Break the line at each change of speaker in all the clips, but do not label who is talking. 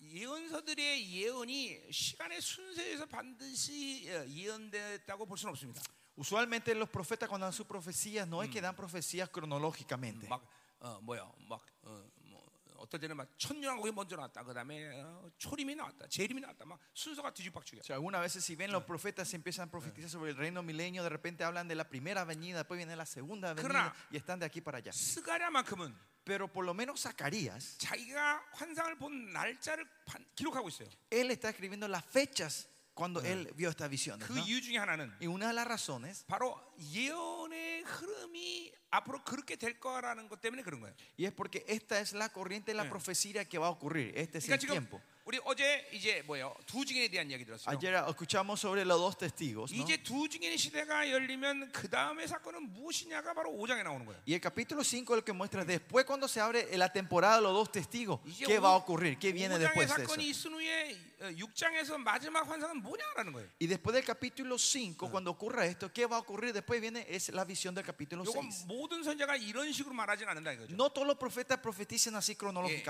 예언서들의 예언이 시간의 순서에서 반드시 어, 예언됐다고 볼 수는 없습니다.
Usualmente los profetas cuando dan sus profecías no es que dan profecías cronológicamente.
막 어, 뭐야, 막 어, 뭐, 어떨 때는 막 천년왕국이 먼저 나왔다, 그다음에 어, 초림이 나왔다, 재림이 나왔다, 막 순서가 뒤죽박죽이야.
O sea, algunas veces si ven los profetas se empiezan a profetizar sobre el reino milenio, de repente hablan de la primera venida, después viene la segunda venida
Claro.
y están de aquí para allá.
스가랴만큼은
Pero por lo menos Zacarías,
자기가 환상을 본 날짜를 반- 기록하고 있어요.
él está escribiendo las fechas cuando él vio estas visiones.
그
¿no?
이유 중에 하나는
Y una de las razones,
바로 예언의 흐름이 앞으로 그렇게 될 거라는 것 때문에 그런 거예요.
y es porque esta es la corriente de la
Eh.
profecía que va a ocurrir, este es
그러니까
el
지금
tiempo.
우리 어제 이제 뭐예요? 두 증인에 대한 이야기 들었어요.
Ayer escuchamos sobre los dos testigos. ¿no?
이제 두 증인의 시대가 열리면 그 다음의 사건은 무엇이냐가 바로 5장에 나오는 거예요.
Y el capítulo 5 es lo que muestra después cuando se abre la temporada de los dos testigos,
이제
¿qué
오-
va a ocurrir? ¿Qué viene
오장의
después de eso?
사건이 있은 후에 6장에서 마지막 환상은 뭐냐라는 거예요.
Y después del capítulo 5, cuando ocurra esto, ¿qué va a ocurrir? Después viene es la visión del capítulo
요건
6.
모든 선자가 이런 식으로 말하진 않는다 이거죠.
No todos los profetas profetizan así
예, 그러니까,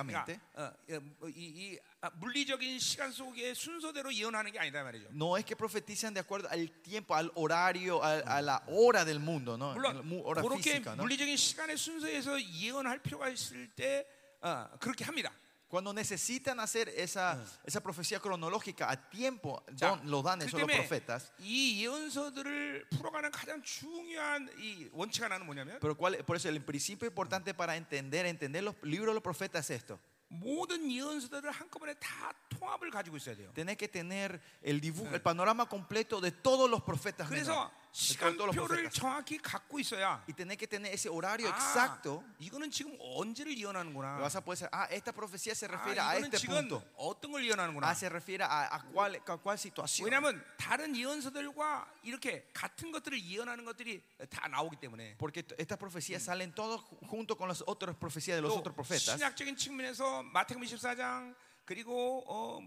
cronológicamente.
어, 예, 뭐 이, 이, 아, 물리적인 시간 속의 순서대로 예언하는 게 아니다 말이죠.
No es que profetizan de acuerdo al tiempo, al horario, al- a, la hora del mundo, ¿no?
물론
Mu- hora
그렇게
física, ¿no?
물리적인 시간의 순서에서 예언할 필요가 있을 때 어, 그렇게 합니다.
Cuando necesitan hacer esa, esa profecía cronológica a tiempo,
자,
don- lo dan
그
eso los
때문에
profetas.
이 예언서들을 풀어가는 가장 중요한 이 원칙 하나는 뭐냐면
Pero cuál, por eso el principio importante para entender, entender los libros de los profetas es esto.
모든 예언서들을 한꺼번에 다 통합을 가지고 있어야 돼요.
Tenés que tener el dibujo, el panorama completo de todos los profetas. menores,
그래서
de todos los
시간표를
profetas.
정확히 갖고 있어야
Y tenés que tener ese horario
아,
아, exacto.
이거는 지금 언제를 예언하는구나.
Vas a poder decir, Ah. ah, esta profecía se refiere
아,
a
이거는
este
지금
punto.
어떤 걸 예언하는구나.
Ah, se refiere a, a cuál, a cuál situación.
왜냐하면 다른 예언서들과 이렇게 같은 것들을 예언하는 것들이 다 나오기 때문에
Porque t- estas profecías salen todos ju- junto con las otras profecías de los
또
otros profetas.
신약적인 측면에서 마태복음 24장 그리고 어뭐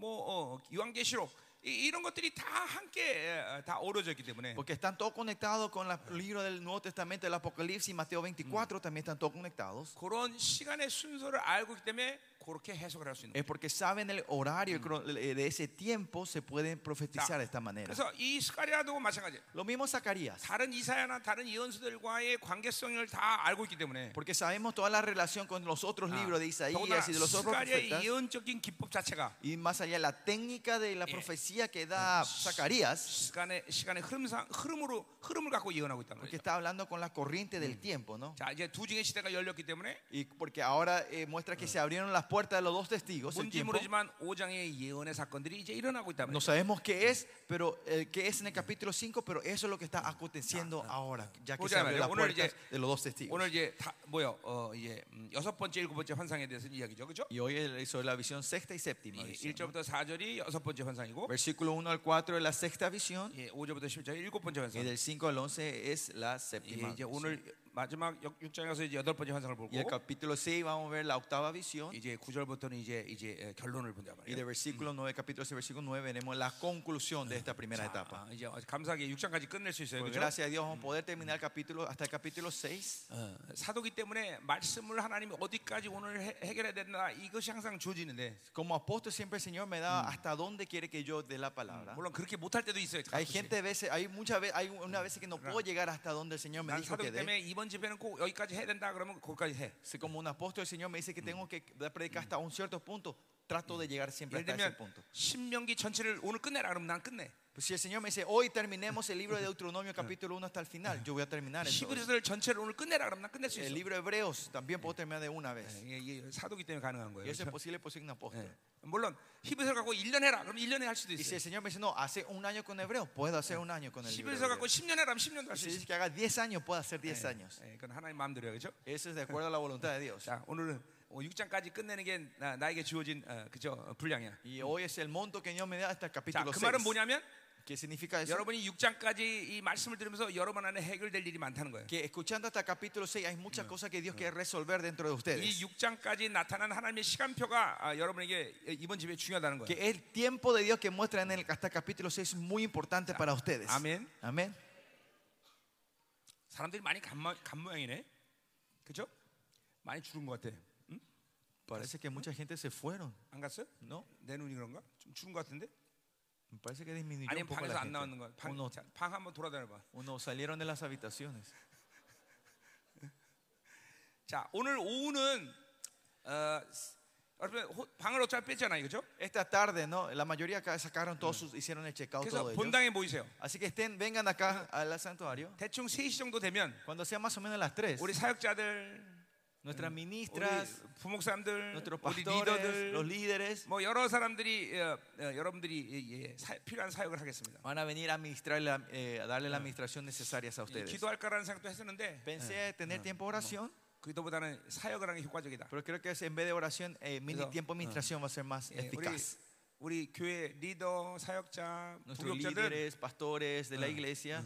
어, 요한계시록 이- 이런 것들이 다 함께 어, 다 어우러졌기 때문에
Porque están todos conectados con la- el libro del Nuevo Testamento, el Apocalipsis y Mateo 24 también están todos conectados.
그런 시간의 순서를 알고 있기 때문에 그렇게 해석을 할 수 있는
Es porque saben el horario el cron- eh, de ese tiempo, se pueden
자,
profetizar de esta manera.
그래서 이 스가리아도 마찬가지.
Lo mismo Zacarías.
다른 이사야나 다른 예언서들과의 관계성을 다 알고 있기 때문에 아,
Porque sabemos toda la relación con los otros libros de
더구나
Isaías Ah. y de los otros
스가리아의
profetas.
예언적인 기법 자체가
Y más allá, la técnica de la profecía que da Zacarías,
시간의 시간의 흐름상 흐름으로 흐름을 갖고 예언하고 있다는
porque
거죠.
está hablando con la corriente del tiempo, ¿no?
자, 이제 두 증의 시대가 열렸기 때문에
Y porque ahora eh, muestra que se abrieron las puertas de los dos testigos. el
뭔지
tiempo.
모르지만 5장의 예언의 사건들이 이제 일어나고 있다면
No sabemos qué es, pero eh, qué es en el capítulo 5, pero eso es lo que está aconteciendo ahora, ya que se
Escúchame,
abrieron las
오늘 이제-
puertas de los dos testigos.
오늘 이제 다 뭐요? 어, 이제 음, 여섯 번째, 일곱 번째 환상에 대해서 이야기죠, 그렇죠?
Y hoy es sobre la visión sexta y séptima.
예,
visión, ¿no?
1절부터 4절이 여섯 번째 환상이고,
Versículo 1 al 4 es la sexta visión
예, 5절부터 10절이 일곱 번째
y
환상. 예,
del 5 al 11 es la séptima.
이제
visión.
오늘 마지막 6장에서 이제 여덟 번째 환상을 보고,
Y el capítulo 6 vamos a ver la octava visión.
이제 9절부터는 이제 이제 예, 결론을 본단
Y del
말이에요.
versículo 9, capítulo 6, versículo 9, veremos la conclusión de esta primera etapa.
아, 이제 감사하게 6장까지 끝낼 수 있어요,
Pues
그렇죠?
gracias a Dios vamos a poder terminar el capítulo, hasta el capítulo 6.
어, 사도기 때문에 말씀을 하나님이 어디까지 오늘 해, 해결해야 된다 이것이 항상 주어지는데
Como apóstol siempre el Señor me da hasta dónde quiere que yo dé la palabra.
물론 그렇게 못할 때도 있어요.
Hay
가끔씩.
gente, a veces, hay muchas veces, hay una vez que no puedo llegar hasta donde el Señor me
난
dijo
사도기
que dé.
때문에 이번 집회는 꼭 여기까지 해야 된다 그러면 거기까지 해.
Si como un apóstol el Señor me dice que tengo que predicar hasta un cierto punto, trato de llegar
예를
siempre hasta ese
들면
punto.
신명기 전체를 오늘 끝내라 그러면 난 끝내.
Pues si el Señor me dice, hoy terminemos el libro de Deuteronomio capítulo 1 hasta el final, yo voy a terminar entonces.
히브리서를 전체를 오늘 끝내라 그러면 난 끝낼 수
El
있어.
libro de Hebreos también puedo terminar de una vez.
예, 이게 사도기 때문에 가능한
Y
거예요.
eso es
그렇죠?
posible por ser un apóstol.
예. 물론 히브리서 갖고 1년 해라 그럼 1년에 할 수도
Y
있어요.
si el Señor me dice, no, hace un año con hebreo, puedo hacer un año con el libro. de
히브리서 갖고
Hebreos.
10년 해라 하면 10년도
Y
할수
si dice
있어요.
que haga 10 años, puedo hacer 10
Eh,
años.
예, 그건 하나님 마음대로요, 그렇죠?
Eso es de acuerdo a la voluntad de Dios.
자, 오늘은 어, 6장까지 끝내는 게 나, 나에게 주어진 어, 그죠 어, 분량이야.
Y hoy es el monto que Dios me da hasta el
자,
capítulo
그
6.
말은 뭐냐면
¿Qué significa eso?
여러분이 6장까지 이 말씀을 들으면서 여러분 안에 해결될 일이 많다는 거예요.
Que escuchando hasta el capítulo 6 hay muchas cosas que Dios quiere resolver dentro de
이
ustedes.
6장까지 나타난 하나님의 시간표가 아, 여러분에게 이번 집에 중요하다는 거예요.
Que el tiempo de Dios que muestra en el, hasta el capítulo 6 es muy importante para ustedes.
amén.
Ah, Amén.
사람들이 많이 간, 모- 간 모양이네. 그죠? 많이 줄은 것 같아. 응?
Parece que mucha gente se fueron,
안 갔어요?
¿no?
내 눈이 그런가? 좀 죽은 것 같은데?
Me parece que disminuyó un
아니면
poco
방에서
la
안
gente.
나오는 거야. 어, 방,
Uno-
자, 방 한번 돌아다녀봐.
unos salieron de las habitaciones.
자, 오늘 오후는 어, 여러분 호- 방을 어차피 뺐잖아요, 그렇죠?
Esta tarde, ¿no? La mayoría acá sacaron todos sus, hicieron el check-out
그래서
todo ellos.
본당에 모이세요.
Así que estén, vengan acá al santuario.
대충 3시 정도 되면
Cuando sea más o menos las 3,
우리 사역자들,
nuestras
우리
ministras,
부목사님들,
nuestros
우리
pastores,
리더들,
los líderes
뭐 여러 사람들이 어, 어, 여러분들이 예, 예, 사- 필요한 사역을 하겠습니다.
van a venir a, administrar la- eh, a darle la administración necesaria a
이
ustedes.
기도할까라는 생각도 했었는데
Pensé tener tiempo de oración,
그도보다는 사역을 하는 게 효과적이다.
pero creo que es en vez de oración, eh, mini
Eso.
tiempo de administración va a ser más
예, 우리
eficaz.
우리 교회 리더, 사역자,
Nuestros
부역자들
líderes, pastores de la iglesia,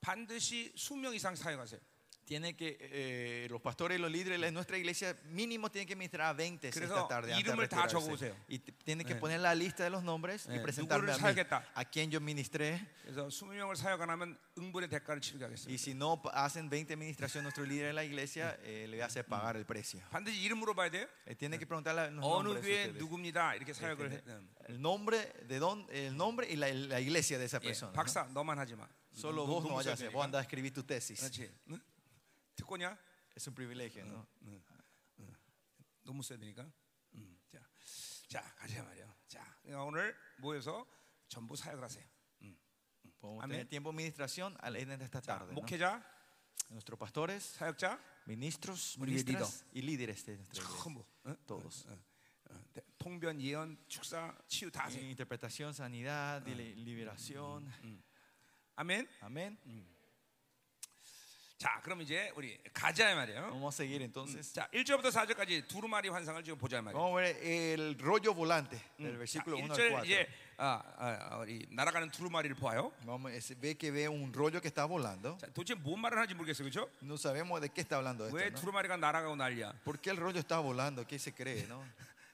반드시 수명 이상 사역하세요.
tienen que, eh, los pastores y los líderes de nuestra iglesia mínimo tienen que administrar a 20
그래서
esta tarde. antes de
이름을 다
retirarse.
적어보세요.
Y t- tienen que
네.
poner la lista de los nombres y
네,
presentarme
누구를
a, mí,
사야겠다.
a quien yo ministré.
그래서 20명을 사역 안 하면 응분의 대가를 치르게
Y
하겠습니다.
si no pa- hacen 20 administración nuestro líder de la iglesia, eh, le voy a hacer pagar el precio.
반드시 이름으로 봐야 돼요.
Eh, tienen que preguntarle a los
어느
nombres
교회
ustedes.
누굽니다. 이렇게 사역을 해.
네,
음.
El nombre, de dónde- el nombre y la, la iglesia de esa
예,
persona. ¿no?
박사 너만 하지 마.
Solo
너-
vos no
너무
vayas a hacer,
무섭으니까.
vos andás a escribir tu tesis.
그렇지. 응? 특권이야?
Es un privilegio, ¿no?
너무 써야 되니까. 음, 자, 자 가자 말이야. 자, 그러니까 오늘 모여서 전부 사역을 하세요.
Podemos
Amén.
tener tiempo de administración al end de esta
자,
tarde. ¿no?
목회자,
Nuestros pastores,
사역자,
ministros,
Muy bien,
ministras y líderes de nuestra iglesia.
전부 응?
Todos.
어, 대- 통변, 예언, 축사, 치유 다 하세요.
Interpretación, sanidad, y li- liberación.
아멘.
Amén.
자, 그럼 이제 우리 가자 말이에요.
Vamos a seguir entonces.
자, 1절부터 4절까지 두루마리 환상을 지금 보자 말이에요.
Vamos a ver el rollo volante del
자,
versículo 1 al
1절
4.
이제 아, 아, 아, 우리 날아가는 두루마리를 보아요.
Vamos, es- ve que ve un rollo que está volando.
자, 도대체 뭔 말을 하는지 모르겠어요. 그렇죠?
No sabemos de qué está hablando esto.
왜
¿no?
두루마리가 날아가고 난리야?
¿Por qué el rollo está volando? ¿Qué se cree? ¿no?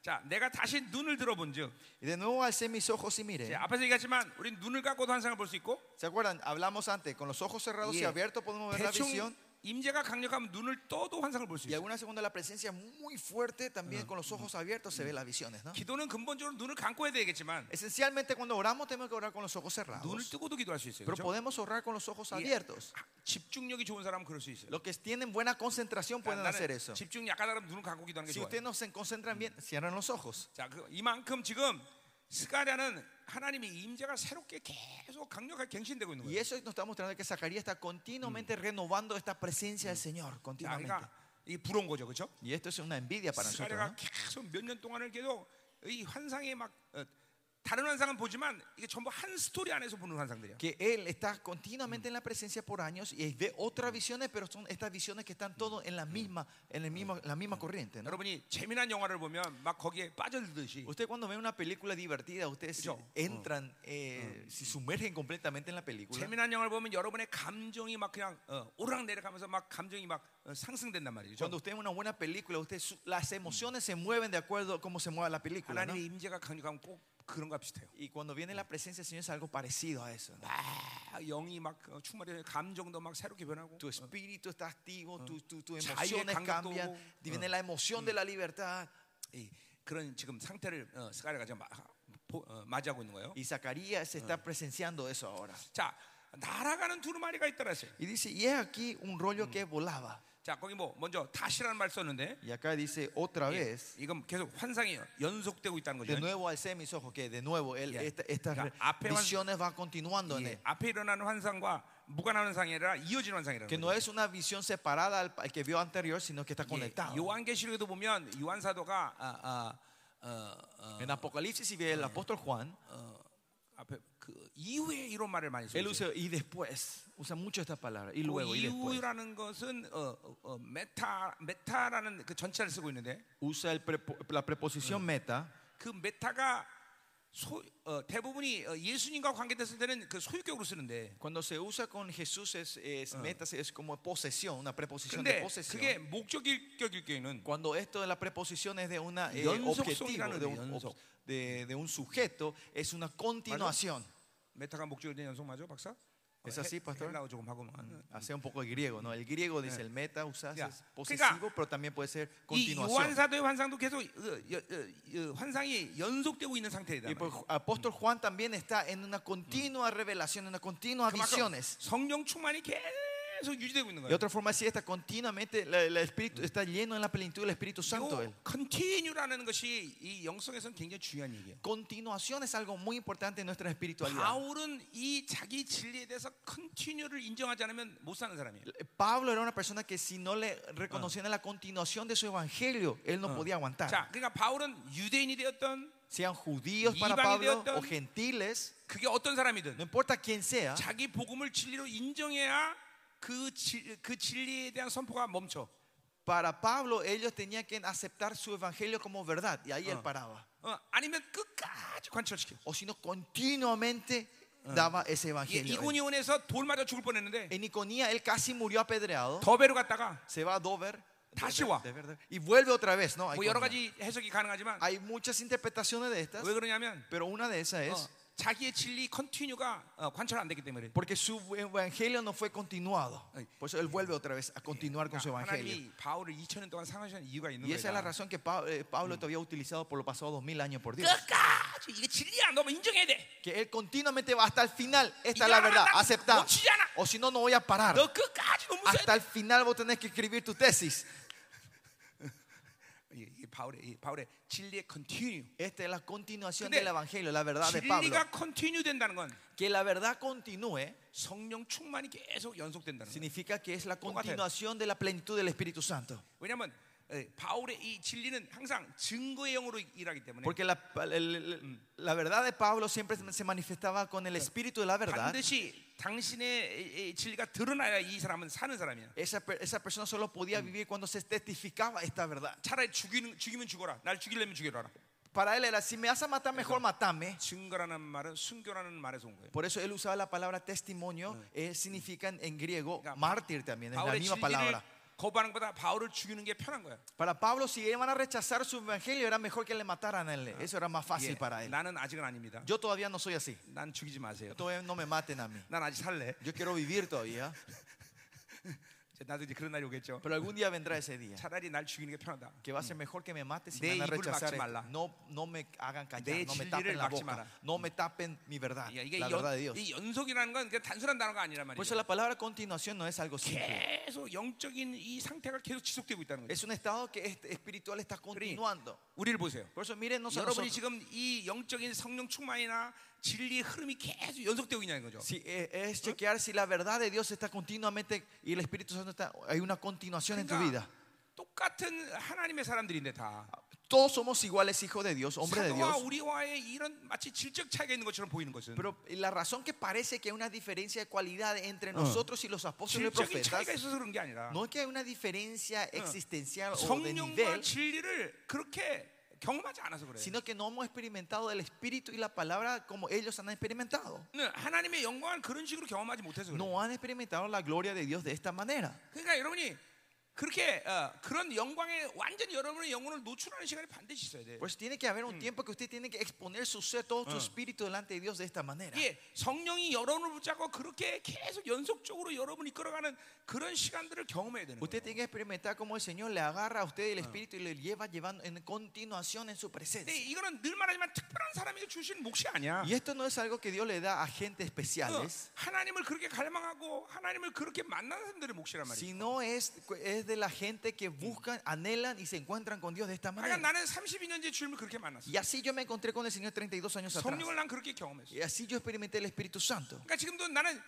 자, 내가 다시 눈을 들어본즉
Y de nuevo alcé mis ojos y miré.
예, 앞에서 얘기했지만 우린 눈을 감고도 환상을 볼 수 있고
¿Se acuerdan? Hablamos antes, con los ojos cerrados y
Yeah.
abiertos podemos ver la
대충
visión.
임재가 강력하면 눈을 떠도 환상을 볼 수 있어요.
Y alguna segunda la presencia muy fuerte,
Ah.
también con los ojos abiertos se ve las visiones. ¿no?
기도는 근본적으로 눈을 감고 해야 되겠지만
Esencialmente cuando oramos tenemos que orar con los ojos
눈을
cerrados.
뜨고도 기도할 수 예, 아, 있어요.
Pero
그렇죠?
podemos orar con los ojos
Yeah.
abiertos.
아, 집중력이 좋은 사람은 그럴 수 있어요.
Los que tienen buena concentración pueden
그러니까
hacer
나는
eso.
집중 약한 사람 눈을 감고 기도하는 게
Si
좋아요.
ustedes no se concentran bien,
Mm.
cierran los ojos.
자, 그, 이만큼 지금 스가랴는 하나님의 임재가 새롭게 계속 강력하게 갱신되고 있는
Y
거예요.
eso nos está mostrando que Zacarías está continuamente
Mm.
renovando esta presencia del Señor,
자,
continuamente.
그러니까 이 부러운 거죠, 그렇죠?
Y esto es una envidia para nosotros.
스가랴가
¿no?
계속 몇 년 동안을 계속 이 환상에 막 어, 다른 환상은 보지만 이게 전부 한 스토리 안에서 보는 환상들이야.
Que él está
Mm.
continuamente en la presencia por años y ve otras visiones, pero son estas visiones que
Mm.
están todos en la misma, en el mismo, la misma corriente. ¿no?
여러분이 재미난 영화를 보면 막 거기에 빠져들듯이
Usted cuando ve una película divertida, ustedes se
Yo. Mm.
entran, eh, se sumergen completamente en la película.
재미난 영화를 보면 여러분의 감정이 막 그냥 어, 오르락내리락하면서 막 감정이 막 어, 상승된단 말이죠.
Cuando usted ve una buena película, usted su- las emociones se mueven de acuerdo a cómo se mueve la película. ¿no?
하나님의 임재가 강력하면 꼭 그런 거 비슷해요.
Y cuando viene la presencia del Señor es algo parecido a eso. ¿no?
아, 영이 막 어, 충만해서 감정도 막 새롭게 변하고
Tu espíritu está activo, tu- tu- tus
Chaire
emociones
Mm. cambia
cambian,
todo. Mm.
y viene la emoción de la libertad.
이, 예, 그런 지금 상태를 어, 스가랴가 지금 마- 보- 어, 맞이하고 있는 거예요.
Y Zacarías se
Mm.
está presenciando eso ahora.
자, 날아가는 두루마리가 있다라서요.
Y dice, y es aquí un rollo que
Mm.
volaba.
자, 거기 뭐 먼저 다시라는 말 썼는데
Y acá dice otra
예,
vez,
이건 계속 환상이 연속되고 있다는 거죠.
de nuevo alcé mis ojos, que de nuevo él,
Yeah.
esta- estas
Ya, ah, apenas-
visiones van continuando en
예,
él.
앞에 일어나는 환상과 무관한 환상이 아니라 이어지는
Que
환상이라는
no
거죠.
es una visión separada al, al que vio anterior, sino que está
예,
conectado.
요한계시록에도 보면 요한 사도가 아, 아, 어, 어,
En Apocalipsis, si
Ah,
ve el apóstol Juan,
어, 앞에 그 이후에 이런 말을 많이
él
써요. 그
usa y después, usa mucho esta palabra, y luego, y después.
이후라는 것은 어, 어, 어, 메타 메타라는 그 전체를 쓰고 있는데
Usa el prepo- la
Mm.
preposición meta.
그 메타가 소, 어, 대부분이 어, 예수님과 관계됐을 때는 그 소유격으로 쓰는데
Cuando se usa con Jesús es,
Ah.
es metas, es como posesión, una preposición de
근데
posesión.
그게 목적격일 경우는
Cuando esto de la preposición es de un
연속성이라는
objetivo, de
거예요,
un,
연속.
de- de un sujeto, es una continuación.
메타가 목적이 되는 연속 맞아, 박사?
¿Es así, pastor?
헬라어 조금 하고
Hace un poco de griego, ¿no? El griego dice el meta, usas
Ya.
es posesivo,
Kika.
pero también puede ser
이
continuación.
요한 사도의 환상도 계속 어, 여- 어, 어, 환상이 연속되고 있는 상태이다.
Y pues, apóstol Juan también está en una continua revelación, en una continua
그만큼
visiones.
성령 충만이 계속 유지되고 있는
De
거예요.
otra forma, si está continuamente, la- el Espíritu está lleno en la plenitud del Espíritu Santo. Él.
컨티뉴라는 것이 이 영성에서는 굉장히 중요한 얘기예요.
Continuación es algo muy importante en nuestra espiritualidad.
바울은 이 자기 진리에 대해서 컨티뉴를 인정하지 않으면 못 사는 사람이에요.
Pablo era una persona que si no le reconocían la continuación de su evangelio, él no podía aguantar.
자, 그러니까 바울은 유대인이 되었던
Sean judíos para
이방인이
Pablo
되었던-
o gentiles,
그게 어떤
no
사람이든
importa quién sea,
자기 복음을 진리로 인정해야 그, 지- 그 진리에 대한 선포가 멈춰.
para Pablo ellos tenían que aceptar su evangelio como verdad y ahí él paraba.
어, 아니면 끝까지 관철시켜.
O si no, continuamente daba ese
이-
evangelio. él.
이고니온에서 돌 맞아 죽을 뻔했는데
En Iconía él casi murió apedreado,
더베로 갔다가
se va a Dover
다시
Dover,
와.
Dover, y vuelve otra vez. ¿no? A
뭐 여러
Iconía.
가지 해석이 가능하지만
Hay muchas interpretaciones de estas,
왜 그러냐면
pero una de esas
어,
es
자기의 진리 컨티뉴가 어, 관철 안 됐기 때문에 그래.
porque su evangelio no fue continuado.
Ay.
Por eso él vuelve otra vez a continuar con su
그러니까
evangelio.
하나님이 바울을 2000년 동안 상하시는 이유가 있는
Y esa es la
거예요.
razón que Pa- eh, Pablo todavía ha utilizado por los pasados dos mil años por Dios.
끝까지 이게 진리야. 너무 인정해야 돼.
Que él continuamente va hasta el final.
Y
Esta es la
ahora
verdad.
anda-
Acepta.
Mochillana.
O si no, no voy a parar.
너 끝까지 너무 무서워.
Hasta el final vos tenés que escribir tu tesis.
이 바울의 이 바울의 진리의 컨티뉴.
Esta es la continuación
Pero-
del evangelio, la verdad de Pablo.
진리가 컨티뉴 된다는 건
Que la verdad continúe eh,
성령 충만이 계속 연속된다는 거예요.
significa que es la
Tócate.
continuación de la plenitud del Espíritu Santo.
왜냐면 하 바울의 이 진리는 항상 증거의 영으로 일하기 때문에
Porque la, el- el- la verdad de Pablo siempre se manifestaba con el espíritu de la verdad.
반드시 당신의 이- 이 진리가 드러나야 이 사람은 사는 사람이야.
Esa, per- esa persona solo podía vivir cuando se testificaba esta verdad.
차라리 죽이는 죽이면 죽어라. 날 죽이려면 죽여라.
Para él era, si me vas a matar, mejor matame.
증거라는 말은 순교라는 말에서 온 거예요.
Por eso él usaba la palabra testimonio, eh, significa en- en griego
Claro.
mártir también, es la
바울의
misma
진리를
palabra.
거부하는 것보다 바울을 죽이는 게 편한 거야.
Para Pablo, si iban a rechazar su evangelio, era mejor que le mataran a él. Eso era más fácil
예,
para él.
나는 아직은 아닙니다.
Yo todavía no soy así.
난 죽이지 마세요.
Todavía no me maten a mí.
난 아직 살래.
Yo quiero vivir todavía,
이제 나도 이제 그런 날이 오겠죠.
pero algún día vendrá ese día.
차라리 날 죽이는 게 편하다.
Que va a ser mejor que me mates si
De
me van
입을
a
막지
rechazar. esto.
말라.
No, no me hagan
내
callar, no me tapen
진리를
la
막지
boca,
마라.
no me tapen mi verdad,
야, 이게
la verdad de
연,
Dios.
아, 이 연속이라는 건 그냥 단순한 단어가 아니란
Por
말이죠.
eso la palabra continuación no es algo simple.
계속 영적인 이 상태가 계속 지속되고 있다는 거예요.
Es un estado que este- espiritual está continuando.
우리를 보세요.
Por eso miren nosotros.
여러분이 지금 이 영적인 성령 충만이나 진리의 흐름이 계속 연속되고 있냐는 거죠.
Si, eh, es chequear si la verdad de Dios está continuamente y el Espíritu Santo está, hay una continuación en tu vida.
똑같은 하나님의 사람들인데 다
아, Todos somos iguales hijos de Dios, hombres de
사도와
Dios.
우리와의 이런 마치 질적 차이가 있는 것처럼 보이는 것은
Pero la razón que parece que hay una diferencia de cualidad entre nosotros y los apóstoles y
질적인
profetas,
차이가 있어서 그런 게 아니라
no es que hay una diferencia existencial o de
성령과
nivel,
진리를 그렇게 경험하지 않아서 그래요.
sino que no hemos experimentado el Espíritu y la palabra como ellos han experimentado.
네, 하나님의 영광을 그런 식으로 경험하지 못해서 그래요.
No han experimentado la gloria de Dios de esta manera.
그러니까 여러분이 그렇게 어, 그런 영광에 완전히 여러분의 영혼을 노출하는 시간이 반드시 있어야 돼요.
Pues tiene que haber un tiempo que usted tiene que exponer su ser, todo su espíritu delante de Dios de esta manera.
이게 예, 성령이 여러분을 붙잡고 그렇게 계속 연속적으로 여러분을 이끌어가는 그런 시간들을 경험해야 되는
Usted
거예요.
tiene que experimentar cómo el Señor le agarra a usted el espíritu y le lleva llevando en continuación en su
근데
presencia.
이거는 늘 말하지만 특별한 사람에게 주신 몫이 아니야.
Y esto no es algo que Dios le da a gente
어,
especiales,
하나님을 그렇게 갈망하고 하나님을 그렇게 만나는 사람들의 몫이란 말이야.
sino es, es de la gente que buscan, anhelan y se encuentran con Dios de esta
그러니까
manera.
나는 32년째 주님을 그렇게 만났어.
Y así yo me encontré con el Señor 32 años atrás.
성령을 난 예, 그렇게 경험했어.
Y así yo experimenté el Espíritu Santo.
그러니까 지금도 나는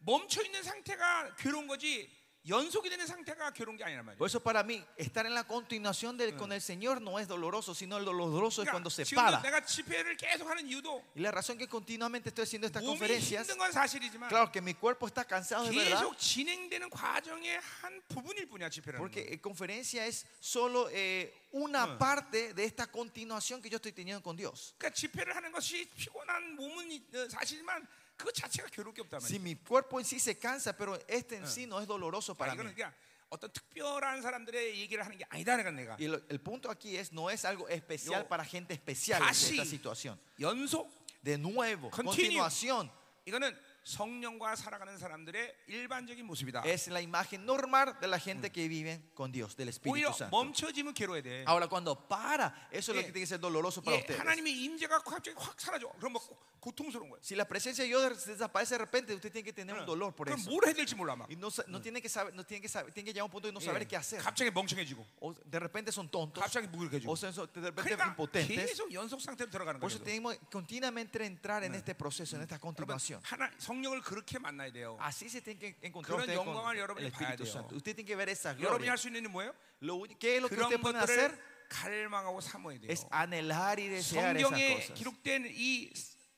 멈춰 있는 상태가 괴로운 거지 연속이 되는 상태가 괴로운 게 아니란 말이야.
Por eso para mí, estar en la continuación del,
Mm.
con el Señor no es doloroso, sino el doloroso es
그러니까
cuando se
지금
para.
내가 집회를 계속하는 이유도
Y la razón que continuamente estoy haciendo estas
몸이
conferencias,
힘든 건 사실이지만
claro que mi cuerpo está cansado de verdad,
계속 진행되는 과정의 한 부분일 뿐이야 집회라는 건.
porque eh, conferencia es solo eh,
Ah.
una parte de esta continuación que yo estoy teniendo con Dios.
그러니까 집회를 하는 것이 피곤한 몸은 이- 어, 사실이지만 그것 자체가 괴롭게 없다면.
Si mi cuerpo en sí se cansa, pero este
Ah.
en sí no es doloroso para
아, 이거는
mí.
그냥 어떤 특별한 사람들의 얘기를 하는 게 아니다 내가 내가
Y lo- el punto aquí es, no es algo especial
Yo-
para gente especial en
Casi.
esta situación.
연속
De nuevo,
Continue.
continuación.
이거는 성령과 살아가는 사람들의 일반적인 모습이다.
Es la imagen normal de la gente que vive con Dios, del
오히려
Espíritu Santo.
멈춰지면 괴로워야 돼.
Ahora, cuando para, eso es lo
Eh,
que tiene que ser doloroso para
예,
ustedes.
하나님의 임재가 갑자기 확 사라져. 그럼 막 고- 고통스러운 거야.
Si la presencia de Dios desaparece de repente, usted tiene que tener un dolor por
그럼
eso.
뭘 해야 될지 몰라 막.
Y no, sa- no tiene que saber, no tiene que saber, tiene que llegar a un punto de no saber
예,
qué hacer.
갑자기 멍청해지고,
O de repente son tontos,
갑자기 무기력해지고.
o sea, son de repente
그러니까
impotentes.
계속 연속 상태로 들어가는
Por eso
거예요.
tenemos que continuamente entrar en este proceso, en esta
여러분,
continuación.
하나 성령을 그렇게 만나야 돼요.
Así se tiene que encontrar
그런
usted con
영광을 여러분이
el Espíritu
봐야 돼요.
Santo. Usted tiene que ver esa
여러분이
gloria.
할 수 있는 일이 뭐예요?
Lo único- ¿Qué es lo que
그런
usted puede hacer?
것들을 갈망하고 사모해야 돼요.
Es anhelar y desear
성경에
esas cosas.
기록된 이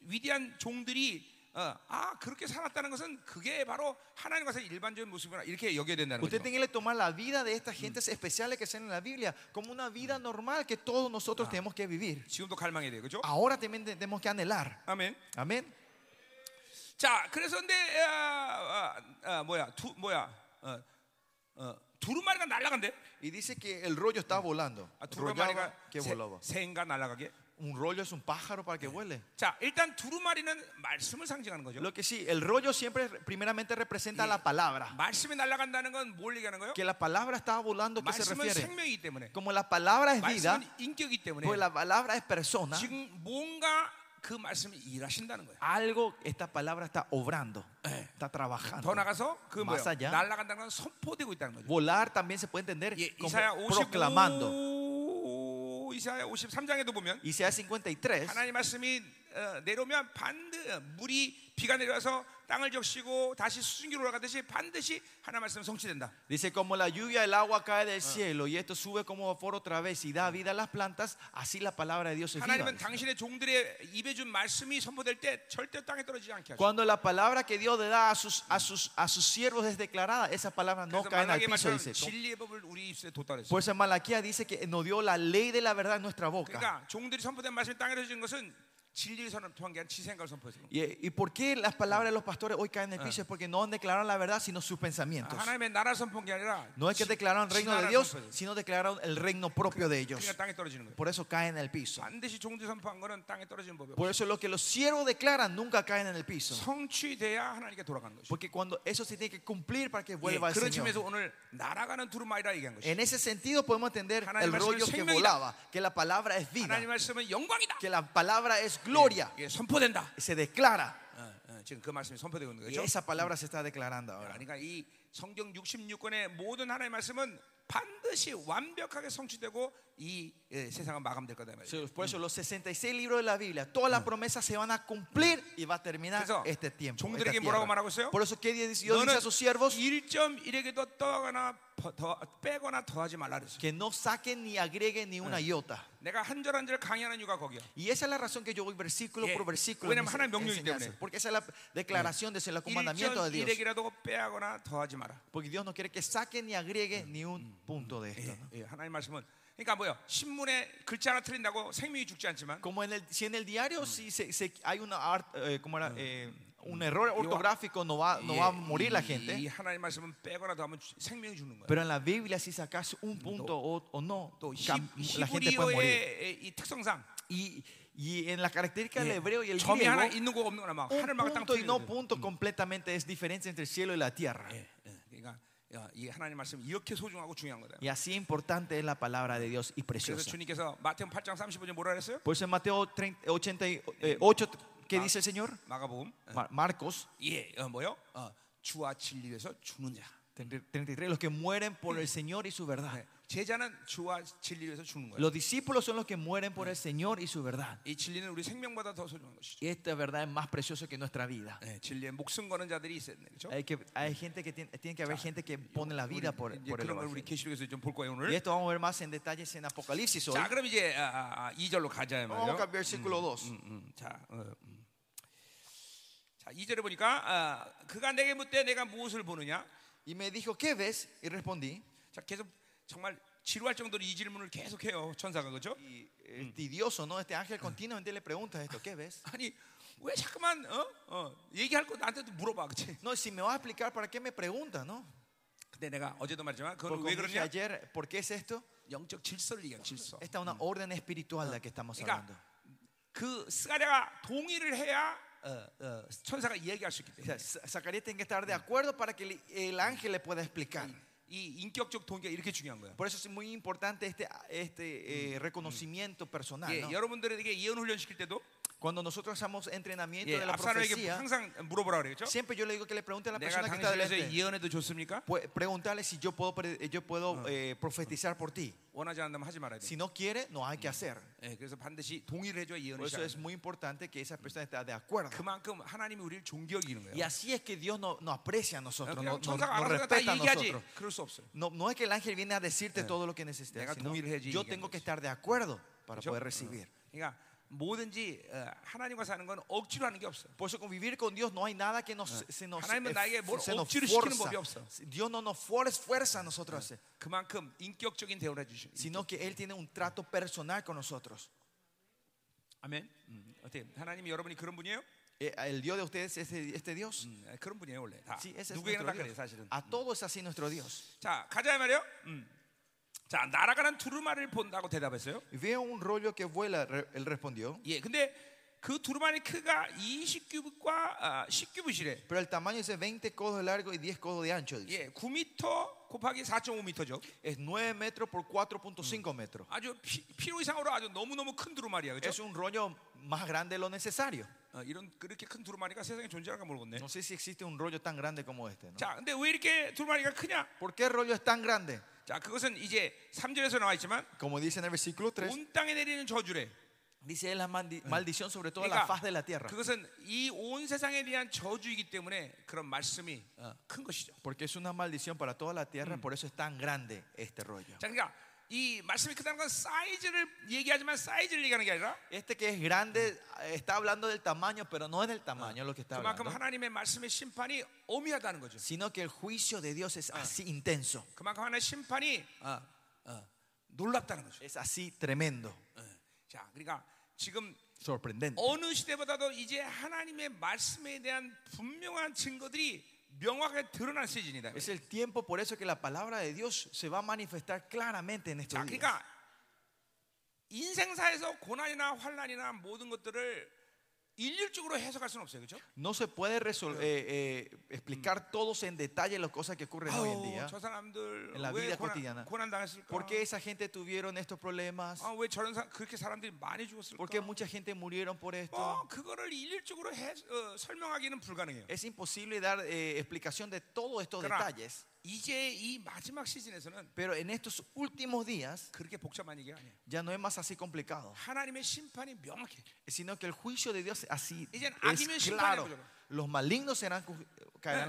위대한 종들이 어, 아 그렇게 살았다는 것은 그게 바로 하나님과의 일반적인 모습이구나 이렇게 여겨야 된다는
Usted
거죠.
tiene que tomar la vida de estas gentes especiales que están en la Biblia como una vida normal que todos nosotros tenemos que vivir.
지금도 갈망해야 돼요, 그렇죠?
Ahora también tenemos que anhelar.
아멘.
Amén.
자, 그래서 근데 아, 아, 아, 뭐야, 두 뭐야, 어, 어, 두루마리가 날아간대.
Y dice que el rollo está volando.
아, 두루마리가
Rollaba que volaba.
새- 새인가 날아가게.
Un rollo es un pájaro para que vuele.
자, 일단 두루마리는 말씀을 상징하는 거죠.
Lo que sí, el rollo siempre primeramente representa la palabra.
말씀이 날아간다는 건 뭘 얘기하는 거예요?
Que la palabra está volando, ¿qué se
말씀은
refiere?
생명이기 때문에,
Como la palabra es vida,
말씀은 인격이기 때문에
pues la palabra es persona.
지금 뭔가 그 말씀이 일하신다는 거예요.
Algo, esta palabra está obrando, está
더
trabajando.
나가서 그 뭐야 뭐?
Más allá.
날아간다는 건 선포되고 있다는 거죠.
Volar también se puede entender
예,
como
이사야 55,
proclamando.
이사야 53장에도 보면
Isaías 53,
하나님 말씀이 어, 내려오면 반드 어, 물이 비가 내려와서 땅을 적시고 다시 수증기로 올라가듯이 반드시 하나님 말씀 성취된다.
dice: Como la lluvia, el agua cae del cielo y esto sube como vapor otra vez y da vida a las plantas, así la palabra de
그
Dios es viva.
하나님은 당신의 종들의 입에 준 말씀이 선포될 때 절대 땅에 떨어지지 않게 하죠.
Cuando la palabra que Dios le da a sus, a sus, a sus siervos es declarada, esas palabras no
그래서
caen al
만약에
piso,
말씀
dice.
진리의 법을 우리 입술에 뒀다 그랬어요.
Por eso en Malaquía dice que nos dio la ley de la verdad en nuestra boca.
그러니까 종들이 선포된 말씀이 땅에 떨어진 것은 진리를 선포한 게 아니라 지 생각을 선포해서 그런 거예요.
¿Y, y por qué las palabras de los pastores hoy caen en el piso? Es porque no han declarado la verdad, sino sus pensamientos.
하나님의 나라 선포한 게 아니라
No es que
지-
declararon el reino de
지나라를
Dios,
선포해서
sino declararon el reino propio
그러니까
de ellos.
땅에 떨어지는 거예요.
Por eso caen en el piso.
반드시 종들이 선포한 거는 땅에 떨어지는 법이 없어요.
Por eso lo que los siervos declaran nunca caen en el piso.
성취돼야 하나님께 돌아가는 것이죠.
Porque cuando eso se tiene que cumplir para que
예,
vuelva al
그런
Señor.
측면에서 오늘 날아가는 두루마이라 얘기한 것이죠.
En ese sentido podemos entender
하나님의
el
말씀은
rollo que
생명이다.
volaba, que la palabra es vida,
하나님 말씀은 영광이다.
que la palabra es gloria,
예, 선포된다.
se declara.
어, 어, 지금 그 말씀이 선포되고 있는
Y
거죠.
esa palabra se está declarando ahora.
그러니까 이 성경 66권의 모든 하나님의 말씀은 반드시 완벽하게 성취되고 이 예, 세상은 마감될 거다 이 말이죠.
Sí, Por eso los 66 libros de la Biblia, todas las promesas se van a cumplir y va a terminar
그래서
este tiempo. esta
종들에게
tierra.
뭐라고 말하고 있어요?
Por eso que Dios Dios dice
너는
a sus siervos
1.1에게도 떠거나 더- 더- 빼거나 더하지 말라 그랬어.
que no saquen ni agreguen ni una iota.
내가 한 절 한 절 강의하는 이유가 거기야.
Y esa es la razón que yo voy versículo
예.
por versículo. en
왜냐면
mis
하나님의 명령이기
enseñanzas.
때문에.
Porque esa es la declaración, de el comandamiento de Dios.
1.1에게라도 빼거나 더하지 마라.
Porque Dios no quiere que saquen ni agreguen ni un punto de esto. ¿no?
예, 하나님 말씀은 그러니까 뭐요? 신문에 글자 하나 틀린다고 생명이 죽지 않지만
Como en el, si en el diario si se, se- hay una art- eh, ¿cómo era? Eh, un error ortográfico, no va, no va a morir la gente.
이 하나님 말씀은 빼거나 더하면 주- 생명이 죽는 거예요.
Pero en la Biblia, si sacas un punto o, o no,
또
cam-
히-
la gente puede morir.
히브리어의 이 특성상
Y, y en la característica del
예,
hebreo y el
점이 하나
griego,
있는 거 없는 거나 막 하늘
un
막 땅.
punto y no
틀리는데.
punto completamente es diferencia entre el cielo y la tierra.
예, 예. 그러니까 야, 이 하나님 말씀 이렇게 소중하고 중요한 거다.
Y así importante es la palabra de Dios y
그래서
preciosa.
주님께서 마태복음 8장 35절 뭐라 그랬어요?
Por eso en Mateo 30, 88, eh, ¿qué dice el Señor?
마가복음. 어,
Mar- Marcos
예, 어, 뭐요? 어, 주와 진리에서 죽는 자.
33, los que mueren por el Señor y su verdad.
예, 제자는 주와 진리에서 죽는 거예요.
Los discípulos son los que mueren por el Señor y su verdad.
이 진리는 우리 생명보다 더 소중한 것이죠.
Y esta verdad es más preciosa que nuestra vida.
예, 진리에 목숨 거는 자들이 있어야 되는 거죠.
Hay, que, hay gente que tiene, tiene que haber gente que pone la vida por,
이제
por el
그런 걸 우리
evangelio.
계시록에서 좀 볼 거예요
Y
오늘.
esto vamos a ver más en detalles en Apocalipsis hoy.
자, 그럼 이제 아, 아, 아, 2절로 가자
Vamos
말이요.
al versículo 2.
자, 어, 음. 자, 2절에 보니까 아, 그가 내게 묻되 내가 무엇을 보느냐?
Y me dijo, ¿qué ves? Y respondí,
자, 계속 정말 지루할 정도로 이 질문을 계속해요 천사가 그죠?
y, eh, tedioso, ¿no? Este ángel continuamente le pregunta esto, ¿qué ves?
아니 왜 자꾸만 어? 어, 얘기할 거 나한테도 물어봐, 그렇지?
No, si me va a explicar, ¿para qué me pregunta, no?
근데 내가 어제도 말했지만 그건
Porque
왜
como dije
뭐 그러냐?
ayer, ¿por qué es esto?
영적 질서를 얘기한 질서.
Esta es una orden espiritual de la que estamos hablando.
그러니까 그 스가랴가 동의를 해야 어, 어, 천사가 이야기할 수 있기
O sea,
때문에
Sa- Zacarías tiene que estar de acuerdo para que el- el ángel le pueda explicar.
이 인격적 동기가 이렇게 중요한 거예요.
Por eso es muy importante este, este eh, reconocimiento personal.
예,
¿no?
여러분들에게 예언 훈련 시킬 때도
Cuando nosotros hacemos entrenamiento
예,
de la
앞사람에게
profecía,
항상 물어보라 그랬죠.
siempre yo le digo que le pregunte a la
내가
persona que está
당신에서
delante.
예언해도 좋습니까?
pu- Preguntarle si yo puedo, pre- yo puedo eh, profetizar por ti.
원하지 않는다면 하지 말아야 돼.
Si no quiere, no hay que hacer.
예, 그래서 반드시 동의를 해줘야 예언이
Por eso es
시작.
muy importante que esa persona esté de acuerdo.
그만큼 하나님이 우리를 존경이는
Y
거예요. 어,
así es que Dios no- nos aprecia a nosotros,
그냥
no- no- nos
천사가 알아서 다
respeta a
얘기하지.
nosotros.
그럴 수 없어요.
No, no es que el ángel viene a decirte todo lo que necesitas,
내가
sino
동의를 해야지
yo
얘기하는
tengo
거지.
que estar de acuerdo para
그렇죠?
poder recibir.
그러니까 뭐든지 어, 하나님과 사는 건 억지로 하는 게 없어요.
Por eso convivir con Dios no hay nada que nos, se nos,
하나님은
eh,
나에게 뭘
se nos
억지로 시키는 법이
fuerza.
없어.
Dios no nos fuerza, fuerza a nosotros, a hacer,
그만큼 인격적인 대우를 해주시는.
sino que Él tiene un trato personal con nosotros.
아멘. 음, 어때? 하나님이 여러분이 그런 분이에요?
Eh, ¿El Dios de ustedes es este, este Dios?
음, 아, 그런 분이에요 원래 다.
Sí, ese es
누구에게나 다
nuestro
그래
Dios.
사실은.
A todos es así nuestro Dios.
자 가자 이 말이요. 음. 자 날아가는 두루마리를 본다고 대답했어요.
Veo un rollo que vuela, re- Él respondió.
예, 근데 그 두루마리 크가 20규빗과 아, 10규빗이래.
Pero el tamaño es de 20 codos de largo y 10 codos de ancho. dice.
예, 9미터 곱하기 4.5미터죠.
Es 9 metros por 4.5 metros.
아주 피, 필요 이상으로 아주 너무 너무 큰 두루마리야,
Es
그렇죠?
un rollo más grande de lo necesario.
어, 이런 그렇게 큰 두루마리가 세상에 존재하는가 모르겠네.
No sé si existe un rollo tan grande como este. ¿no?
자, 근데 왜 이렇게 두루마리가 크냐?
¿Por qué el rollo es tan grande?
자, 그것은 이제 3절에서 나와 있지만
Como dice en el versículo Eh. 3,
온 땅에 내리는 저주래.
dice es la mandi- maldición sobre toda la
그러니까
faz de la tierra.
그것은 이 온 세상에 대한 저주이기 때문에 그런 말씀이 어, 큰 것이죠.
Porque es una maldición para toda la tierra, por eso es tan grande este rollo.
자, 그러니까 이 말씀이 크다는 건 사이즈를 얘기하지만 사이즈를 얘기하는 게 아니라
Este que es grande eh, está hablando del tamaño, pero no es del tamaño lo que está
그만큼
hablando,
하나님의 말씀의 심판이 오미하다는 거죠.
sino que el juicio de Dios es así intenso,
그만큼 하나님의 심판이 어,
Ah.
어, 놀랍다는 거죠.
es así tremendo,
예. 자, 그러니까 지금
sorprendente.
어느 시대보다도 이제 하나님의 말씀에 대한 분명한 증거들이 명확하게 드러난 시즌이다.
Es el tiempo por eso que la palabra de Dios se va a manifestar claramente en
자,
estos días.
그러니까 인생사에서 고난이나 환란이나 모든 것들을 일률적으로 해석할 수는 없어요, 그렇죠?
No se puede resol- eh, eh, explicar todos en detalle las cosas que ocurren hoy en día.
어, 저 사람들
En la
왜
vida
고난,
cotidiana.
고난 당했을까?
¿Por qué esa gente tuvieron estos problemas?
아, 왜 저런 사, 그렇게 사람들이 많이 죽었을까?
¿Por qué mucha gente murieron por
어,
esto?
그거를 일률적으로 해, 어, 설명하기는 불가능해요.
Es imposible dar eh, explicación de todos estos
Claro.
detalles.
이제 이 마지막 시즌에서는
Pero en estos últimos días
그렇게 복잡한 얘기가 아니에요.
ya no es más así complicado,
하나님의 심판이 명확해.
sino que el juicio de Dios así
Dicen, "Aquimen
es claro.
심판해 보자고."
Los malignos serán, ju- caerán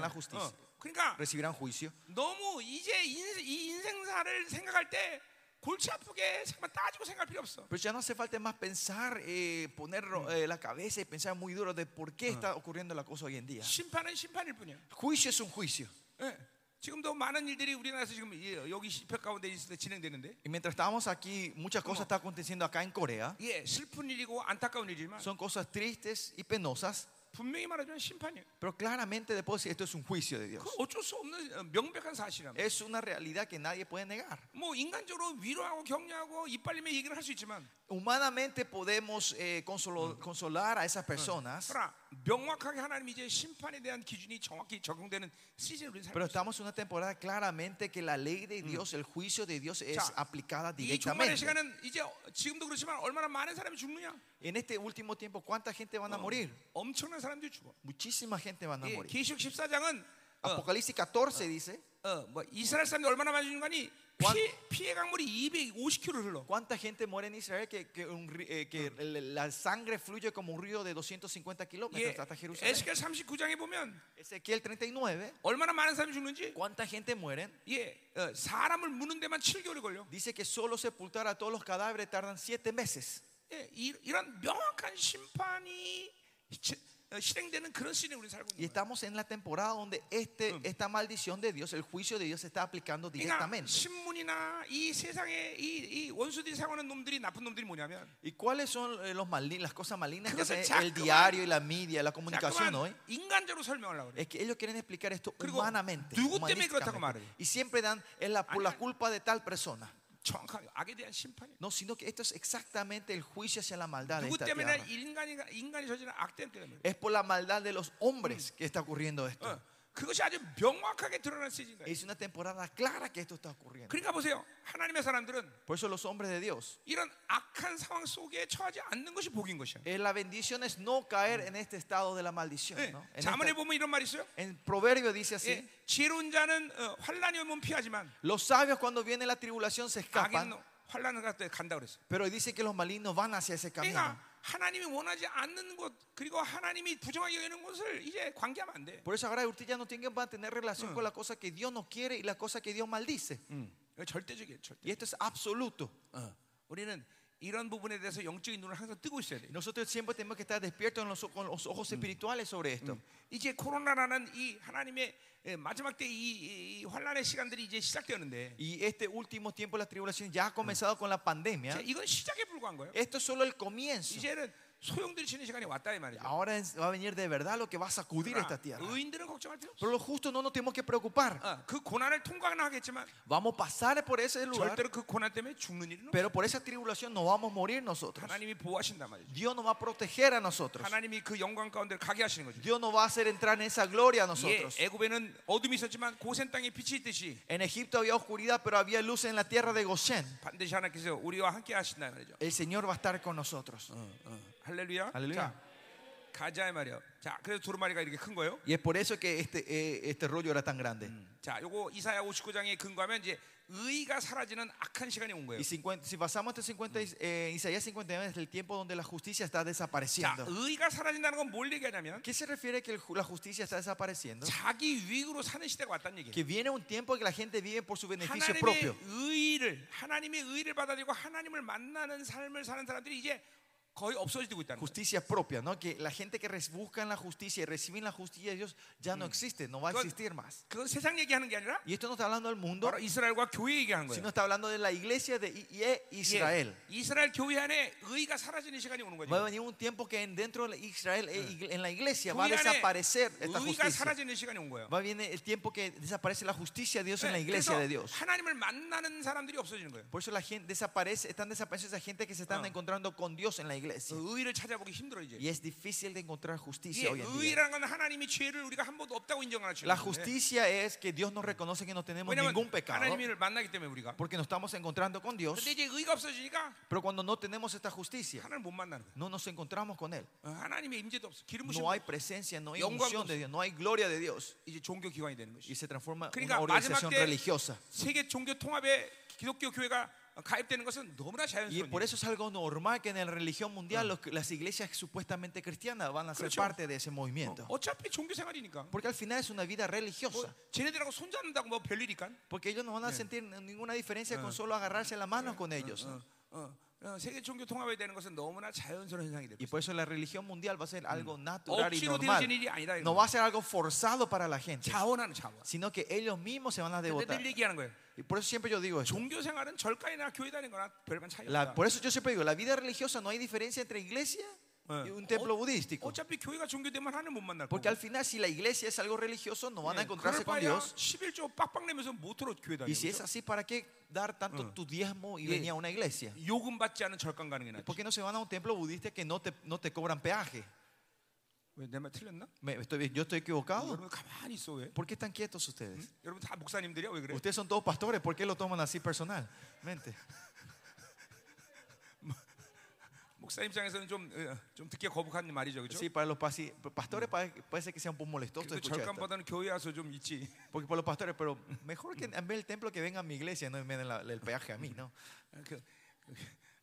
Eh,
la justicia,
어, 그러니까
recibirán juicio.
너무 이제 인, 이 인생사를 생각할 때 골치 아프게 정말 따지고 생각할 필요 없어.
Pero ya no hace falta más pensar, eh, poner eh, la cabeza y pensar muy duro de por qué está ocurriendo la cosa hoy en día.
심판은 심판일 뿐이야.
Juicio es un juicio.
예. 지금도 많은 일들이 우리나라에서 지금 이- 여기 실패 가운데 있을 때 진행되는데,
Y mientras estábamos aquí, muchas cosas están aconteciendo acá en Corea.
예, 슬픈 일이고 안타까운 일이지만
Son cosas tristes y penosas,
분명히 말하자면 심판이에요.
pero claramente después decir, esto es un juicio de Dios.
그 어쩔 수 없는 어, 명백한 사실이야.
Es una realidad que nadie puede negar.
뭐 인간적으로 위로하고 격려하고 이빨림의 얘기를 할 수 있지만,
Humanamente podemos eh, consolo- consolar a esas personas,
그러나 명확하게 하나님 이제 심판에 대한 기준이 정확히 적용되는 시즌을 우리 살고 있어요.
pero estamos en una temporada claramente que la ley de Dios, el juicio de Dios es
Ya.
aplicada
이 종말의
directamente.
시간은 이제 어, 지금도 그렇지만 얼마나 많은 사람이 죽느냐?
En este último tiempo, ¿cuánta gente van a morir?
엄청난 사람들이 죽어.
Muchísima gente van a
예,
morir.
계시록 14장은 어,
Apocalipsis 14 dice,
어, 뭐 이스라엘 사람들이 얼마나 많이 죽는 거니? 피해, 피해 강물이 250km 흘러.
¿cuánta gente muere en Israel que, que un ri- eh, que el- la sangre fluye como un río de 250
예,
kilómetros hasta Jerusalén?
에스겔 39장에 보면
Ezequiel 39,
얼마나 많은 사람이 죽는지
¿cuánta gente mueren?
예, 어, 사람을 무는 데만 7개월이 걸려.
Dice que solo sepultar a todos los cadáveres tardan siete meses.
예, 이, 이런 명확한 심판이 시- 어, 실행되는 그런 시대에 우리 살고 있는
Y
거예요.
estamos en la temporada donde este, esta maldición de Dios, el juicio de Dios se está aplicando
그러니까
directamente.
신문이나 이 세상에 이, 이 원수들이 사용하는 놈들이 나쁜 놈들이 뭐냐면
¿Y cuáles son eh, los malin- las cosas malignas que
Entonces,
hace
Jacoban-
el diario y la media, la comunicación hoy?
자꾸만 인간적으로 설명하려고 그래.
Es que ellos quieren explicar esto
그리고
humanamente.
누구 때문에
humanísticamente.
그렇다고 말해요? 예.
Y siempre dan es la, por la culpa de tal persona.
정확하게 악에 대한 심판이에요.
No, sino que esto es exactamente el juicio hacia la maldad de
누구
esta
때문에
tierra.
인간이 인간이 저지른 악된 때문에.
Es por la maldad de los hombres que está ocurriendo
그래요.
esto.
어, 그것이 아주 명확하게 드러난 시즌인 거예요.
Es una temporada clara que esto está ocurriendo.
그러니까 보세요. 하나님의 사람들은
Por eso los hombres de Dios,
이런 악한 상황 속에 처하지 않는 것이 복인 것이야.
eh, la bendición es no caer en este estado de la maldición.
예,
¿no? En,
자문에
esta-
보면 이런 말이 있어요.
en proverbio dice
예,
así,
지혜로운 자는 어, 환란이 오면 피하지만
los sabios cuando viene la tribulación se
악인은
escapan,
환란 같은 데 간다 그랬어요.
pero dice que los malignos van hacia ese camino.
그러니까 하나님이 원하지 않는 곳 그리고 하나님이 부정하게 여기는 곳을 이제 관계하면 안 돼.
Por eso ahora usted ya no tiene que mantener relación con la cosa que Dios no quiere y la cosa que Dios maldice.
이거 그러니까 절대적이에요. 절대.
Y esto es absoluto.
음. 어. 우리는 이런 부분에 대해서 영적인 눈을 항상 뜨고 있어야 돼.
Nosotros siempre tenemos que estar despiertos en los o- con los ojos espirituales sobre esto.
이제 코로나라는 이 하나님의 예, 마지막 때이 이, 이 환란의 시간들이 이제 시작되었는데
Y este último tiempo de la tribulación ya ha comenzado con la
이제
pandemia.
이건 시작에 불과한 거예요.
Esto es solo el comienzo.
이제는 소용돌이치는 시간이 왔다 이 말이죠.
Ahora es- va a venir de verdad lo que va a
Ah.
sacudir esta tierra.
의인들은 걱정할 필요 없어.
Pero los justos no nos tenemos que preocupar.
어, 그 고난을 통과는 하겠지만
Vamos a pasar por ese lugar,
절대로 그 고난 때문에 죽는 일은 없어.
pero por esa tribulación no vamos a morir nosotros.
하나님이 보호하신단 말이죠.
Dios nos va a proteger a nosotros.
하나님이 그 영광 가운데 가게 하시는 거죠.
Dios nos va a hacer entrar en esa gloria
예,
a nosotros.
애굽에는 어둠이 있었지만 고센 땅에 빛이 있듯이
En Egipto había oscuridad, pero había luz en la tierra de Goshen.
반드시 하나님께서 우리와 함께 하신다 이 말이죠.
El Señor va a estar con nosotros.
할렐루야.
할렐루야.
자, 가자 이 말이요. 자, 그래서 두루마리가 이렇게 큰 거예요.
Y es por eso que este, eh, este rollo era tan grande.
자, 요거 이사야 59장에 근거하면 이제 의가 사라지는 악한 시간이 온 거예요.
Y 50 si pasamos este 50, y- eh, Isaías 59 es el tiempo donde la justicia está
자,
desapareciendo.
의가 사라진다는 음. 건 뭘 얘기하냐면
¿Qué se refiere que el ju- la justicia está desapareciendo?
자기 유익으로 사는 시대가 왔다는 얘기예요.
Que viene un tiempo que la gente vive por su
네,
beneficio
하나님의
propio.
의를 하나님의 의를 받아들이고 하나님을 만나는 삶을 사는 사람들이 이제 거의 없어지고 있다는 거예요.
Justicia propia, ¿no? Que la gente que res- busca en la justicia y reciben la justicia de Dios ya no existe, no va a
Con-
existir más.
그건 세상 얘기하는 게 아니라
Y esto no está hablando del mundo,
바로 이스라엘과 교회 얘기하는 거예요.
sino está hablando de la iglesia de I- I- Israel.
예, 이스라엘 교회 안에 의가 사라지는 시간이 오는
Va a
거죠.
venir un tiempo que en- dentro de Israel, eh, igle- en la iglesia, va a
교회 안에
desaparecer esta
의가
justicia.
사라지는 시간이 온 거예요.
Va a venir el tiempo que desaparece la justicia de Dios en la
네,
iglesia de
그래서
Dios.
하나님을 만나는 사람들이 없어지는 거예요.
Por eso la gente desaparece, están desapareciendo esa gente que se están
Ah.
encontrando con Dios en la iglesia.
의를 찾아보기 힘들어 이제.
Y es difícil de encontrar
예,
justicia hoy en día.
의라는 건 하나님이 죄를 우리가 한 번도 없다고 인정하는
La
죄인데
justicia es que Dios nos reconoce que no tenemos ningún
왜냐하면
pecado
하나님을 만나기 때문에 우리가.
porque nos estamos encontrando con Dios.
근데 이제 의가 없어지니까
Pero cuando no tenemos esta justicia,
하나님 못 만나는 거예요.
no nos encontramos con Él.
어, 하나님의 임재도 없어. 기름 부심
No hay presencia, no hay
영광도
unción de Dios, no hay gloria de Dios.
이제 종교 기관이 되는 것이.
Y se transforma en
그러니까
una
마지막
organización
때-
religiosa.
세계 종교 통합에 기독교 교회가 가입되는 것은 너무나
Y
자연스러운
por
일이에요.
eso es algo normal que en la religión mundial los- las iglesias supuestamente cristianas van a ser
Claro.
parte de ese movimiento.
어차피 종교 생활이니까.
Porque al final es una vida religiosa.
뭐, 쟤네들하고 손잡는다고 뭐 별일이니까.
Porque ellos no van a sentir ninguna diferencia con solo agarrarse la mano con ellos.
어, 어, 어, 세계 종교 통합이 되는 것은 너무나 자연스러운 현상이 될
Y
것이다.
por eso la religión mundial va a ser algo natural y
억지로 되어진
normal.
일이 아니다. 이거.
No va a ser algo forzado para la gente,
자원하는 자원.
sino que ellos mismos se van a
근데
devotar.
늘 얘기하는 거예요.
Y por eso siempre yo digo esto.
종교 생활은 절간이나 교회 다니는 거나 별반 차이 없다.
La- por eso yo siempre digo, la vida religiosa no hay diferencia entre iglesia y
Eh.
un templo budístico.
어차피 교회가 종교되면 하나님 못 만날 거고. 네,
Porque al final si la iglesia es algo religioso, no van a encontrarse con
그럴바야
Dios.
11조 빡빡 내면서 모토로 교회 다니고
Y si es así, ¿para qué dar tanto tu diezmo Mm. y venir a una iglesia?
요금 받지 않은 절간 가능이 낫지.
¿Por qué no se van a un templo budista que no te, no te cobran peaje?
왜내 말 틀렸나?
Me- estoy- ¿Yo Mm, estoy equivocado?
여러분 가만히 있어 왜?
¿Por qué están quietos ustedes?
아. 여러분 다 목사님들이야 왜 그래?
Ustedes son todos pastores, ¿por qué lo toman así personalmente?
목사님 입장에서는 좀 좀 듣기 거북한 말이죠, 그렇죠?
Sí, para los pasi- pastores pa- parece Mm. que sea un poco molestoso
그
escuchar esto.
절간보다는 교회 와서 좀 있지.
Porque para los pastores, pero mejor que en vez del templo que vengan a mi iglesia, no me den la- el peaje a mí, ¿no?
그, 그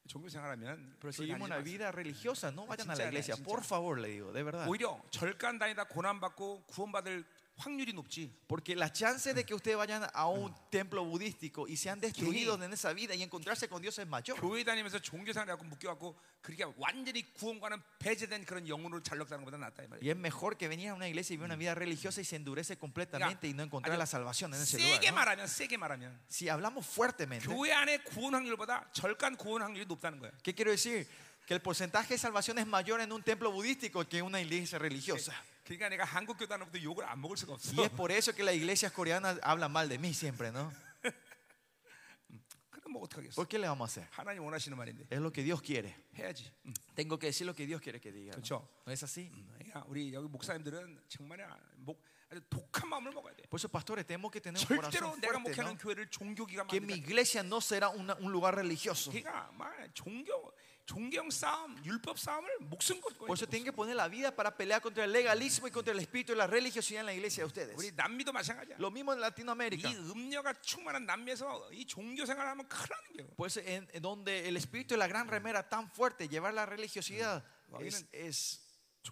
종교 생활하면
Pero
교회
si
다니지
vivimos una
마세요.
vida religiosa, no vayan a la
Chinchana,
iglesia, por
chinchana.
favor, le digo, de verdad.
오히려 절간 다니다 고난 받고 구원받을 확률이 높지.
Porque la chance de que ustedes vayan a un templo budístico y sean destruidos en esa vida y encontrarse con Dios es mayor.
교회 다니면서 종교 생활 갖고 묶여 갖고 그렇게 완전히 구원과는 배제된 그런 영혼으로 잘록사는 것보다 낫다 이 말이야.
Y es mejor que venir a una iglesia y vivir una vida religiosa y se endurece completamente y no encontrar la salvación en ese
세게
lugar. ¿no?
말하면 세게 말하면
Si hablamos fuertemente,
교회 안에 구원 확률보다 절간 구원 확률이 높다는 거야.
¿qué quiero decir? Que el porcentaje de salvación es mayor en un templo budístico que en una iglesia religiosa.
그러니까 내가 한국 교단으로부터 욕을 안 먹을 수가
Y
없어.
es por eso que las iglesias coreanas hablan mal de mí siempre, ¿no?
그럼 뭐 어떡하겠어.
¿Por qué le vamos a hacer?
하나님 원하시는 말인데
Es lo que Dios quiere.
해야지. 음.
Tengo que decir lo que Dios quiere que diga. ¿no?
그렇죠.
¿No es así?
그러니까 우리 여기 목사님들은 정말 목 아주 독한 마음을 먹어야 돼.
Por eso, pastores, tenemos que tener un
절대로
corazón
내가
fuerte,
목회하는
¿no?
교회를 종교기가
Que mi
만든다.
iglesia no será una- un lugar religioso.
그러니까 막 종교 존경 싸움, 율법 싸움을 목숨 걸고
Por eso
있는
tienen que poner la vida para pelear contra el legalismo y contra el espíritu de la religiosidad en la iglesia de
거예요. 우리
ustedes.
남미도 마찬가지야.
Lo mismo en
이
Latinoamérica.
음녀가 충만한 남미에서 이 종교 생활하면 큰일 나는 거예요.
Por eso, Pues en, en donde el espíritu de la gran remera tan fuerte, llevar la religiosidad es, es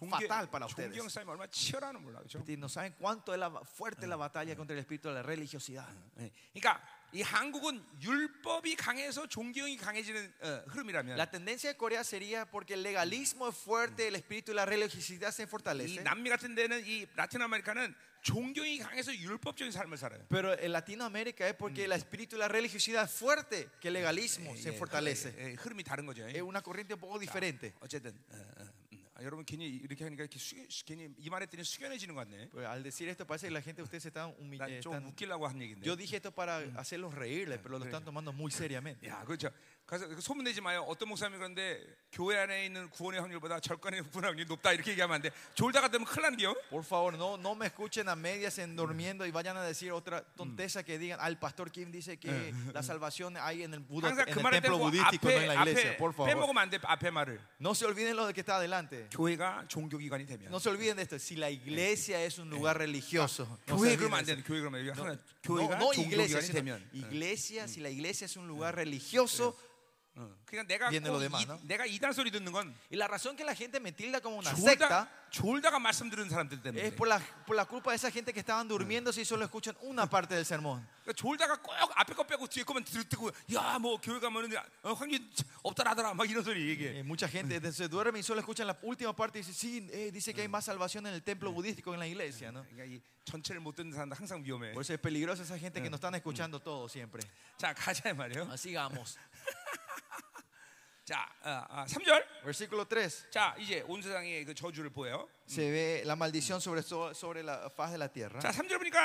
fatal para ustedes.
존경 싸움이 얼마나 치열하는 몰라 그죠?
Y No saben cuánto es la, fuerte la batalla contra el espíritu de la religiosidad.
예. 그러니까 이 한국은 율법이 강해서 존경이 강해지는 어, 흐름이라면
La tendencia de Corea sería porque el legalismo es fuerte, el espíritu de la religiosidad se
이
fortalece.
남미 같은 데는 이 라틴 아메리카는 존경이 강해서 율법적인 삶을 살아요.
Pero en Latinoamérica es porque el espíritu de la religiosidad es fuerte que el legalismo se
예,
fortalece.
예, 예, 흐름이 다른 거죠.
Es una corriente un poco diferente.
어쨌든 어, 어, 음. 아, 여러분 괜히 이렇게 하니까 이렇게 숙여, 괜히 이 말했더니 숙연해지는 것 같네.
Pues, al decir esto parece que la gente ustedes se están
난 좀
humillando.
웃기려고 한 얘긴데.
Yo dije esto para hacerlos reírles, pero lo están tomando muy seriamente.
야, 그렇죠. 가서 그 소문 내지 마요. 어떤 목사님이 그런데 교회 안에 있는 구원의 확률보다 절간의 구원의 확률이 높다 이렇게 얘기하면 안 돼. 졸다가 되면 큰일 나는 게요.
Por favor, no, no me escuchen a medias en durmiendo y vayan a decir otra tonteza que digan, al pastor Kim dice que la salvación hay en el, Buda-
항상
en
그
Eh. el
말을
templo
빼고
budístico, no en
앞에
la iglesia.
앞에
Por favor,
빼먹으면 안 돼. 앞에 말을.
no se olviden lo de que está adelante.
교회가 종교기관이 되면.
No se olviden de esto. Si la iglesia es un lugar religioso, no,
교회
se olviden
그러면 안
de
되는
eso.
교회 그러면 여기 하나
No-
교회가
no iglesia,
종교기관이
sino
되면.
iglesia, si la iglesia es un lugar religioso,
어. 그러니까 내가
viene lo
꼭
demás,
이-
no?
내가 이단 소리 듣는 건
y la razón que la gente me tilda como una secta
졸다 졸다가 말씀 들은 사람들 때문에.
es por la, por la culpa de esa gente que estaban durmiendo si solo escuchan una parte del sermón.
그러니까 졸다가 꼭 앞에 거 빼고 뒤에 거만 들- 듣고 야 뭐 교회 가면은 어, 확률 없다라더라 막 이런 소리 얘기해.
Eh, mucha gente desde se duerme y solo escuchan la última parte y dice, sí, eh, dice que hay más salvación en el templo budístico que en la iglesia, ¿no?
그러니까 이 전체를 못 듣는 사람 항상 위험해.
Por eso es peligrosa esa gente que no están escuchando todo siempre.
자 가자 이
아.
말이에요.
Sigamos.
자 아, 아, 3절.
Versículo 3.
자 이제 온 세상의 그 저주를 보여요.
Se ve la maldición sobre, so- sobre la faz de la tierra.
자 3절 보니까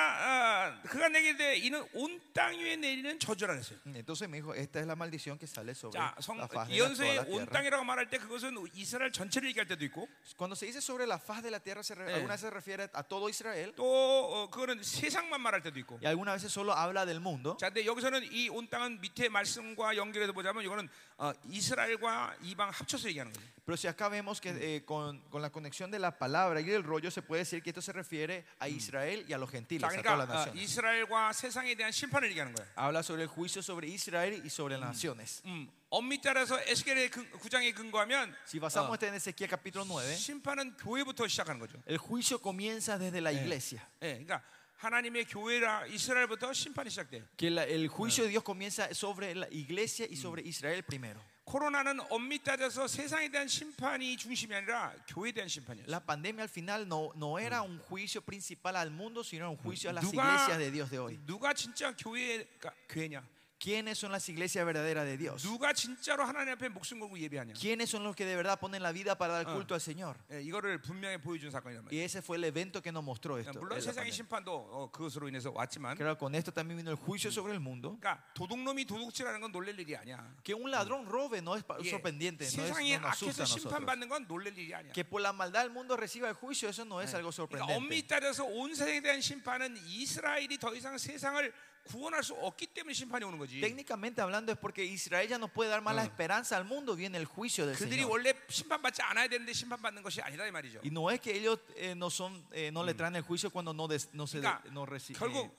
아, 그가 내게 대 이는 온 땅 위에 내리는 저주라 했어요.
Entonces me dijo, esta es la maldición que sale sobre
자,
la
성,
faz de la, toda
예언서의
la
온
tierra.
땅이라고 말할 때 그것은 이스라엘 전체를 얘기할 때도 있고
Cuando se dice sobre la faz de la tierra, se re-
Eh.
alguna vez se refiere a todo Israel
또 어, 그거는 세상만 말할 때도 있고.
y algunas veces solo habla del mundo.
자, 근데 여기서는 이 온 땅은 밑에 말씀과 연결해서 보자면 이거는 어, 이스라엘과 이방 합쳐서 얘기하는 거예요.
Pero si acá vemos que eh, con, con la conexión de la palabra y del rollo se puede decir que esto se refiere a Israel y a los
자,
gentiles, a todas las
그러니까 어,
naciones.
이스라엘과 세상에 대한 심판을 얘기하는 거예요.
Habla sobre el juicio sobre Israel y sobre las naciones.
음, 엄밀히 따라서 에스겔의 근- 구장에 근거하면
Si basamos
어,
esto en Ezequiel capítulo 9,
심판은 교회부터 시작하는 거죠.
el juicio comienza desde la iglesia.
예, 그러니까 하나님의 교회라 이스라엘부터 심판이 시작돼요.
Que la- el juicio de Dios comienza sobre la iglesia y sobre Israel primero.
코로나는 엄밀히 따져서 세상에 대한 심판이 중심이 아니라 교회에 대한 심판이었어요.
La pandemia al final no, no era un juicio principal al mundo, sino un juicio a las
누가-
iglesias de Dios de hoy.
누가 진짜 그러니까 교회가 교회냐?
¿Quiénes son las iglesias verdaderas de Dios?
누가 진짜로 하나님 앞에 목숨 걸고 예배하냐?
¿Quiénes son los que de verdad ponen la vida para dar culto al Señor?
예, 이거를 분명히 보여준 사건이란 말이에요.
Y ese fue el evento que nos mostró esto.
물론
es la
세상의
pandemia.
심판도 어, 예, 그것으로 인해서 왔지만,
Claro, con esto también vino el juicio sobre el mundo.
그러니까 도둑놈이 도둑질하는 건 놀랄 일이 아니야.
Que un ladrón robe no es pa-
예,
sorprendente, no, es,
세상이
no nos asusta
악해서
a nosotros.
심판받는 건 놀랄 일이 아니야.
Que por la maldad del mundo reciba el juicio, eso no es algo
그러니까 엄밀히
sorprendente.
따져서 온 세상에 대한 심판은 이스라엘이 더 이상 세상을 구원할 수 없기 때문에 심판이 오는 거지.
Técnicamente hablando es porque Israel ya no puede dar más la esperanza al mundo, viene el juicio del
그들이
Señor.
원래 심판받지 않아야 되는데 심판받는 것이 아니라 이 말이죠.
Y no es que ellos eh, no son, eh, no le traen el juicio cuando no, des- no se
그러니까
no reci-
결국
eh,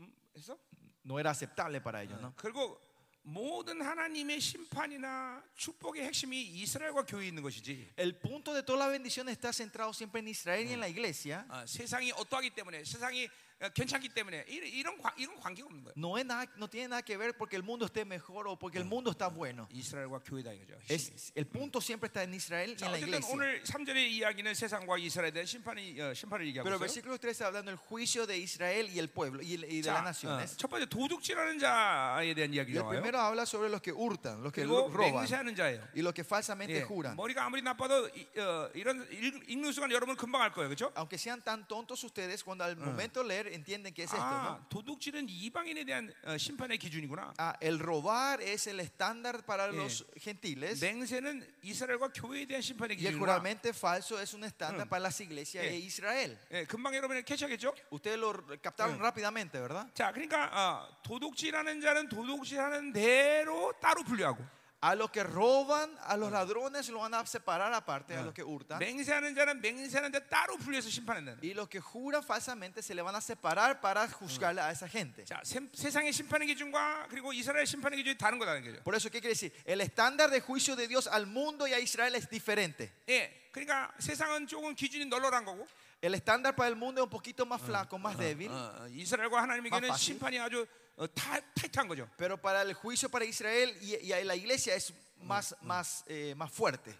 음, 했어?
no era aceptable para
Ah.
ellos, ¿no?
결국 모든 하나님의 심판이나 축복의 핵심이 이스라엘과 교회에 있는 것이지.
El punto de toda la bendición está centrado siempre en Israel y en la iglesia.
아, 세상이 어떠하기 때문에 세상이 어, 괜찮기 때문에 이- 이런 관- 이런 관계가 없는 거예요.
No, es nada- no tiene nada que ver porque el mundo esté mejor o porque el mundo está bueno.
이스라엘과 교회다 이거죠. 핵심이.
Es, el punto siempre está en Israel y
자,
en la
어쨌든
iglesia.
오늘 3절의 이야기는 세상과 이스라엘에 대한 심판이 어, 심판을 얘기하고
Pero
있어요.
el versículo 3 está hablando del juicio de Israel y el pueblo y, y de
자,
las
어,
naciones.
첫 번째 도둑질하는 자에 대한
Y
이야기가
el
나와요.
primero habla sobre los que hurtan, los que
그리고
roban
맹세하는 자예요.
y los que falsamente
예,
juran.
머리가 아무리 나빠도 이, 런 읽는 순간 여러분 금방 알 거예요, 그렇죠?
Aunque sean tan tontos ustedes, cuando al momento de leer entienden que es esto, ¿no?
아, 도둑질은 이방인에 대한 어, 심판의 기준이구나.
Ah, el robar es el estándar para
Sí.
los gentiles
맹세는 이스라엘과 교회에 대한 심판의
y el
기준이구나.
juramento falso es un estándar para las iglesias
Sí.
de Israel.
예, 금방 여러분이 캐치하겠죠?
Ustedes lo captaron
Sí.
rápidamente, ¿verdad?
자, 그러니까 어, 도둑질하는 자는 도둑질하는 대로 따로 분류하고
A los que roban, a los ladrones lo van a separar aparte a los que hurtan.
맹세하는 자는 맹세하는 데 따로 분류해서 심판한다는.
Y los que juran falsamente se le van a separar para juzgar a esa gente.
자, 세, 세상의 심판의 기준과 그리고 이스라엘 심판의 기준이 다른 거다는 거죠.
Por eso, ¿qué quiere decir? El estándar de juicio de Dios al mundo y a Israel es diferente.
예, 그러니까 세상은 조금 기준이 널널한 거고
El estándar para el mundo es un poquito más flaco, más débil.
어, 이스라엘과 하나님에게는
바빠지?
심판이 아주 어, 타, 타이트한 거죠.
Pero para el juicio para Israel y, y a la iglesia es más, más, eh, más fuerte.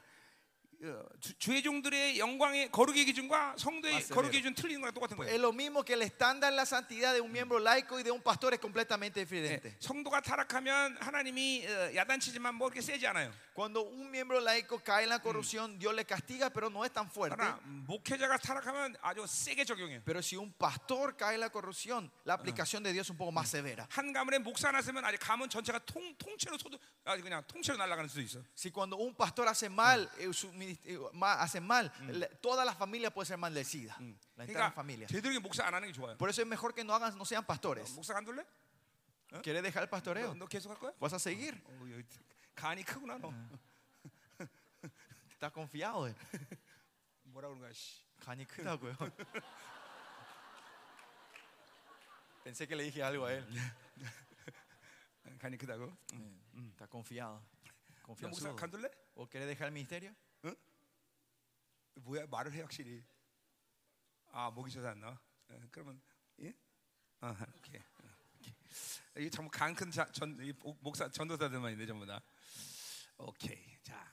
어, 주- 주의 종들의 영광의 거룩의 기준과 성도의
맞습니다.
거룩의 기준 틀리는 거랑 똑같은 거예요.
Es lo mismo que el estándar, la santidad de un miembro laico y de un pastor es completamente
예,
diferente.
성도가 타락하면 하나님이 어, 야단치지만 뭐 그렇게 세지 않아요.
Cuando un miembro laico cae en la corrupción, Dios le castiga, pero no es tan fuerte.
그러나 목회자가 타락하면 아주 세게 적용해요.
Pero si un pastor cae en la corrupción, la aplicación de Dios es un poco más severa.
한 가문에 목사 하나 쓰면 아주 가문 전체가 통, 통째로 소도 아주 그냥 통째로 날아가는 수도 있어.
Si cuando un pastor hace mal, eh, su minist- eh, ma- hace mal, la- toda la familia puede ser maldecida. La entera
그러니까
familia.
되도록이 목사 안 하는 게 좋아요.
Por eso es mejor que no hagan, no sean pastores.
목사 간둘래?
¿Quieres dejar el
너,
pastoreo?
너 계속 할 거야?
¿Vas a seguir?
어, 여기 간이 크구나 너.
Estás confiado. eh.
뭐라 그런 거야? 씨.
간이 크다고요. Pensé que le dije algo a él.
간이 크다고.
Está
너
confiado.
목사
Confianzudo.
간둘래?
¿O querés dejar el ministerio?
뭐야 말을 해 확실히. 아 목이 젖어 안 나와. 예, 그러면 예? 아 오케이. 어, 오케이. 이게 전부 간큰전 목사 전도사들만 있네 전부 다. 오케이 자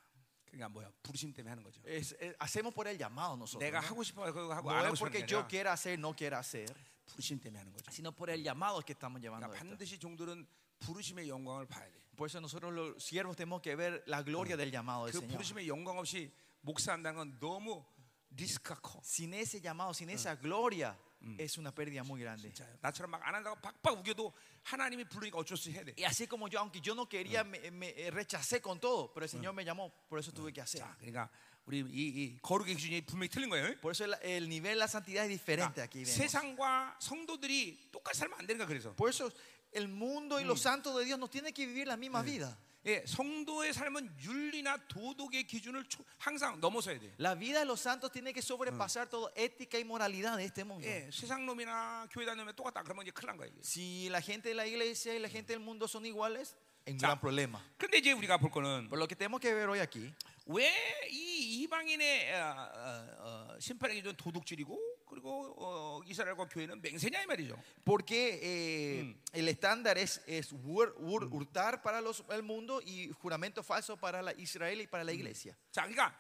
그러니까 뭐야 부르심 때문에 하는 거죠.
Es- eh, hacemos por el llamado nosotros.
내가
¿no?
하고 싶어 그거 하고
No
안 하고
es
싶은 게
porque yo
아니라
quiera hacer, no quiera hacer,
부르심 때문에 하는 거죠.
sino por el llamado que estamos llevando.
그러니까
esto.
반드시 종들은 부르심의 영광을 봐야 돼.
Por eso nosotros los siervos tenemos que ver la gloria del llamado del
그
Señor.
부르심의 영광 없이 목사한다는 건 너무 리스크가 커.
Sin ese llamado, sin esa gloria, es una pérdida muy grande.
자, 나처럼 막 안 한다고 박박 우겨도 하나님이 부르니까 어쩔 수 없이 해야 돼.
Y así como yo, aunque yo no quería, me, me, eh, rechacé con todo, pero el Señor me llamó, por eso tuve que hacer.
자, 그러니까 우리 이, 이 거룩의 기준이 분명히 틀린 거예요.
Por eso el, el nivel de la santidad es diferente
그러니까
aquí. vemos.
세상과 성도들이 똑같이 살면 안 되는 거 그래서.
Por eso el mundo y los santos de Dios no tienen que vivir la misma vida.
예, 성도의 삶은 윤리나 도덕의 기준을 초- 항상 넘어서야 돼.
La vida de los santos tiene que sobrepasar toda ética y moralidad de este mundo.
예, 세상 놈이나 교회 다니는 놈이 똑같다. 그러면 이제 큰일 난 거야 이게.
Si la gente de la iglesia y la gente del mundo son iguales, es un
Ya.
gran problema.
근데 이제 우리가 볼 거는
Por lo que tenemos que ver hoy aquí.
왜 이 이방인의 어, 어, 어, 심판의 기준 도둑질이고 그리고 어, 이스라엘과 교회는 맹세냐 이 말이죠.
Porque eh, el estándar es, es hur- hur- hurtar para los, el mundo y juramento falso para la Israel y para la iglesia.
자, 그러니까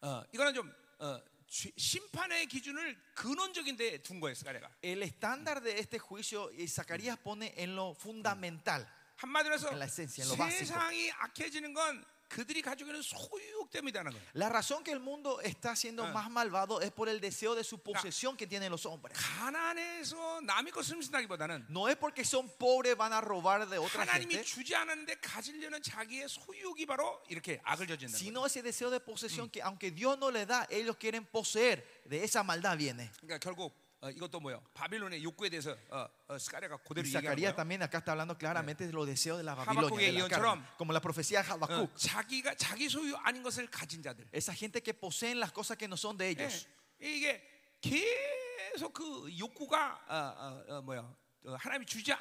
어, 이거는 좀 어, 죄- 심판의 기준을 근원적인데 둔 그러니까 거예요, 스가랴가.
El estándar de este juicio, eh, Zacarías pone en lo fundamental.
한마디로 해서
En la esencia, en lo básico.
세상이 악해지는 건 그들이 가지고 있는 소유욕 때문이라는 거예요.
La razón que el mundo está siendo más malvado es por el deseo de su posesión que tienen los hombres.
가난해서 남의 것을 훔친다기보다는
No es porque son pobres van a robar de otra
하나님이
gente,
주지 않았는데 가지려는 자기의 소유욕이 ba로 이렇게 악을 저지른다는 거예요.
sino ese deseo de posesión que aunque Dios no le da, ellos quieren poseer. De esa maldad viene.
그러니까 결국 어, 이것도 뭐요? 바빌론의 욕구에 대해서 어, 어, 스가랴가
Y
그대로 얘기하는
Zacarías
거예요.
también acá está hablando claramente de los deseos de la Babilonia,
Habacuc
de la carne,
예언처럼.
como la profecía de
어,
Habacuc.
자기가 자기 소유 아닌 것을 가진 자들.
Esa gente que poseen las cosas que no son de ellos.
예, 이게 계속 그 욕구가 어, 어, 어, 뭐야 어, 하나님이 주지 아-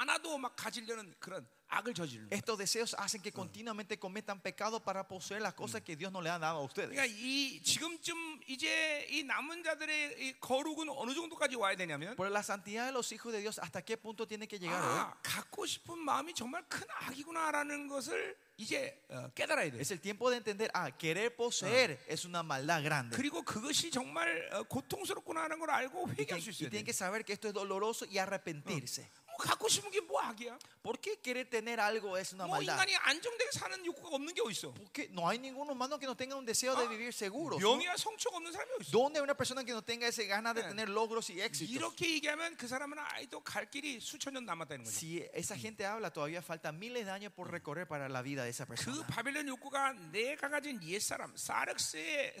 않아도 막 가지려는 그런 악을 저지르는 거예요.
Estos deseos hacen que continuamente cometan pecado para poseer las cosas que Dios no le ha dado
그러니까
a ustedes.
이 지금쯤 이제 이 남은 자들의 이 거룩은 어느 정도까지 와야 되냐면
Por la santidad de los hijos de Dios, ¿hasta qué punto tiene que llegar eh? hoy?
아 갖고 싶은 마음이 정말 큰 악이구나라는 것을 이제 어, 깨달아야 돼. 요
Es el tiempo de entender, ah, querer poseer es una maldad grande.
그리고 그것이 정말 어, 고통스럽구나 하는 걸 알고
Y,
회개할
tien-
수
y
있어야 돼.
tienen que saber que esto es doloroso y arrepentirse.
뭐 갖고 싶은 게 뭐 악이야?
¿Por qué querer tener algo es una
뭐
maldad?
인간이 안정되게 사는 욕구가 없는 게 어딨어?
Porque no hay ningún humano que no tenga un deseo de
Ah,
vivir seguro.
명예와 성취가 없는 사람이 어딨어?
¿Dónde hay una persona que no tenga ese ganas de
Eh.
tener logros y éxitos?
이렇게 얘기하면 그 사람은 아직도 갈 길이 수천 년 남았다는 거죠.
Si esa gente habla, todavía faltan miles de años por recorrer para la vida de esa
그
persona.
바벨론 욕구가 내가 가진 옛 사람 사르스의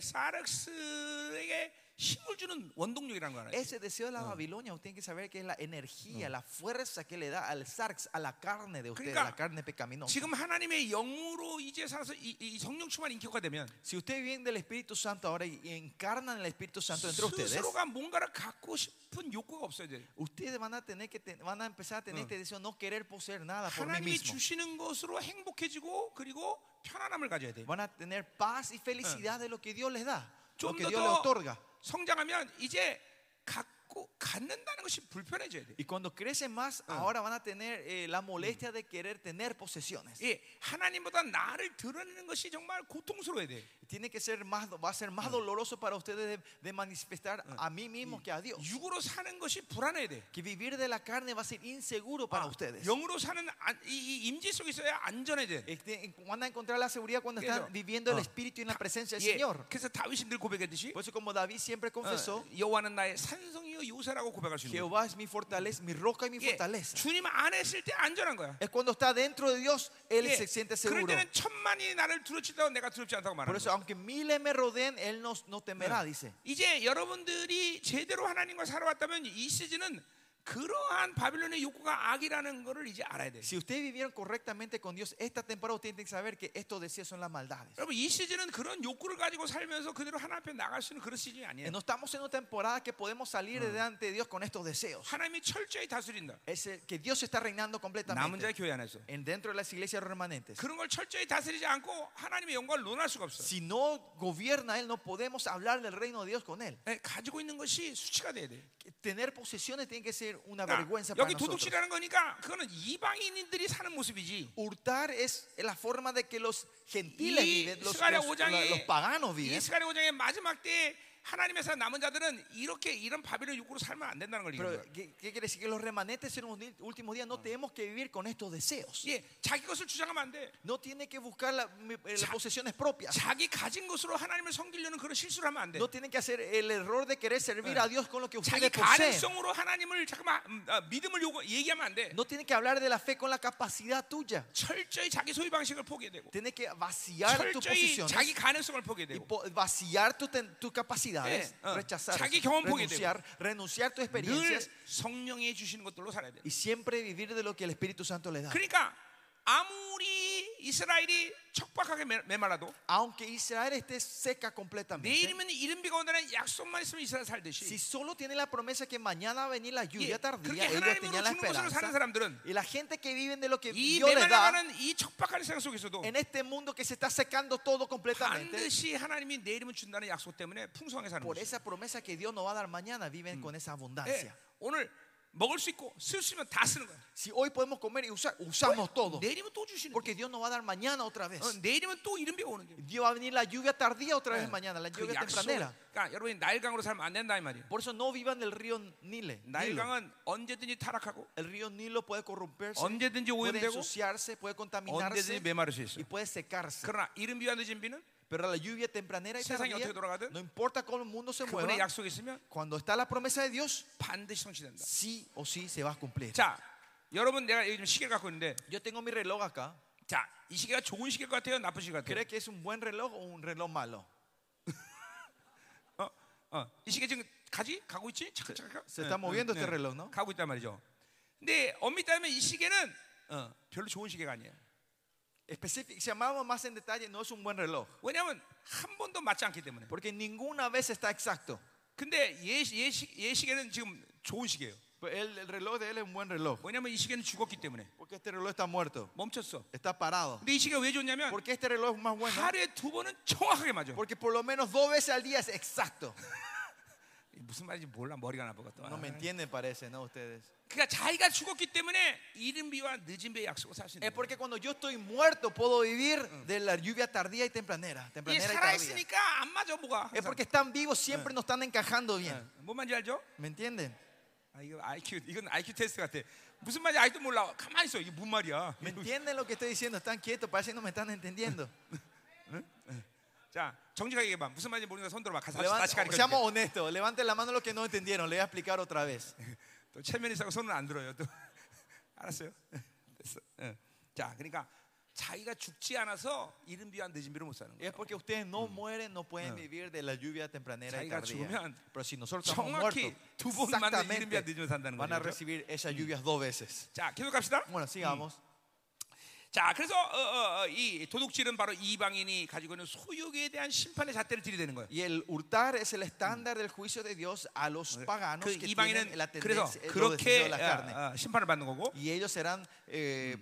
사르스에게 힘을 주는 원동력이라는 거 알아요?
Ese deseo de la Babilonia, usted tiene que saber que es la energía, la fuerza que le da al sarx, a la carne de usted, a
Kruka,
la carne pecaminosa.
지금 하나님의 영으로 이제 살아서 이, 이 성령 충만 인격화 되면
Si usted viene del Espíritu Santo ahora y encarnan el Espíritu Santo entre ustedes,
스스로가 뭔가를 갖고 싶은 욕구가 없어야 돼.
ustedes van a tener que te- van a empezar a tener este deseo de no querer poseer
아,
nada por mí
하나님이
mismo.
주시는 것으로 행복해지고 그리고 편안함을 가져야 돼.
Van a tener paz y felicidad de lo que Dios les da, lo
좀
que
더
Dios les otorga.
더 성장하면 이제 갖고 갖는다는 것이 불편해져야 돼.
Y cuando crecen más, ahora van a tener eh, la molestia de querer tener posesiones.
예, 하나님보다 나를 드러내는 것이 정말 고통스러워야 돼.
Tiene que ser más, va a ser más doloroso para ustedes de, de manifestar a mí mismo que a Dios.
육으로 사는 것이 불안해야 돼.
Que vivir de la carne va a ser inseguro para ustedes.
영으로 사는 안- 이, 이 임재 속에 있어야 안전해야 돼.
Este, van a encontrar la seguridad cuando
Eso.
están viviendo el
Ah.
Espíritu y en la presencia del
예,
Señor.
그래서 다윗이 늘 고백했듯이
Por eso como David siempre confesó,
어, 여호와는 나의 산성이요 요새라고 고백할 수 있는 거야.
Jehová es mi fortaleza, mi roca y mi
예,
fortaleza.
주님 안에 있을 때 안전한 거야.
Es cuando está dentro de Dios, Él
예,
se siente
그럴
seguro.
때는 천만이 나를 두려치다고 내가 두렵지 않다고
Por
말하는
eso,
거야. 어,
aunque miles me rodeen, Él no, no
Ah.
temerá, dice.
이제 여러분들이 제대로 하나님과 살아왔다면 이 시즌은 그러한 바빌론의 욕구가 악이라는 거를 이제 알아야 돼.
Si ustedes vivieron correctamente con Dios, esta temporada ustedes tienen que saber que estos deseos son las maldades.
여러분 이 시즌은 그런 욕구를 가지고 살면서 그대로 하나 앞에 나갈 수 있는 그런 시즌이
Eh,
아니에요.
No estamos en una temporada que podemos salir delante de Dios con estos deseos.
하나님이 철저히 다스린다.
Es eh, que Dios está reinando
남은
completamente
자의 교회 안에서.
en dentro de las iglesias remanentes.
그런 걸 철저히 다스리지 않고 하나님의 영광을 논할 수가 없어.
Si no gobierna Él, no podemos hablar del reino de Dios con Él.
예, 가지고 있는 것이 수치가 돼야 돼.
Que Tener posesiones tiene que ser una
그러니까
vergüenza para
여기
nosotros.
도둑질하는 거니까 그거는 이방인들이 사는 모습이지.
Hurtar es la forma de que los gentiles
이
viven, los,
스가랴
los- la- los
5장의
paganos viven.
이 스가랴 5장의 마지막 때 하나님에서 남은 자들은 이렇게 이런 바벨론 욕구로 살면 안 된다는 걸 얘기하는
Pero,
거야.
¿qué, qué quiere decir? Que los remanentes en los ni- últimos días no tenemos que vivir con estos deseos.
예, 자기 것을 주장하면 안 돼.
No tiene que buscar la- mi- eh, las
자-
posesiones propias.
자기 가진 것으로 하나님을 섬기려는 그런 실수를 하면 안 돼.
No tienen que hacer el error de querer servir a Dios con lo que
자기
ustedes poseen.
가능성으로 하나님을 잠깐만 음, 아, 믿음을 요구, 얘기하면 안 돼.
No tienen que hablar de la fe con la capacidad tuya.
철저히 자기 소유 방식을 포기되고
Tienes que vaciar tus
철저히 자기
posiciones
가능성을
y
포기되고
po- vaciar tus ten- tus capacidades,
예, 어.
rechazar,
자기 경험 보게
renunciar, renunciar
늘
tus experiencias
성령이 주시는 것들로 살아야 돼.
y siempre vivir de lo que el Espíritu Santo le da.
그러니까 아무리 이스라엘이 척박하게 메- 메말라도
Aunque Israel esté seca completamente,
내일이면 이른비가 온다는 약속만 있으면 이스라엘
si
살듯이
solo tiene la promesa que mañana va a venir la
예,
lluvia
그렇게
tardía, ellos tenían
하나님으로
la
주는 것으로 사는
esperanza.
사람들은
Y la gente que vive de lo que
이
Dios les da
메말라가는 이 척박한 세상 속에서도
en este mundo que se está secando todo completamente,
반드시 하나님이 내일이면 준다는 약속 때문에 풍성하게 사는
por
거죠.
esa promesa que Dios nos va a dar mañana, viven con esa
예,
abundancia.
오늘 먹을 수 있고 쓸 수 있으면 다 쓰는 거야.
Si hoy podemos comer y usar, usamos todo.
내일이면 또 주시는 거야.
Porque Dios nos va a dar mañana otra vez.
어, 내일이면 또 이른비가 오는 네. 거야.
Dios va a venir la lluvia tardía otra vez
예,
mañana, la
그
lluvia
약속.
tempranera.
그러니까 여러분이 나일강으로 살면 안 된다 이 말이야.
Por eso no vivan del río Nile. Nilo.
나일강은 언제든지 타락하고
El río Nilo puede corromperse,
언제든지
puede
오염되고
ensuciarse, puede
언제든지
contaminarse
메마를 수 있어.
y puede secarse.
그러나 이른비와 늦은 비는
Pero la lluvia tempranera y
세상이
tardía,
어떻게 돌아가든
no importa cómo el mundo se
그분의
mueva,
약속이 있으면
cuando está la promesa de Dios,
반드시 성취된다.
sí o sí se va a cumplir.
자, 여러분 내가 요즘 시계 갖고 있는데
Yo tengo mi reloj acá.
자, 이 시계가 좋은 시계 같아요, 나쁜 시계 같아요?
¿Cree que es un buen reloj o un reloj malo?
어, 어, 이 시계 지금 가지? 가고 있지? 잠깐 잠깐.
Se está moviendo este reloj, ¿no?
가고 있단 말이죠. 근데 엄밀히 따지면 이 시계는 어, 별로 좋은 시계가 아니에요.
Específic- si amamos más en detalle, no es un buen reloj.
왜냐하면 한 번도 맞지 않기 때문에.
Porque ninguna vez está exacto.
근데 얘, 시- 얘, 시- 얘 시계는 지금 좋은 시계예요.
Pues El, el reloj de él es un buen reloj.
왜냐하면 이 시계는 죽었기 때문에
Porque este reloj está muerto.
멈췄어.
Está parado.
근데 이 시계가 왜 좋냐면
Porque este reloj es más bueno.
하루에 두 번은 정확하게 맞아.
Porque por lo menos dos veces al día es exacto.
무슨 말인지 몰라 머리가 나쁘겠다.
No me entienden, parece, ¿no? Ustedes.
그러니까 자기가 죽었기 때문에 이른비와 늦은비의 약속을 살수있는
Es porque cuando yo estoy muerto puedo vivir de la lluvia tardía y tempranera.
이
Tempranera y
살아
tardía.
있으니까 안 맞아 뭐가.
Mm. Es porque están vivos, siempre nos están encajando bien.
뭔 말인지 알죠?
¿Me entienden?
아, 이거 IQ 이건 IQ 테스트 같아. 무슨 말인지 아직도 몰라. 가만히 있어. 이게 뭔 말이야?
¿Me entienden lo que estoy diciendo? Están quietos, parece que no me están entendiendo.
자, 정직하게 얘기해 봐. 무슨 말인지 모르니까 손 들어 봐. 다시,
Levan-
다시 가르쳐.
seamos honestos, levanten la mano los que no entendieron, le voy a explicar otra vez.
또 체면이 있어서 손은 안 들어요. 또 알았어요. 됐어. 예. 자, 그러니까 자기가 죽지 않아서 이른 비와 늦은 비를 못 사는 거예요.
Es porque ustedes no mueren, no pueden vivir de la lluvia tempranera y
자기가
tardía.
죽으면
Pero si nosotros estamos muertos,
정확히 두 번 만에 이른 비와 늦은 비 산다는
van a
거죠. 그죠?
recibir esas lluvias dos veces.
자, 계속 갑시다.
Bueno, sigamos.
자, 그래서 어, 어, 어, 이 도둑질은 바로 이방인이 가지고 있는 소욕에 대한 심판의 잣대를 들이대는 거예요.
Y el hurtar es el estándar del juicio de Dios a los paganos
그
que tienen
이방인은
la
그래서
tendencia los deseos
그렇게
de la carne.
어, 어, 심판을 받는 거고.
Y ellos serán, eh,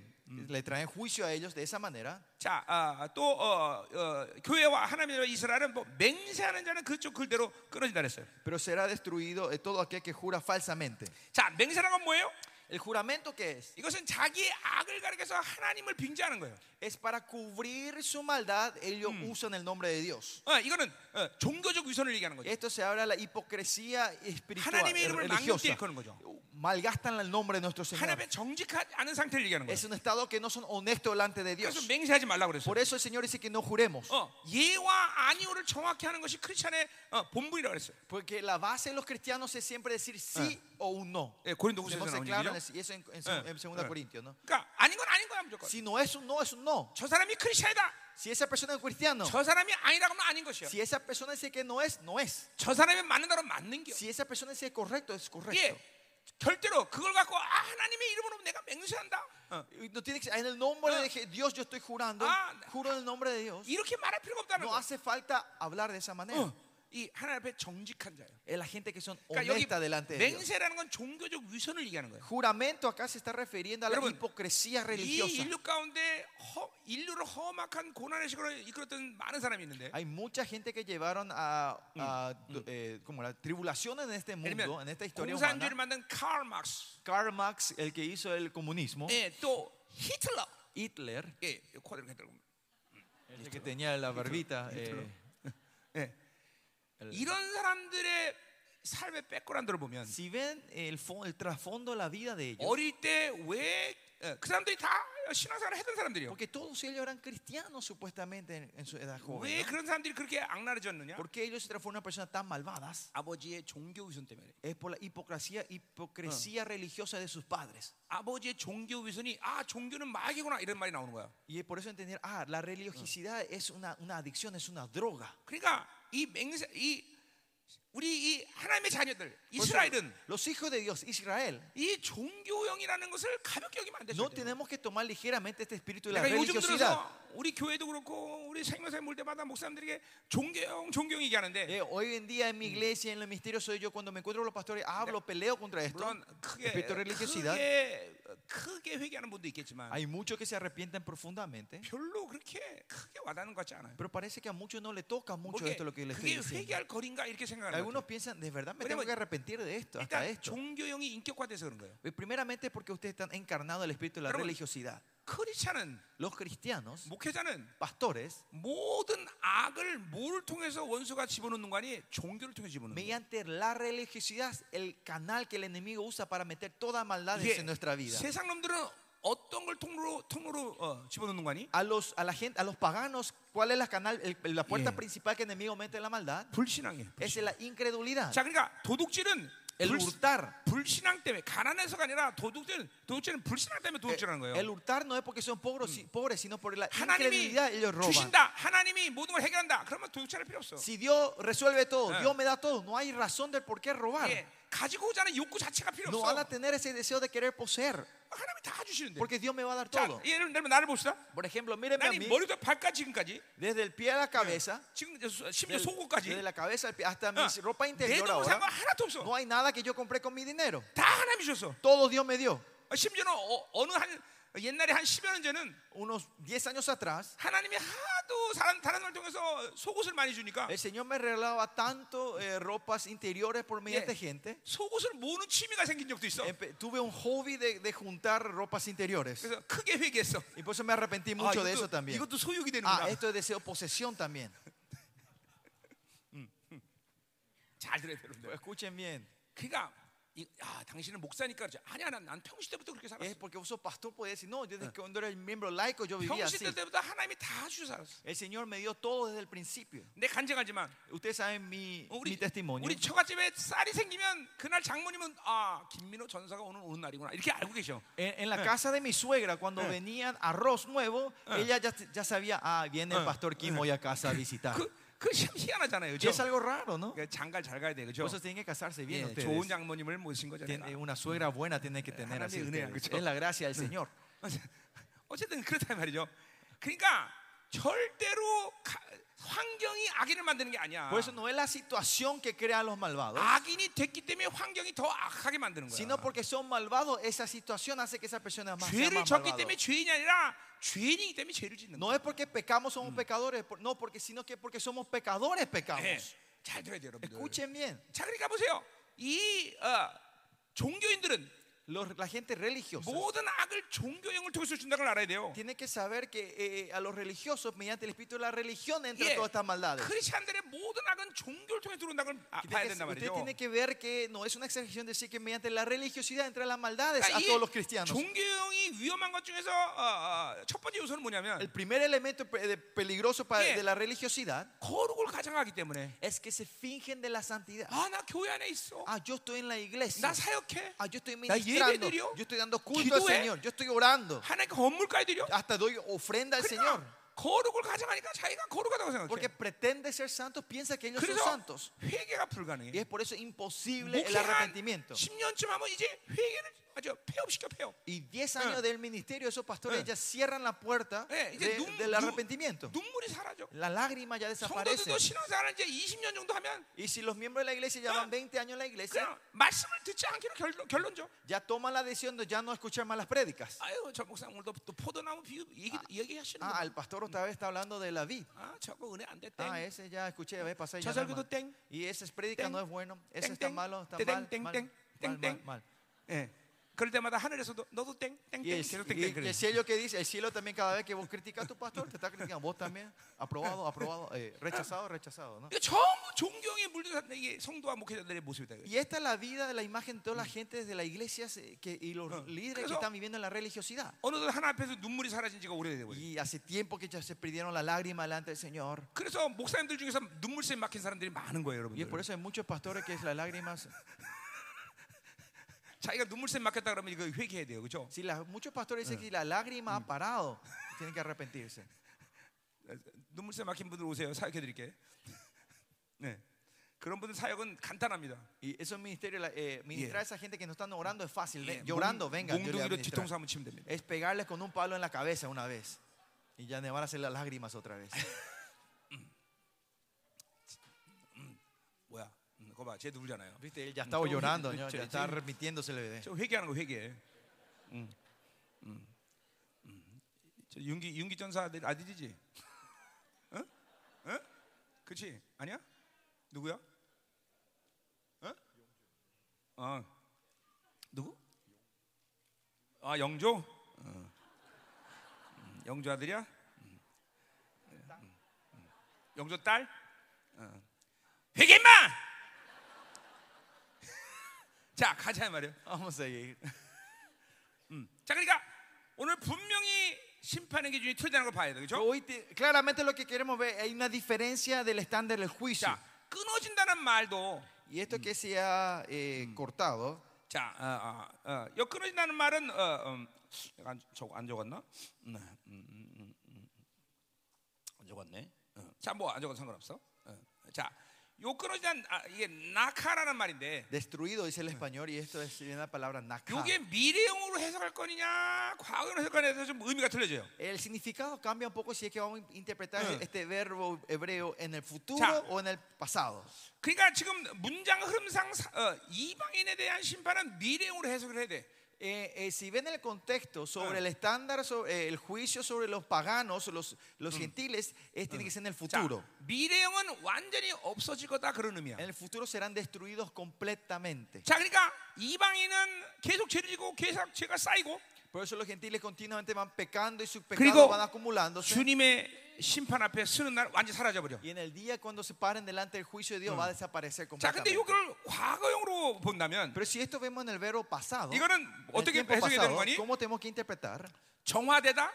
le traen juicio a ellos de esa manera.
자, 아, 또 어, 어, 교회와 하나님과 이스라엘은 뭐 맹세하는 자는 그쪽 글대로 끊어진다 그랬어요.
Pero será destruido eh, todo aquel que jura falsamente.
자, 맹세라는 건 뭐예요?
¿El juramento qué es?
이것은 자기의 악을 가리켜서 하나님을 빙자하는 거예요.
Es para cubrir su maldad, ellos usan el nombre de Dios.
어, 이거는 어, 종교적 위선을 얘기하는 거죠.
Esto se habla de la hipocresía espiritual,
하나님의
eh,
이름을
religiosa.
망령되이 거는 거죠.
Malgastan el nombre de nuestro Señor.
하나님의 정직하지 않은 상태를 얘기하는
Es
거예요.
un estado que no son honestos delante de Dios.
그래서 맹세하지 말라고 그랬어요.
Por eso el Señor dice que no juremos.
어, 예와 아니오를 정확히 하는 것이 크리스천의 어, 본분이라고 그랬어요.
Porque la base de los cristianos es siempre decir sí
Ah.
o un no.
예, 고린도 후서에서
Tenemos
나온
claro
얘기죠.
en el- y eso en, en,
Eh,
2
eh.
Corintios, ¿no?
그러니까 아닌 건 아닌 거야 무조건.
Si no es un no, es un no.
저 사람이 크리스천이다.
Si esa persona es cristiano,
저 사람이 아니라고 하면 아닌 것이요.
si esa persona dice que no es, no es.
저 사람이 맞는다고 하면 맞는 겨.
Si esa persona dice correcto, es correcto.
예. 절대로 그걸 갖고 아 하나님의 이름으로 내가 맹세한다. 어.
Y No tiene que, en el nombre
Ah.
de Je- Dios yo estoy jurando,
Ah.
juro en el nombre de Dios.
이렇게 말할 필요가 없다는
No
거야.
hace falta hablar de esa manera.
어. 이 하나님 앞에 정직한 자예요.
Es la gente que son
그러니까 여기
honesta delante de Dios.
맹세라는 건 종교적 위선을 얘기하는 거예요.
Juramento acá se está refiriendo a la
여러분,
hipocresía
이
religiosa.
인류 가운데 허, 인류를 험악한 고난의 식으로 이끌었던 많은 아, 사람이 있는데
Hay mucha gente que llevaron a, a,
Mm.
eh, como la tribulación en este
예를
mundo, en esta
들면
historia
공산주의를
humana.
만든 카르 막스,
Karl Marx, el que hizo el comunismo,
예, 또 히틀러,
Hitler,
예, 코드를 들고
el que tenía la barbita,
Hitler.
eh,
예.
el-
이런 사람들의 삶의 백그라운드를 보면
si ven el, fo- el trasfondo de la vida de ellos,
어릴 때 왜 그 saram들이 다 신앙생활을 했던 사람들이요.
porque todos ellos eran cristianos supuestamente en, en su edad joven.
왜
¿no?
그런 사람들이 그렇게 악랄해졌느냐?
¿Por qué ellos se transforman en personas tan malvadas?
아버지의 종교 위선 때문에.
Es por la hipocresía,
Ah.
hipocresía religiosa de sus padres.
아버지의 종교 위선이 아 종교는 마약이구나 이런 말이 나오는 거야.
Y es por eso entender, ah, la religiosidad es una, una adicción, es una droga.
그러니까 이 맹세 이 우리 이 하나님의 자녀들
Por eso,
이스라엘은
los hijos de Dios, Israel,
이 종교형이라는 것을 가볍게 여기면 안 돼.
no
절대로.
tenemos que tomar ligeramente este espíritu de la
내가 요즘
religiosidad.
들어서 우리 교회도 그렇고 우리 생명사의 몰대마다 목사님들에게 종교형 종교형 얘기하는데
Eh, hoy en día en mi iglesia, en el misterio soy yo, cuando me encuentro con los pastores, hablo, peleo contra esto,
물론 크게
espíritu de religiosidad.
크게 크게 회개하는 분도 있겠지만
Hay muchos que se arrepienten profundamente,
별로 그렇게 크게 와닿는 것 같지 않아요.
pero parece que a muchos no le toca mucho
그게,
esto lo que les estoy
그게
diciendo.
회개할 거리인가 이렇게 생각하는
Algunos
거죠.
piensan, de verdad me
Pero
tengo
bueno,
que arrepentir de esto, hasta
일단
esto.
종교형이 인격화돼서 그런 거예요.
Eh, Primeramente porque ustedes están encarnados el espíritu de la
Pero bueno,
religiosidad.
크리스찬은
Los cristianos,
목회자는
pastores,
모든 악을 뭘 통해서 원수가 집어넣는 거 아니 종교를 통해서 집어넣는 거예요.
mediante la religiosidad, el canal que el enemigo usa para meter toda maldad en nuestra vida.
세상 놈들은 어떤 걸 통로로 통로로 어, 집어넣는 거 아니?
a los, a la gente, a los paganos, ¿cuál es la, canal, el- la puerta
Yeah.
principal que el enemigo mete en la maldad?
불신앙이에요.
Es
불신앙.
la incredulidad,
자, 그러니까 도둑질은
el
불,
hurtar.
불신앙 때문에 가난해서가 아니라 도둑질 도둑질은 불신앙 때문에 도둑질하는
El,
거예요.
hurtar no es porque son pobres, si- pobres, sino por la
하나님이
incredulidad ellos roban.
주신다. 하나님이 모든 걸 해결한다. 그러면 도둑질할 필요 없어.
Si Dios resuelve todo,
Ah.
Dios me da todo, no hay razón del por qué robar.
예, 가지고자 하는 욕구 자체가 필요
No
없어.
van a tener ese deseo de querer poseer,
하나님이 다 주시는데.
porque Dios me va a dar
자,
todo.
예를 들면 나를 봅시다.
Por ejemplo, mírenme a
나는
mí,
머리부터 발까지 지금까지
desde el pie a la cabeza,
지금 이제 수- 심지어
del-
속옷까지
desde la cabeza al pie, hasta mi
어,
ropa
내
interior
네, 돈으로 산거
ahora,
하나도 없어.
no hay nada que yo compré con mi dinero.
다 하나님이 주셨어.
Todo Dios me dio.
어, 심지어는 어, 느한 옛날에 한 10여 년 전은
Unos 10 años atrás,
하나님이 하도 사람 다른 걸 통해서 속옷을 많이 주니까
El Señor me regalaba tanto eh, ropas interiores por mediante gente.
속옷을 모으는 취미가 생긴 적도 있어.
Empe- tuve un hobby de, de juntar ropas interiores.
그래서 크게 회개했어.
Y por eso me arrepentí
아,
mucho de eso
이것도,
también.
이것도 소욕이 되는구나.
Ah, esto es deseo posesión también.
잘 들어야 되는데.
Escuchen bien.
그러니까 이, 아, 당신은 목사니까 그러지. 아니야, 난, 난 평시 때부터 그렇게 살았어.
Es porque vos sos pastor, podés decir, no, desde que cuando era el miembro laico yo vivía
평시
así.
때부터 뭐, 하나님이 다 주셔 살았어.
El Señor me dio todo desde el principio.
내 간증하지만
Ustedes saben mi, mi
우리
testimonio.
우리 처갓집에 쌀이 생기면 그날 장모님은 아 김민호 전사가 오늘 오는 날이구나 이렇게 알고 계셔.
En, en la casa de mi suegra, cuando venían arroz nuevo, ella ya, ya sabía, ah, viene el pastor Kim hoy a casa a visitar.
그그 희한하잖아요,
Y
그죠?
es algo raro, ¿no?
그러니까 장가를 잘 가야 돼, 그죠?
Por eso tienen que casarse
예,
bien ustedes.
좋은 장모님을 모신
Tien- eh,
거잖아요.
una suegra buena tiene que tener así.
하나님의 은혜야,
ustedes.
그쵸?
Es la gracia del Señor.
어쨌든 그렇다 말이죠. 그러니까 절대로 가- 환경이 악인을 만드는 게 아니야.
Por eso no es la situación que crea a los malvados,
악인이 됐기 때문에 환경이 더 악하게 만드는 거야.
sino porque son malvados, esa situación hace que esa persona más sea
죄를
más
졌기
malvado.
때문에 죄인이 아니라 죄인이기 때문에 죄를 짓는 거야.
No es porque pecamos somos pecadores, por- no, porque sino que porque somos pecadores pecamos.
예, 잘 들어야 돼요, 여러분들.
Escuchen bien,
자, 그러니까 보세요. 이 어, 종교인들은
los- la gente religiosa
모든 악을 종교형을 통해서 준다는 걸 알아야 돼요.
tiene que saber que eh, a los religiosos mediante el espíritu de la religión entra
예,
todas estas maldades.
크리스천들의 모든 악은 종교를 통해 들어온다는 걸 아- 봐야
Tiene que-
된단
usted
말이죠.
tiene que ver que no es una exageración decir que mediante la religiosidad entran las maldades
그러니까
a todos los
이
cristianos.
종교형이 위험한 것 중에서 어, 어, 첫 번째 요소는 뭐냐면
El primer elemento pe- de- peligroso para-
Yeah.
de la religiosidad
거룩을 가장하기 때문에
es que se fingen de la santidad.
아 나 교회 안에 있어.
Ah, yo estoy en la iglesia.
나 사역해.
Ah, yo estoy
나
ministrando.
예배 드려.
Yo estoy dando culto al
기도해.
Señor. Yo estoy orando.
하나님께 건물까지 드려.
Hasta doy ofrenda al 아, Señor.
그러니까 거룩을 가장하니까 자기가 거룩하다고 생각해.
Porque pretende ser santos, piensa que ellos son
그래서
santos.
회개가 불가능해.
Y es por eso imposible el
목회가 한
arrepentimiento.
10년쯤 하면 이제 회개를 아주 폐업시켜 폐업.
Y 10 años del ministerio, esos pastores
Eh.
ya cierran la puerta
Ah. Eh, 이제
de-
눈-
del
눈-
arrepentimiento.
눈물이 사라져.
La lágrima ya desaparece.
성도들도 신앙생활 이제 20년 정도 하면
Y si los miembros de la iglesia ya
Ah.
van 20 años en la iglesia,
그냥 말씀을 듣지 않기로 결론, 결론죠.
ya toman la decisión de ya no escuchar más las prédicas.
아유 저 목사 오늘도 또 포도나무 비유 얘기 얘기하시는
Ah,
거.
el pastor otra vez está hablando de la vid.
아 저거 은혜 안 됐대.
Ah, ese ya escuché, a ver, pasé
저
ya. no es
설교도
malo.
땡.
Y ese es prédica
땡.
no es bueno, ese
땡,
está
땡.
malo, está
땡,
mal,
땡,
mal,
땡,
mal,
땡,
mal,
땡.
mal.
예. 그럴 때마다 하늘에서도 너도 땡 땡땡
Y el,
계속
y
땡땡
el
그래.
cielo que dice, el cielo también cada vez que vos criticas a tu pastor, te está criticando vos también. Aprobado, aprobado, eh, rechazado, rechazado. ¿no?
이거 전부 종교에 물들어 이게 성도와 목회자들의 모습이다. 이거예요.
Y esta es la vida de la imagen de toda la gente desde la iglesia se- que, y los
Ah.
líderes que
Entonces-
están viviendo en la religiosidad.
어느덧 하나 앞에서 눈물이 사라진 지가 오래되고 있어요.
Y hace tiempo que ya se perdieron la lágrima delante del Señor.
그래서 목사님들 중에서 눈물샘 막힌 사람들이 많은 거예요,
Y es
여러분들.
por eso hay muchos pastores que las lágrimas,
자기가 눈물샘 막혔다 그러면 이거 회개해야 돼요, 그렇죠?
si las- muchos pastores dicen que la lágrima ha parado, tienen que arrepentirse.
눈물샘 막힌 분들 오세요, 사역해 드릴게. 네, 그런 분들 사역은 간단합니다.
Y eso es ministerio, la- eh, ministrar a esa gente que no están orando es fácil.
예,
ven, llorando,
몽-
venga, yo le voy a
몽둥이로
ministrar.
뒤통수 한번 치면 됩니다.
Es pegarles con un palo en la cabeza una vez. Y ya me van a hacer las lágrimas otra vez.
뭐야? 음, 그거 봐, 쟤 누구잖아요.
Viste, él ya estaba
Entonces,
llorando,
eh,
¿no? ya
eh,
está
eh,
arrepintiéndose el bebé.
저 회개하는 거 회개. 음, 음, 음. 저 윤기 윤기 전사 아들 아들이지? 응? 응? 그렇지? 아니야? 누구야? 응? 아 누구? 아 영조? 어. 음, 영조 아들이야? 음. 음, 음. 영조 딸? 어. 회개 임마! 자 가자 이 말이야.
Vamos a seguir.
자 그러니까 오늘 분명히 심판의 기준이 틀리다는 걸 봐야 되죠.
Hoy te- claramente lo que queremos ver, hay una diferencia del estándar del juicio.
자 끊어진다는 말도
Y esto que se ha eh, cortado,
자 어, 어, 어, 여 끊어진다는 말은 어, 음, 내가 안, 저거 안 적었나? 음, 음, 음, 음, 음. 안 적었네. 자뭐 안 적어도 상관없어. 어. 자요 끊어진다는 아, 이게 나카라는 말인데
destruido, dice el español, y esto es viene la palabra nakah.
요게 미래형으로 해석할 거냐 과거형으로 해석하냐에 대해서 좀 의미가 틀려져요.
El significado cambia un poco si es que vamos a interpretar
Eh.
este verbo hebreo en el futuro
Cha.
o en el pasado.
그러니까 지금 문장 흐름상 사- 어, 이방인에 대한 심판은 미래형으로 해석을 해야 돼.
Eh, eh, si ven el contexto sobre
Eh.
el estándar, sobre, eh, el juicio sobre los paganos, los, los gentiles, es, tiene que ser en el
자,
futuro.
미래형은 완전히 없어질 거다 그런 의미야.
En el futuro serán destruidos completamente.
자, 그러니까 이방인은 계속 죄를 지고 계속 죄가 쌓이고
Por eso los gentiles continuamente van pecando y sus
Crigo, 그렇죠.
pecados van acumulándose.
주님의 심판 앞에 쓰는 날 완전 히 사라져 버려.
Y en el día cuando se paren delante del juicio de Dios va a desaparecer
자, 근데
completamente.
이걸 과거형으로 본다면
Pero si esto vemos en el verbo pasado,
이거는
en el
어떻게
tiempo
해석해야 되는
pasado
거니?
¿cómo tenemos que interpretar?
정화되다,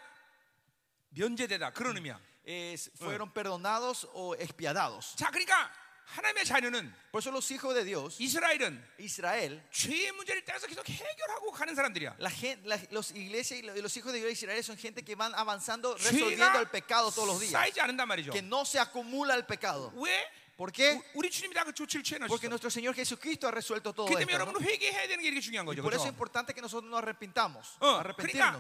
면제되다 그런 의미야.
Es, fueron perdonados o expiadados.
자, 그러니까 하나님의 자녀는
Por eso los hijos de Dios,
이스라엘은
Israel,
죄의 문제를 따라서 계속 해결하고 가는 사람들이야.
la gente, la- los iglesias y lo- los hijos de Dios de Israel son gente que van avanzando, resolviendo el pecado
죄가
todos los días.
쌓이지 않는단 말이죠.
Que no se acumula el pecado.
왜?
¿Por qué?
우- 우리 주님이 다그 조치를 취해
Porque
놓으셨어.
nuestro Señor Jesucristo ha resuelto todo
그 때문에
esto, ¿no?
여러분은 회개해야 되는 게 이렇게 중요한 거죠.
Por eso es
그렇죠?
importante que nosotros nos arrepintamos.
어, 그러니까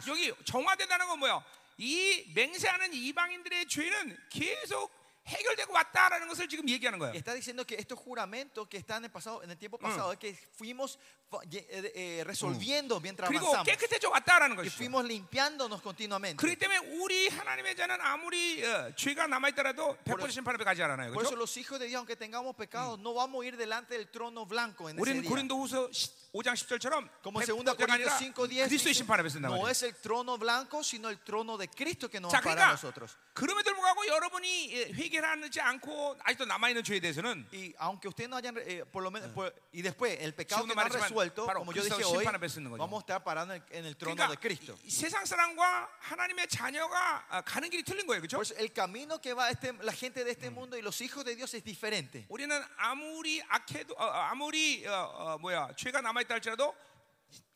Arrepentirnos.
여기 정화된다는 건 뭐야? 이 맹세하는 이방인들의 죄는 계속 해결되고 왔다라는 것을 지금 얘기하는 거예요.
Está diciendo que estos juramentos que están en el, pasado, en el tiempo pasado es que fuimos fa- ye- eh, eh, resolviendo mientras
그리고
avanzamos.
깨끗해져 왔다라는
Que
것이죠.
fuimos limpiándonos continuamente.
그렇기 때문에 우리 하나님의 자는 아무리 어, 죄가 남아 있더라도 100% 심판 앞에 가지 않아요.
Por eso
그렇죠?
los hijos de Dios, aunque tengamos pecados, no vamos a ir delante del trono blanco en ese
우리는
día.
고린도후서 5장 10절처럼
Como 2 Corintios 5, 10
그리스도의 심판 앞에 쓴단
no
말이에요.
es el trono blanco, sino el trono de Cristo que nos
자,
ampara a
그러니까
nosotros.
그럼에도 불구하고 여러분이 예, 회개를 하지 않고 아직도 남아 있는 죄에 대해서는
Y aunque ustedes no hayan, eh, por lo menos, por- y después el pecado
Sí,
que
uno
no han
말했지만
resuelto,
바로
como yo dije
그리스도의
hoy,
심판 앞에 쓰는 거죠.
vamos a estar parando en, en el trono
그러니까
de Cristo.
이- 이 세상 사람과 하나님의 자녀가 아, 가는 길이 틀린 거예요, 그렇죠?
Pues el camino que va este- la gente de este mundo y los hijos de Dios es diferente.
우리는 아무리 악해도 어, 어, 아무리 어, 어, 뭐야 죄가 남아 있다 할지라도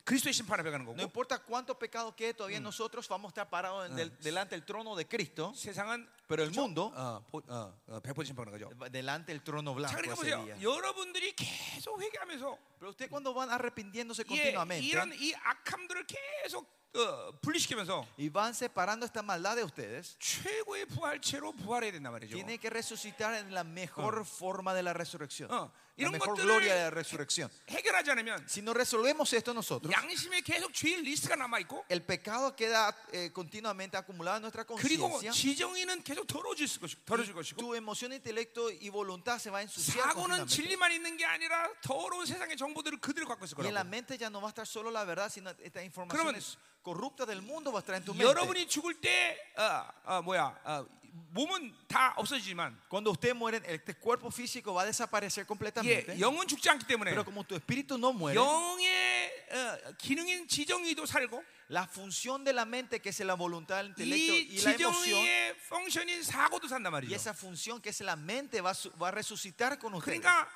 그리스도의 심판 앞에 가는
No
거고
importa cuánto pecado quede, todavía nosotros vamos a estar parados en del- delante del trono de Cristo,
세상은
pero el mundo
어, 보, 어, 어, 100% 심판하는 거죠.
네. delante del
자,
trono blanco
그러니까
ese
보세요.
día.
여러분들이 계속 회개하면서
Pero usted cuando van arrepintiéndose
예, 이런
continuamente
이 악함들을 계속 어, 분리시키면서
y van separando esta maldad de ustedes,
최고의 부활체로 부활해야 된단 말이죠.
tiene que resucitar en la mejor forma de la resurrección,
Ah.
la
이런
mejor
것들을-
gloria de la resurrección.
해결하지 않으면
Si no resolvemos esto nosotros,
양심에 계속 죄의 리스트가 남아 있고
el pecado queda eh, continuamente acumulado en
어,
nuestra
그리고
conciencia.
지정이는 계속 더러워질 것이고 더러워질 것이고
Tu emoción, intelecto y voluntad se va a ensuciar.
사고는
continuamente.
진리만 있는 게 아니라 더러운 세상의 정보들을 그대로 갖고 있을
Y en la
거라고.
mente ya no va a estar solo la verdad, sino estas informaciones corruptas del mundo va a estar en tu mente.
여러분이 죽을 때 어, 어, 뭐야 어, 몸은 다 없어지지만
Cuando usted muere, este cuerpo físico va a desaparecer
예,
completamente.
영은 죽지 않기 때문에
Pero como tu espíritu no muere,
영의 어, 기능인 지정이도 살고
la función de la mente, que es la voluntad, el intelecto
이
y la emoción,
지정이의 펑션인 사고도 산단
y
말이죠.
esa función que es la mente, va a, su- va a resucitar con usted.
그러니까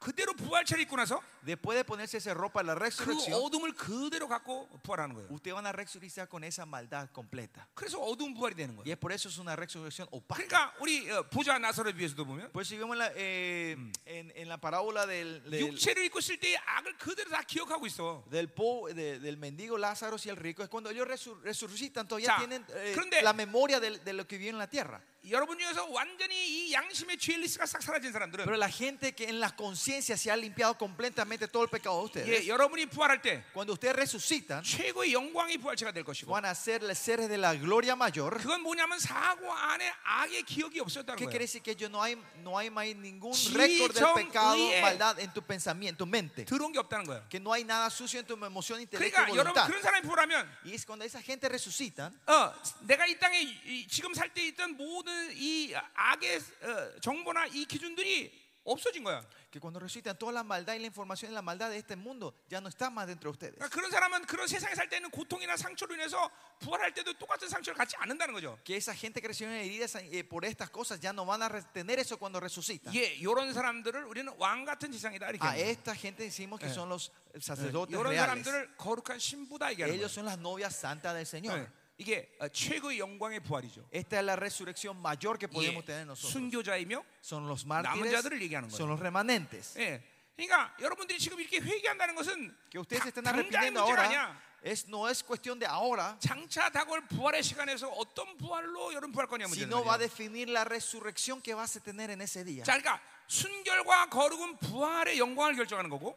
그대로 부활체를 입고 나서
Después de ponerse esa ropa, la
그
resurrección,
어둠을 그대로 갖고 부활하는 거예요.
usted van a resucitar con esa maldad completa.
그래서 어두운 부활이 되는
Y
거예요.
es por eso es una resurrección opaca.
그러니까 우리 어, 보좌 나사로에 비해서도 보면
Por eso si vemos la, eh, en, en la parábola del,
네.
del,
육체를 입고 있을 때 악을 그대로 다 기억하고 있어.
del, po- de- del mendigo Lázaro y el rico, es cuando ellos resur- resucitan, todavía
자,
tienen eh,
그런데-
la memoria del- de, lo que vivieron en la tierra.
여러분 중에서 완전히 이 양심의 죄 리스가 싹 사라진
Pero
사람들은
la gente que en la conciencia se ha limpiado completamente todo el pecado de ustedes,
예, 여러분이 부활할 때
cuando ustedes resucitan,
최고의 영광의 부활체가 될 것이고
van a ser los seres de la gloria mayor.
그건 뭐냐면 사고 안에 악의 기억이 없었다는
¿Qué quiere
거예요.
decir que yo no hay, no hay más ningún
Sí,
récord del
son-
pecado,
oye.
maldad en tu pensamiento, en tu mente?
들어온 게 없다는 거예요.
Que no hay nada sucio en tu emoción, intelecto y
그러니까 여러분
voluntad.
그런 사람이 부활하면
Y es cuando esa gente resucitan.
어, 내가 이 땅에 이- 지금 살 때 있던 모든 이 악의 어, 정보나 이 기준들이 없어진 거야.
que cuando resucitan toda la maldad y la información y la maldad de este mundo ya no está más dentro de ustedes.
그러니까 그런 사람은 그런 세상에 살 때는 고통이나 상처로 인해서 부활할 때도 똑같은 상처를 갖지 않는다는 거죠.
Que esa gente que recibió heridas eh, por estas cosas ya no van a retener eso cuando resucitan.
예, 이런 사람들을 우리는 왕 같은 세상이다 이렇게. 하는
A
아, 거예요.
esta gente decimos
Eh.
que son los sacerdotes
이런
reales.
사람들을 거룩한 신부다 얘기하는
Ellos son las novias santas del
거예요.
Señor.
예, 이게 어, 최고의 영광의 부활이죠.
Esta es la resurrección mayor que podemos
예,
tener nosotros.
순교자이며,
Son los
자들을 얘기하는
mártires,
거예요.
son los remanentes.
예, 그러니까 여러분들이 지금 이렇게 회개한다는 것은
Que ustedes
다-
se están
당장의
arrepintiendo
문제가 아니야.
ahora es, no es cuestión de ahora,
장차 다가올 부활의 시간에서 어떤 부활로 여러분 부활 거냐 문제는
sino va a
말이에요.
definir la resurrección que vas a tener en ese día.
자, 그러니까 순결과 거룩은 부활의 영광을 결정하는 거고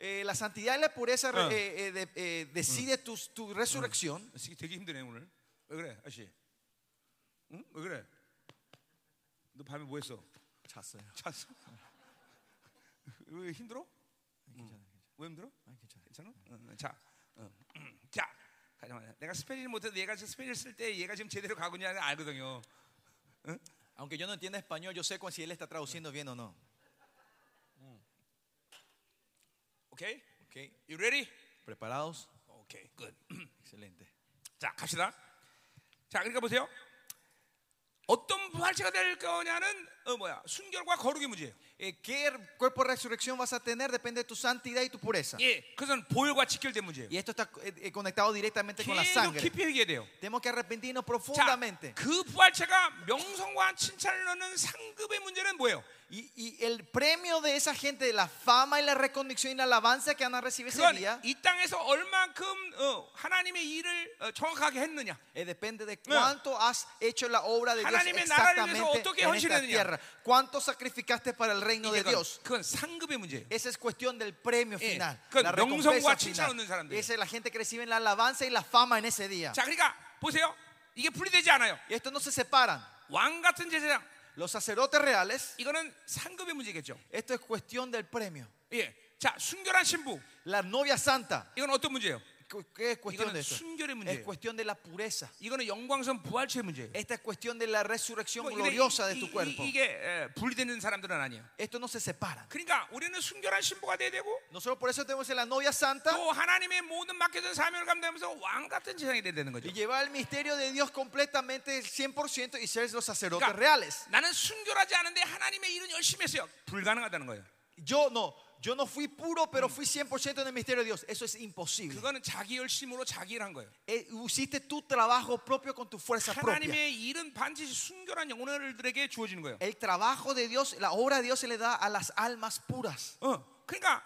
Eh, la santidad y la pureza
Ah.
eh, eh, de- eh, decide tu, tu resurrección.
쓰기 되게 힘드네 오늘. 왜 그래, 아씨? 응? 왜 그래? 너 밤에 뭐 했어?
잤어요.
잤어? 왜 힘들어? 응. 왜 힘들어? 괜찮아? 응, 자, 어, 자, 잠깐만. 내가 스페인을 못해도 얘가 지금 스페인을 쓸 때 얘가 지금 제대로 가고 있냐 알거든요.
Aunque yo no entienda español, yo sé cu- si él está traduciendo bien o no.
오케이?
Ok,
You ready?
¿Preparados?
오케이. Good.
Excelente.
자, 갑시다. 자, 그러니까 보세요. 어떤 부활체가 될 거냐는 어 뭐야? 순결과 거룩의 문제예요.
Eh, ¿Qué cuerpo de resurrección vas a tener? Depende de tu santidad y tu pureza.
예. 그것은 보혈과 직결된 문제예요.
Y esto está eh, eh, conectado directamente con la
계속
sangre.
깊이 얘기해야 돼요.
Tenemos que arrepentirnos
자,
profundamente.
그 부활체가 명성과 칭찬을 얻는 상급의 문제는 뭐예요?
Y, y el premio de esa gente, la fama y la recondición y la alabanza que van a recibir ese
그건
día,
이 땅에서 얼만큼 어, 하나님의 일을 어, 정확하게 했느냐.
eh, depende de cuánto has hecho la obra de Dios
하나님의 나라를 위해서
exactamente
어떻게
en esta
헌신했느냐.
tierra. ¿Cuánto sacrificaste para el reino de
이게 그건,
Dios?
그건 상급의 문제예요.
Esa es cuestión del premio
예,
final.
그건
la
명성과
recompensa
칭찬 얻는
final.
사람들이에요.
Esa es la gente que recibe la alabanza y la fama en ese día.
자, 그러니까 보세요. 이게 분리되지 않아요.
Y estos no se separan.
왕 같은 제사장
Los sacerdotes reales,
이거는 상급의 문제겠죠.
esto es cuestión del premio.
예. 자, 순결한 신부
La novia santa,
이건 어떤 문제예요?
cu- ¿qué es cuestión
이거는
de eso?
순결의
Es
문제예요.
cuestión de la pureza.
이거는 영광선 부활체의 문제예요.
Esta es cuestión de la resurrección
뭐 이게-
gloriosa de
이-
tu
이-
cuerpo.
이게 에, 분리되는 사람들은 아니에요.
Esto no se separa.
그러니까 우리는 순결한 신부가 돼야 되고
Nosotros por eso tenemos la novia santa
또 하나님의 모든 맡겨진 사명을 감당하면서 왕 같은 세상이 돼야 되는 거죠.
y llevar el misterio de Dios completamente, el 100% y ser los sacerdotes
그러니까
reales.
나는 순결하지 않은데 하나님의 일은 열심히 했어요. 불가능하다는 거예요.
Yo no, yo no fui puro, pero fui 100% en el misterio de Dios. Eso es imposible.
그거는 자기 열심으로 자기 일한 거예요.
Eh, Hiciste tu trabajo propio con tu fuerza propia.
하나님의 일은 반드시 순결한 영혼들에게 주어지는 거예요.
El trabajo de Dios, la obra de Dios se le da a las almas puras.
어, 그러니까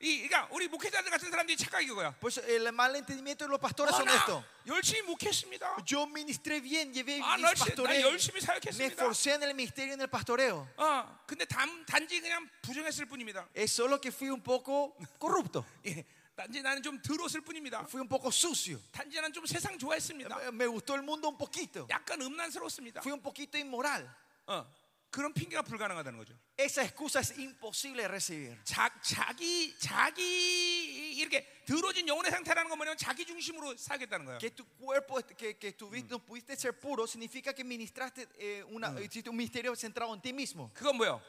이 그러니까 우리 목회자들 같은 사람들이 착각이 그거야. 어,
Pues el mal entendimiento de los pastores son esto.
나 열심히 목했습니다.
Yo ministré bien, llevé
아,
mis
나 열심히, 나
pastoreos.
열심히
Me
사역했습니다.
esforcé en el ministerio y en el pastoreo.
어, 근데 단, 단지 그냥 부정했을 뿐입니다.
Es solo que fui un poco corrupto.
예, 단지 나는 좀 더러웠을 뿐입니다.
Fui un poco sucio.
단지 나는 좀 세상 좋아했습니다.
Me gustó el mundo un poquito.
약간 음란스러웠습니다.
Fui un poquito inmoral.
어, 그런 핑계가 불가능하다는 거죠.
Esa excusa es imposible de recibir.
자, 자기 자기 이렇게 더러워진 영혼의 상태라는 건 뭐냐면 자기 중심으로 살겠다는 거예요.
Que tu cuerpo, que, que tuviste- no pudiste ser puro, significa que ministraste eh, una- hiciste un ministerio centrado en ti mismo.
그건 뭐요?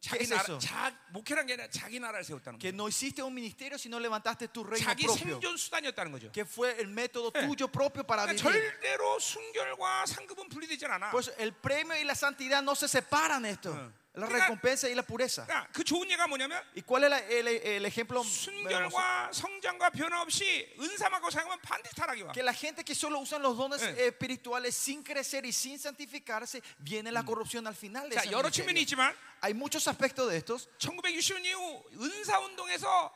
자기
그래서
나라, 자, 목회란 게 아니라 자기 나라를 세웠다는
Que
거예요.
no hiciste un ministerio, sino levantaste tu reino
자기
propio.
생존 수단이었다는 거죠.
Que fue el método tuyo propio para
그러니까
vivir.
절대로 순결과 상급은 분리되지 않아.
Pues el premio y la santidad no se separan esto. La
Ah. Mira.
recompensa y la pureza.
그러니까 그 좋은 예가 뭐냐면
¿Y cuál es la- el, el ejemplo? hermoso?
순결과 성장과 변화 없이 은사만고 사용하면 반드시 타락이 와.
Que la gente que solo usan los dones
Eh.
eh, espirituales sin crecer y sin santificarse, viene
Mm.
la corrupción al final de
자,
ese
여러
ministerio.
측면이 있지만
Hay 무chos aspectos de estos.
1960년 이후 은사 운동에서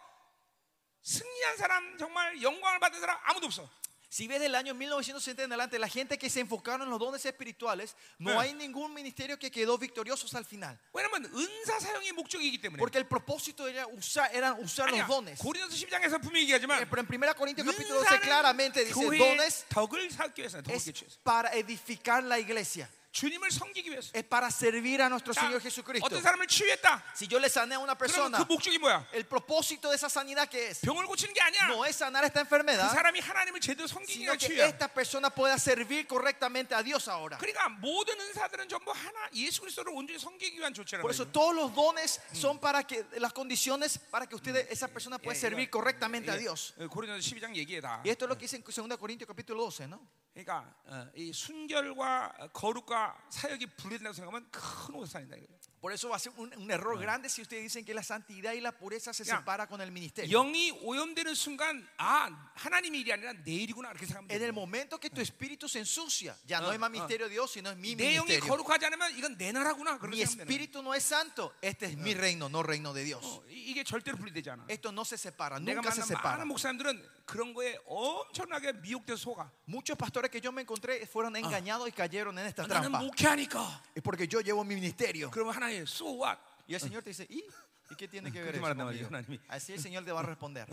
승리한 사람 정말 영광을 받은 사람 아무도 없어.
Si ves del año 1960 en adelante, la gente que se enfocaron en los dones espirituales, no
Eh.
hay ningún ministerio que quedó victorioso al final.
왜냐면 은사 사용이 목적이기 때문에.
Porque el propósito era usar, eran usar
아니야.
los dones.
고린도서 12장에서 분명히
Eh,
얘기하지만
Pero en 1 Corintios capítulo 12 claramente
은사는
dice,
교회의
dones
덕을 쌓기 위해서 덕을
es
갖추기 위해서.
para edificar la iglesia,
주님을 섬기기 위해서.
es para servir a nuestro
자,
Señor Jesucristo.
어떤 사람을 치유했다.
Si yo le sané a una
그러면 그
persona,
목적이 뭐야?
el propósito de esa sanidad que es,
병을 고치는 게 아니야.
no es sanar esta
그
enfermedad,
사람이 하나님을 제대로 섬기기
sino
위한
que
치유야.
esta persona pueda servir correctamente a Dios ahora.
그러니까 모든 은사들은 전부 하나 예수 그리스도를 온전히 섬기기 위한 조치라는
Por eso
거죠.
todos los dones son para que las condiciones para que ustedes, esa persona pueda
예,
servir
이거-
correctamente a Dios.
예, 고린도서 12장 얘기해 다.
Y esto es lo que dice en 2 Corintios capítulo 12, ¿no?
그러니까 어, 이 순결과 거룩과 사역이 분리된다고 생각하면 큰 오산이다 이거죠.
Por eso va a ser un, un error grande si ustedes dicen que la santidad y la pureza se
Ya.
separa con el ministerio.
영이 오염되는 순간 아 하나님 일이 아니라 내 일이구나 이렇게 생각하면
En el
돼.
momento que tu espíritu se ensucia, ya
Ah,
no es más
ah.
misterio de Dios, sino es mi
내 영이 네,
ministerio.
거룩하지 않으면 이건 내 나라구나
Mi
그렇게 생각하면 되는
espíritu no es santo, este es mi reino, no reino de Dios.
거야. 어, 이- 이게 절대로 분리되지 않아.
Esto no se separa,
예, 내가
nunca se
만난
separa.
많은 목사님들은 그런 거에 엄청나게 미혹돼서 속아.
Muchos pastores que yo me encontré fueron engañados y cayeron en esta
나는
trampa.
목회하니까.
Es porque yo llevo mi ministerio.
그러면 하나님 so what?
Y el Señor te dice, ¿y, ¿Y qué tiene que ver
그렇게
eso?
말한단
conmigo?"
말이에요, 하나님이.
Así el Señor te va a responder.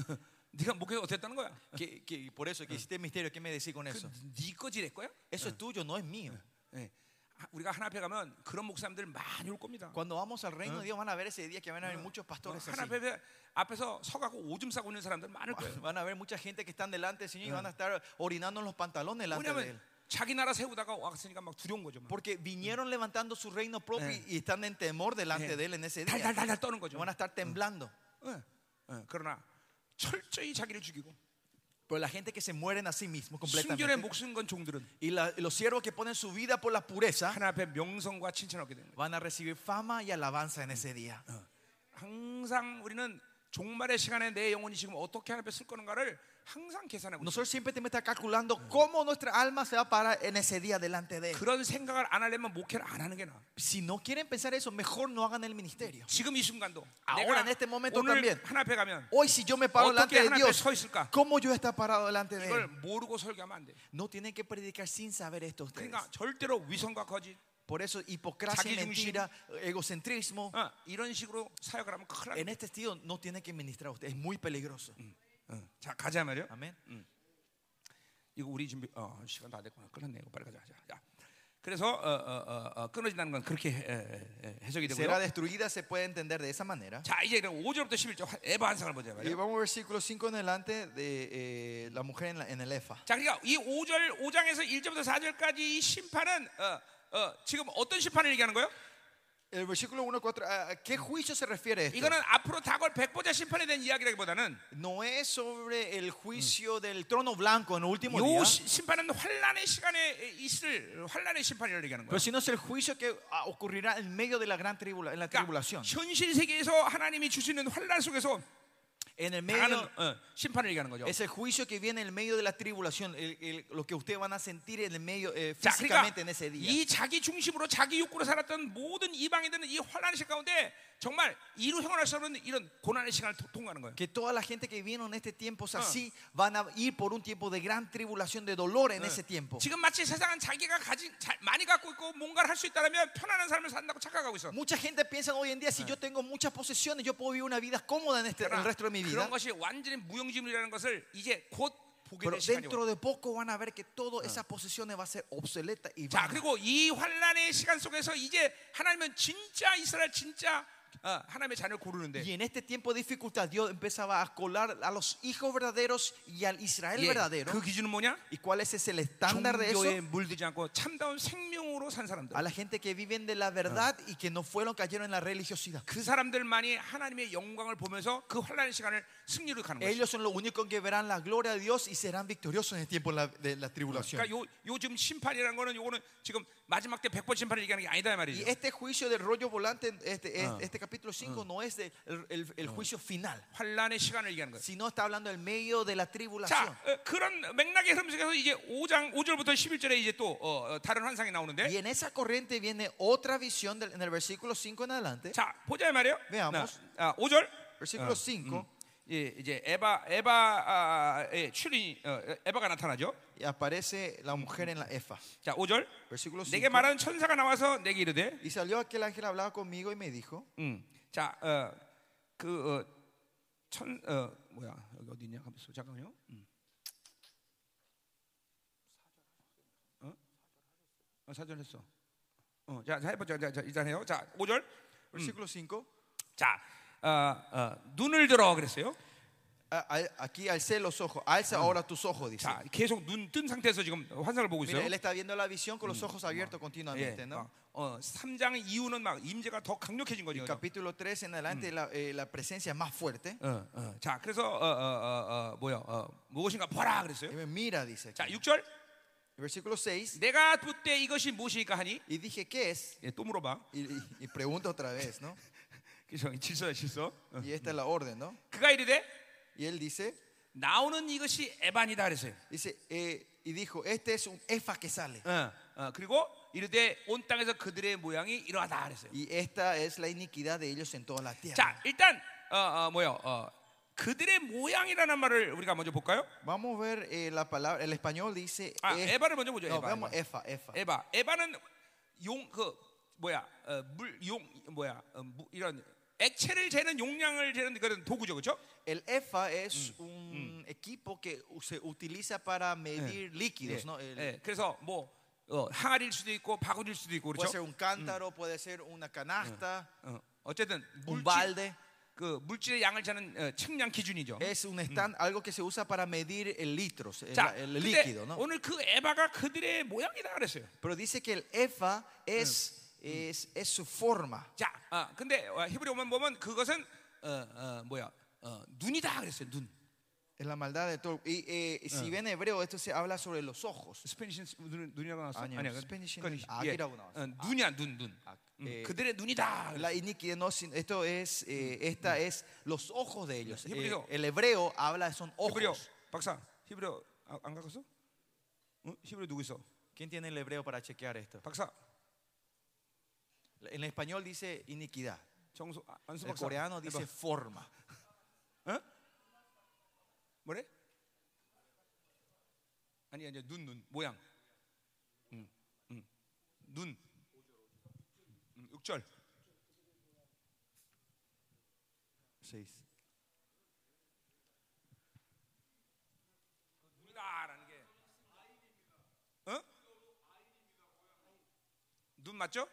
네가 목회가 어땠다는 거야? 그
¿Qué- qué- por eso que hiciste el misterio, ¿qué me decís con eso?
네 거지랄 거야?
Eso es tuyo, no es mío.
예. 우리가 하나 앞에 가면 그런 목사님들 많이 올 겁니다. 뭐
Cuando vamos al reino de Dios van a ver ese día que van a haber muchos pastores
하나
así.
앞에 앞에서 서가고 오줌 싸고 있는 사람들 많을 거예요.
Van a ver mucha gente que están delante del Señor y van a estar orinando en los pantalones delante de Él.
왜냐하면 자기 나라 세우다가 왔으니까 막 두려운 거죠. 막.
Porque vinieron levantando su reino propio y están en temor delante de Él en ese día.
달달달달 떠는 거죠.
Van a estar temblando.
예, 예. 그러나 철저히 자기를 죽이고
Pero la gente que se mueren a sí mismos
순결의
completamente.
목숨 건 종들은
Y la- los siervos que ponen su vida por la pureza
하나 앞에 명성과 칭찬을 얻게 되는 거예요.
van a recibir fama y alabanza en ese día.
항상 우리는 종말의 시간에 내 영혼이 지금 어떻게 하나 앞에 쓸 거는가를 항상 계산하고 있어요.
Nosotros siempre tenemos que estar calculando cómo nuestra alma se va a parar en ese día delante de Él.
그런 생각을 안 하려면 목회를 안 하는 게 나아.
Si no quieren pensar eso, mejor no hagan el ministerio.
지금 이 순간도 내가
Ahora, en este momento
아, 오늘
también.
하나 앞에 가면
Hoy si yo me paro
어떻게
delante de
하나 앞에
Dios,
서 있을까?
¿cómo yo estar parado delante de
이걸
Él?
모르고 설교하면 안 돼.
No tienen que predicar sin saber esto ustedes.
그러니까 절대로 위선과 거짓
Por eso hipocresía,
자기 중심.
mentira, egocentrismo,
어, 이런 식으로 사역을 하면 큰일
en
납니다.
este estilo no tienen que ministrar ustedes. Es muy peligroso.
어, 자 가자 말이요.
Amén.
이거 우리 준비 어, 시간 다 됐구나. 끊었네. 이거 빨리 가자. 자, 야. 그래서 어, 어, 어, 어, 끊어진다는 건 그렇게 에, 에, 에, 해석이 되고요.
Será destruida, se puede entender de esa manera.
자 이제 그럼 5절부터 11절 에바 한상을 보자
Y
말이요.
vamos al versículo 5 en adelante de eh, la mujer en, la- en el EFA.
자 그러니까 이 5절 5장에서 1절부터 4절까지 이 심판은 어, 어, 지금 어떤 심판을 얘기하는 거예요?
El versículo 1, 4, ¿a qué juicio se refiere esto?
이거는 앞으로 다가올 백보자 심판에 대한 이야기라기보다는
No es sobre el juicio del trono blanco en el último día.
요 시- 심판은 환란의 시간에 있을 환란의 심판이라고 얘기하는 거예요.
Pero si no es el juicio que ah, ocurrirá en medio de la gran tribula, en la
그러니까
tribulación,
현실 세계에서 하나님이 주시는 환란 속에서
en el
당하는
medio
어, 심판을 얘기하는 거죠.
es el juicio que viene en el medio de la tribulación, el- el- lo que ustedes van a sentir en el medio eh,
자, 그러니까
físicamente en ese día.
이 자기 중심으로 자기 욕구로 살았던 모든 이방인들은 이 환란의 시간 가운데 정말 이루 형언할 수 없는 이런 고난의 시간을 통- 통과하는 거예요.
Que toda la gente que vino en este tiempo es así van a ir por un tiempo de gran tribulación, de dolor
Eh.
en ese tiempo.
어. 지금 마치 세상은 자기가 가진 자- 많이 갖고 있고 뭔가를 할 수 있다면 편안한 삶을 산다고 착각하고 있어.
Mucha gente piensa hoy en día, si yo tengo muchas posesiones, yo puedo vivir una vida cómoda en este, el resto de mi vida.
그런 것이 완전히 무용지물이라는 것을 이제 곧 보게
Pero
될 시간이
dentro
고
de poco van a ver que todas esas posesiones van a ser obsoletas y
자
vanas.
그리고 이 환란의 시간 속에서 이제 하나님은 진짜 이스라엘 진짜 어, 하나님의 자녀를 고르는데 예,
Y en este tiempo de dificultad Dios empezaba a colar a los hijos verdaderos y al Israel
예,
verdadero.
그 기준은 뭐냐?
¿Y cuál es ese el estándar de eso?
종교에 물들지 않고 참다운 생명으로 산 사람들.
A la gente que viven de la verdad y que no fueron cayeron en la religiosidad.
그 사람들만이 하나님의 영광을 보면서 그 환란의 시간을 승리로 가는 거죠.
Ellos son los únicos que verán la gloria de Dios y serán victoriosos en el tiempo de la, de la tribulación.
그러니까 요, 요 지금 심판이라는 거는 요거는 지금 마지막 때 백번 심판을 얘기하는 게 아니다 이
Y
말이죠.
este juicio del rollo volante, este, este, este capítulo 5, no es de- el, el- el juicio final,
환란의 시간을 얘기하는 거예요.
sino está hablando del medio de la tribulación.
자, 어, 그런 맥락의 흐름 속에서 이제 5장 5절부터 11절에 이제 또 어, 어, 다른 환상이 나오는데
Y en esa corriente viene otra visión del- en el versículo 5 en adelante.
자, 보자 이 말이에요.
Veamos.
나, 아, 5절.
Versículo 5.
예, 이제 에바 에바 의 출이 어, 에바가 나타나죠.
Y aparece la mujer en la efa.
자, 5절.
Versículo
내게
5.
말하는 천사가 나와서 내게 이르되
Y salió aquel ángel, hablaba conmigo y me dijo:
음. 자, 어, 그, 어, 천, 어, 뭐야, 여기 어디 있냐? 가만 있어. 잠깐만요. 음. 어? 어, 사전했어. 어, 자, 자, 해보자. 자, 자, 일단 해요. 자, 5절.
Versículo 5.
자, 어, 어, 눈을 들어 그랬어요.
Aquí alcé los ojos, alza ahora tus ojos, dice.
자, 계속 눈 뜬 상태에서 지금 환상을 보고
Mira,
있어요.
él está viendo la visión con los ojos abiertos continuamente,
예,
¿no?
막, 어, 3장 이후는 막 임재가 더 강력해진 거죠. 그죠?
Capítulo 3 en adelante, la, eh, la presencia es más fuerte.
어, 어, 자, 그래서 어, 어, 어, 어, 뭐야, 어, 무엇인가 보라
Y
그랬어요.
me Eh, mira, dice. aquí.
자, 6절.
Versículo 6.
내가 볼때 이것이 무엇이니까 하니
Y dije, ¿qué es?
예, 또 물어봐
Y, y- y pregunta otra vez, ¿no?
그죠 질서야 질서 어.
Y esta es la orden, ¿no?
그가 이르되
Y él dice,
나오는 이것이 에반이다 그랬어요
dice eh, y dijo, este es un efa que sale.
어, 어, 그리고 이르되 온 땅에서 그들의 모양이 이러하다 그랬어요
Y esta es la iniquidad de ellos en toda la tierra.
자 일단 어, 어, 뭐요 어, 그들의 모양이라는 말을 우리가 먼저 볼까요?
Vamos a ver eh, la palabra, el español dice
아,
eh,
에바를 먼저 보죠
no,
에바
veamos
에바,
efa, efa.
에바. 에바는 용 그 뭐야 어, 물용 뭐야 어, 무- 이런 액체를 재는 용량을 재는 그런 도구죠 그렇죠?
El efa es mm. Eh, un equipo que se utiliza para medir líquidos, ¿no? El-
예, 그래서 뭐 어, 항아리일 수도 있고 바구니일 수도 있고
Puede ser
그렇죠.
un cántaro, puede ser una canasta,
어, 어쨌든
mm. Ah. un
물질
balde.
그 물질의 양을 짜는 어, 측량 기준이죠.
Es un stand, algo que se usa para medir el litros, el,
자,
el
근데
líquido, ¿no?
오늘 그 에바가 그들의 모양이다 그랬어요.
Pero dice que el efa es, es, es su forma.
자, 아, 근데 어, 히브리 오면 보면 그것은 어, 어, 뭐야 어, 눈이다 그랬어요. 눈.
Es la maldad de todo. Y eh, si bien en hebreo, esto se habla sobre los ojos.
스페니시 눈, 눈이라고 나왔어.
아니요,
그-
스페니시는
그건 이-
악이라고 나왔어요.
어, 눈이야 눈 눈.
악.
음,
예.
그들의 눈이다.
La iniquidad, no, sin- esto es, eh, esta es los ojos de ellos.
Ya, hebreo.
Eh, el hebreo habla, son
히브리
ojos.
박사 히브리 아, 안 갖고 있어? 어? 히브리 누구 있어?
¿Quién tiene el hebreo para chequear esto?
박사
En español dice iniquidad.
정수 아, 안수
El
박사.
coreano dice
해봐.
forma.
뭐래? 아니 아니 눈 눈 모양. 음, 음. 눈. 음, 6절.
Seis.
눈이다라는 게. 어? 눈 맞죠?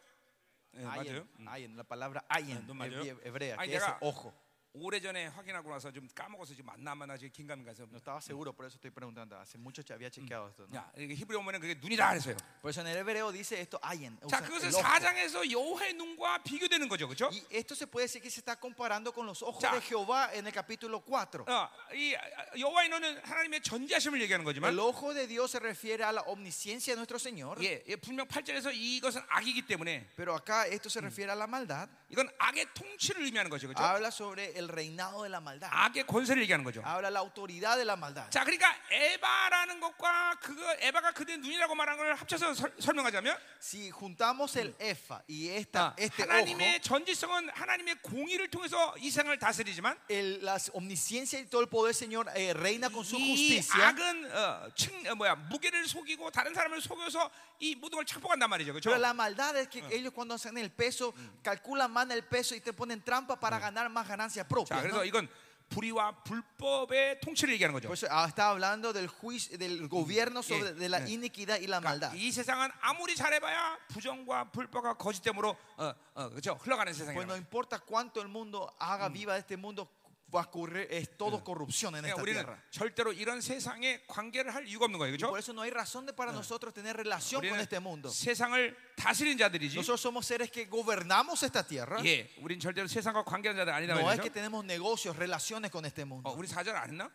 예, 맞아요.
Ayen, ayen, la palabra ayen,
No, 맞아요.
hebrea, hebrea,
Ay,
que es
llega.
ojo.
오래전에 확인하고 나서 좀 까먹어서 지금 안 남아나 지금 긴감 가서
No estaba seguro, por eso estoy preguntando. Hace mucho che- había chequeado esto. ¿no?
야, 이게 히브리 오면은 그게 눈이다 그랬어요.
Por eso en el hebreo dice esto ayen.
자,
usa
그것은
el ojo.
사장에서 여호와의 눈과 비교되는 거죠. 그렇죠?
Y esto se puede decir que se está comparando con los ojos
Ya. Ah,
de Jehová en el capítulo 4.
어, 이 아, 여호와의 눈은 하나님의 전지하심을 얘기하는
El
거지만
ojo de Dios se refiere a la omnisciencia de nuestro Señor.
예, 예, 분명 8절에서 이것은 악이기 때문에
Pero acá esto
Mm.
se refiere a la maldad.
이건 악의 통치를 의미하는 거죠. 그렇죠?
Habla sobre el reinado de la maldad.
악의 권세를 얘기하는 거죠.
Habla la autoridad de la maldad.
자, 그러니까 에바라는 것과 그거 에바가 그대 눈이라고 말한 걸 합쳐서 설, 설명하자면
Si juntamos el efa y esta,
아,
este ojo,
하나님의 전지성은 하나님의 공의를 통해서 이 세상을 다스리지만
el- la omnisciencia y todo el poder del Señor eh, reina con su
이
justicia.
악은 어, 층, 어, 뭐야 무게를 속이고 다른 사람을 속여서 이 모든 걸 착복한단 말이죠, 그렇죠?
Pero la maldad es que ellos cuando hacen el peso, calculan mal el peso y te ponen trampa para ganar más ganancias
자,
propias. ¿no?
그래서 이건 불의와 불법의 통치를 얘기하는 거죠.
Por eso ah, está hablando del juicio, del gobierno
Yeah,
sobre de la
yeah.
iniquidad y la
그러니까
maldad.
이 세상은 아무리 잘해봐야 부정과 불법과 거짓됨으로 어, 어, 그렇죠 흘러가는 세상이에요.
Pues no importa cuánto el mundo haga viva de este mundo, va a ocurrir, es todo corrupción en
그러니까
esta
우리는
tierra.
절대로 이런 세상에 관계를 할 이유가 없는 거예요,
Y por
그렇죠?
eso no hay razón de para nosotros tener relación con
우리는
este mundo.
세상을 다스리는 자들이지.
Nosotros somos seres que gobernamos esta tierra.
예, 우린 절대로 세상과 관계하는 자들 아니다
No es que
말이죠.
tenemos negocios, relaciones con este
어,
mundo.
우리 사절 안 했나?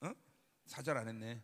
어? 사절 안 했네.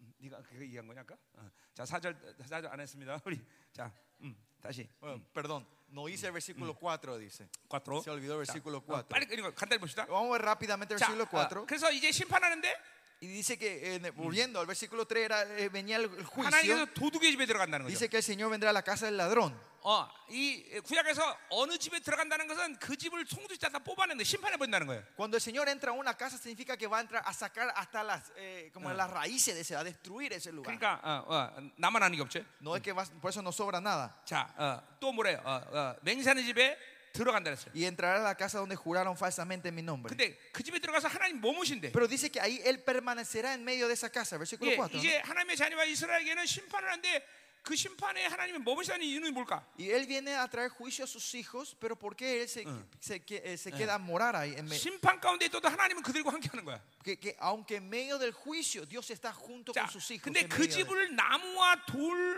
음, 네가 그거 얘기한 거냐 아까? 어. 자, 사절 사절 안 했습니다. 우리 자, 음, 다시.
Bueno, perdón, no hice el versículo 4, dice.
4.
Se olvidó el versículo 4.
어, 빨리 이거 간단히 봅시다.
Vamos a ver rápidamente el
자,
versículo
어,
4.
그래서 이제 심판하는데
Y dice que, eh, volviendo al versículo 3, era, eh, venía el- el juicio.
하나님께서 도둑의 집에 들어간다는 거죠.
Dice que el Señor vendrá a la casa del ladrón.
어, 이 구약에서 어느 집에 들어간다는 것은 그 집을 송두지 않다 뽑아내는 거예요. 심판해 본다는 거예요.
Cuando el Señor entra a una casa significa que va a entrar a sacar hasta las, eh, como las raíces de ese, a destruir ese lugar.
그러니까 어, 어, 나만 아는 게 없죠.
No es que va- por eso no sobra nada.
자, 어, 또 뭐래요? 어, 어, 맹세하는 집에 들어간다 그랬어요.
Y entrará a la casa donde juraron falsamente en mi nombre.
근데 그 집에 들어가서 하나님 머무신대.
Pero dice que ahí Él permanecerá en medio de esa casa, versículo
예,
4. ¿no?
이제 하나님의 자녀와 이스라엘에게는 심판을 하는데 그 심판에 하나님이 머무시다는 이유는 뭘까?
Y Él viene a traer juicio a sus hijos, pero ¿por qué Él se, se que- eh, se queda a morar ahí? en me-
심판 가운데 있어도 하나님은 그들과 함께하는 거야.
que, que aunque en medio del juicio Dios está junto
자,
con sus hijos.
근데
en
그
medio de-
집을 나무와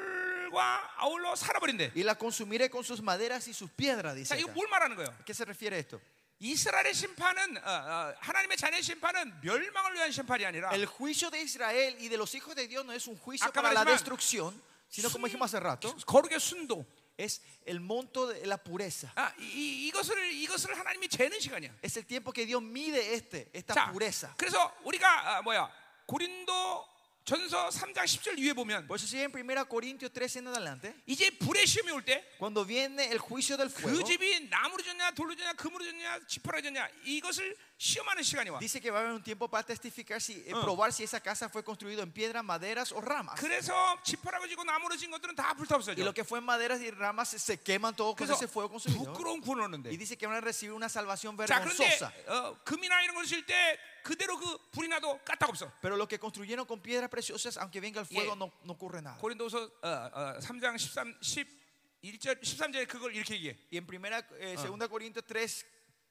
돌과 아울러 살아버린대.
Y la consumiré con sus maderas y sus piedras,
자,
dice.
이거
acá.
뭘 말하는 거예요?
¿A qué se refiere esto?
이스라엘의 심판은 어, 어, 하나님의 자녀의 심판은 멸망을 위한 심판이 아니라
El juicio de Israel y de los hijos de Dios no es un juicio
Acá
para la
말하지만
destrucción, sino como dijimos hace rato,
거룩의 순도.
es el monto de la pureza.
아, 이, 이- 이것을 이것을 하나님이 재는 시간이야.
Es el tiempo que Dios mide este, esta
자,
pureza.
그래서 우리가 아, 뭐야 고린도 전서 3장 10절 위에 보면
Por eso sigue en 1 Corintios 13 en adelante,
이제 불의 시험이 올 때 그
cuando viene el juicio del fuego,
집이 나무로 졌냐 돌로 졌냐 금으로 졌냐 지퍼로 졌냐 이것을 시험하는 시간이 와.
Dice que va a haber un tiempo para testificar si eh,
Ah.
probar si esa casa fue construida en piedra, maderas o
아,
ramas.
그래서 지퍼라고 지고 나무로 진 것들은 다 불타
Y
없어져.
lo que fue en maderas y ramas se- se queman todo con
그래서
ese fuego consumido.
부끄러운 구원오는데.
Y dice que van a recibir una salvación
자 그런데
vergonzosa.
어, 금이나 이런 걸 칠 때 그대로 그 불이 나도 까딱 없어.
Pero lo que construyeron con piedras preciosas, aunque venga el fuego,
Yeah.
no, no ocurre nada.
고린도서 어, 어, 3장 13 11절 13절에 그걸 이렇게 얘기해.
Y en primera, eh,
Ah.
segunda Corintios 3,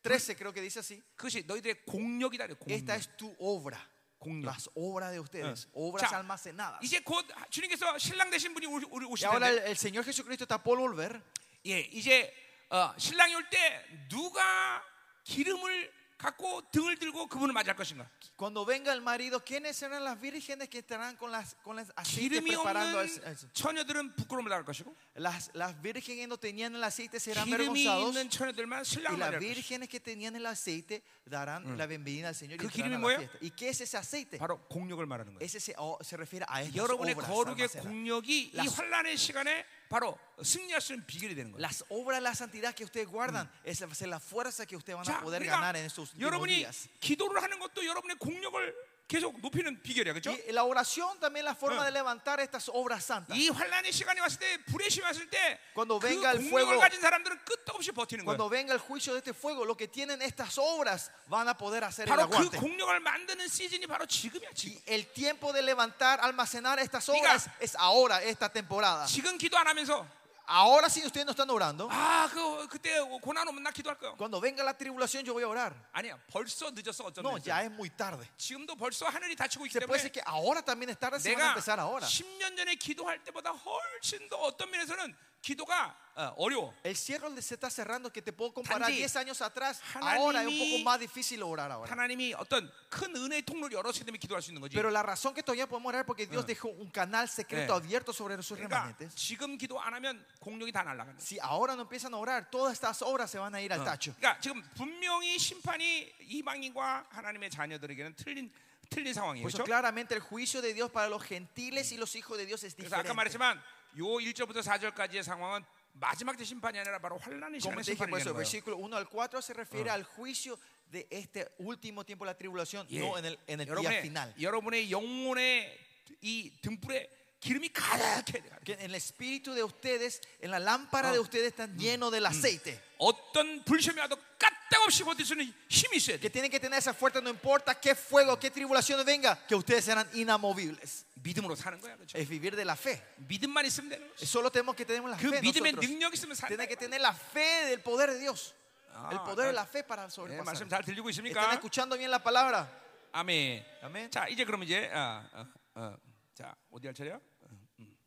13 creo que dice así,
그것이 너희들의 예, 공력이다. 그래, 공력.
esta es tu obra,
공력.
las obras de ustedes,
Ah.
obras
자,
almacenadas.
이제 곧 주님께서 신랑 되신 분이 우리, 우리
Y
오실
ahora el,
텐데.
el Señor Jesucristo está por volver.
예, 이제 어, 신랑이 올 때 누가 기름을 갖고 등을 들고 그분을 맞이할 것인가?
Cuando venga el marido, ¿quiénes serán las vírgenes que estarán con las, con las aceite
기름이
preparando? al-
없는
al-
처녀들은 부끄러움을 당할 것이고
Las, las vírgenes no tenían el aceite
네,
serán
기름이
vergonzados.
있는 처녀들만
Y
신랑을
las
맞이할 것이고
vírgenes que tenían el aceite darán la bienvenida al Señor.
¿그
Y,
기름이
entrarán a la
뭐예요?
fiesta. ¿Y qué es ese aceite?
바로 공력을 말하는 거예요.
Ese se, o- se refiere a estas
여러분의
obras
거룩의
almacenadas.
공력이 이
Las-
환란의 시간에 바로 승리할 수 있는 비결이 되는 거예요.
Las obras, la santidad que ustedes guardan, esa va a ser la fuerza que ustedes van a
자,
poder
그러니까
ganar en estos últimos
여러분이
días.
기도를 하는 것도 여러분의 공력을 계속 높이는 비결이야, 그렇죠?
Y la oración también la forma
Ah.
de levantar estas obras santas.
이 환란의 시간이 왔을 때 불의 시간이 왔을 때 그
Cuando venga el
공력을
fuego.
가진 사람들은 끝도 없이 버티는 거예요.
Cuando venga el juicio de este fuego, lo que tienen estas obras van a poder hacer el
바로 그
aguante.
공력을 만드는 시즌이 바로 지금이야 지금.
Y el tiempo de levantar, almacenar estas
Diga.
obras es ahora, esta temporada.
지금 기도 안 하면서
Ahora si ustedes no están orando,
아 그 그때 고난 오면 나 기도할 거야.
cuando venga la tribulación yo voy a orar.
아니야 벌써 늦었어 어쩌면.
No, ya es muy tarde.
지금도 벌써 하늘이 닫히고 있기
Puede
때문에
ser que ahora también es tarde si van
내가
a empezar ahora.
10년 전에 기도할 때보다 훨씬 더 어떤 면에서는 기도가 어, 어려워.
El cielo se está cerrando que te puedo comparar
단지
10 años atrás.
하나님이-
Ahora es un poco más difícil orar ahora.
하나님이 어떤 큰 은혜의 통로를 열었기 때문에 기도할 수 있는 거지.
Pero la razón que todavía podemos orar es porque Dios dejó un canal secreto
Ah. Eh.
abierto sobre sus
그러니까
remanentes.
지금 기도 안 하면 공력이 다 날아가는 거야.
Si ahora no empiezan a orar, todas estas obras se van a ir al tacho.
그러니까 지금 분명히 심판이 이방인과 하나님의 자녀들에게는 틀린 틀린 상황이에요.
Por eso
그렇죠?
claramente el juicio de Dios para los gentiles y los hijos de Dios es
그래서 아까
diferente.
말했지만 요 1절부터 4절까지의 상황은 마지막 때 심판이 아니라 바로 환란의
Como
시간에
te dije,
심판이
por
되는
eso,
거예요.
versículo 1 al 4 se refiere al juicio de este último tiempo de la tribulación,
예.
no en el, en el día
여러분의,
final.
여러분의 영혼의 이 등불에 기름이 가득해야 돼요.
Que en el espíritu de ustedes, en la lámpara
Ah.
de ustedes, están lleno del aceite.
어떤 불시험이 와도 까딱없이 버틸 수 있는 힘이 있어야 돼.
Que tienen que tener esa fuerza, no importa qué fuego, qué tribulación venga, que ustedes serán inamovibles.
믿음으로 사는 거야. 그렇죠?
Es vivir de la fe.
믿음만 있으면 되는 거지.
Solo tenemos que tener la
그
fe.
믿음의
nosotros.
능력 있으면 사는
Tiene
거야.
que tener la fe del poder de Dios.
Ah,
El poder de
ah.
la fe para
예, 말씀
sobrepasar.
잘 들리고
¿Están
있습니까?
escuchando bien la palabra?
아멘.
아멘.
자, 이제 그럼 이제 아, 어, 어, 자 어디 할 차례야? 어, 음.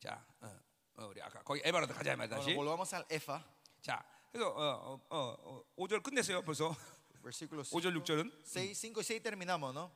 자, 어, 어, 우리 아까 거기 에바라도 가자 말
Bueno,
다시.
volvamos al EFA,
자, 그래서 어, 어, 어, 어, 5절 끝냈어요 벌써.
versículo
5절 6절은
6, 5 y 6 terminamos, ¿no?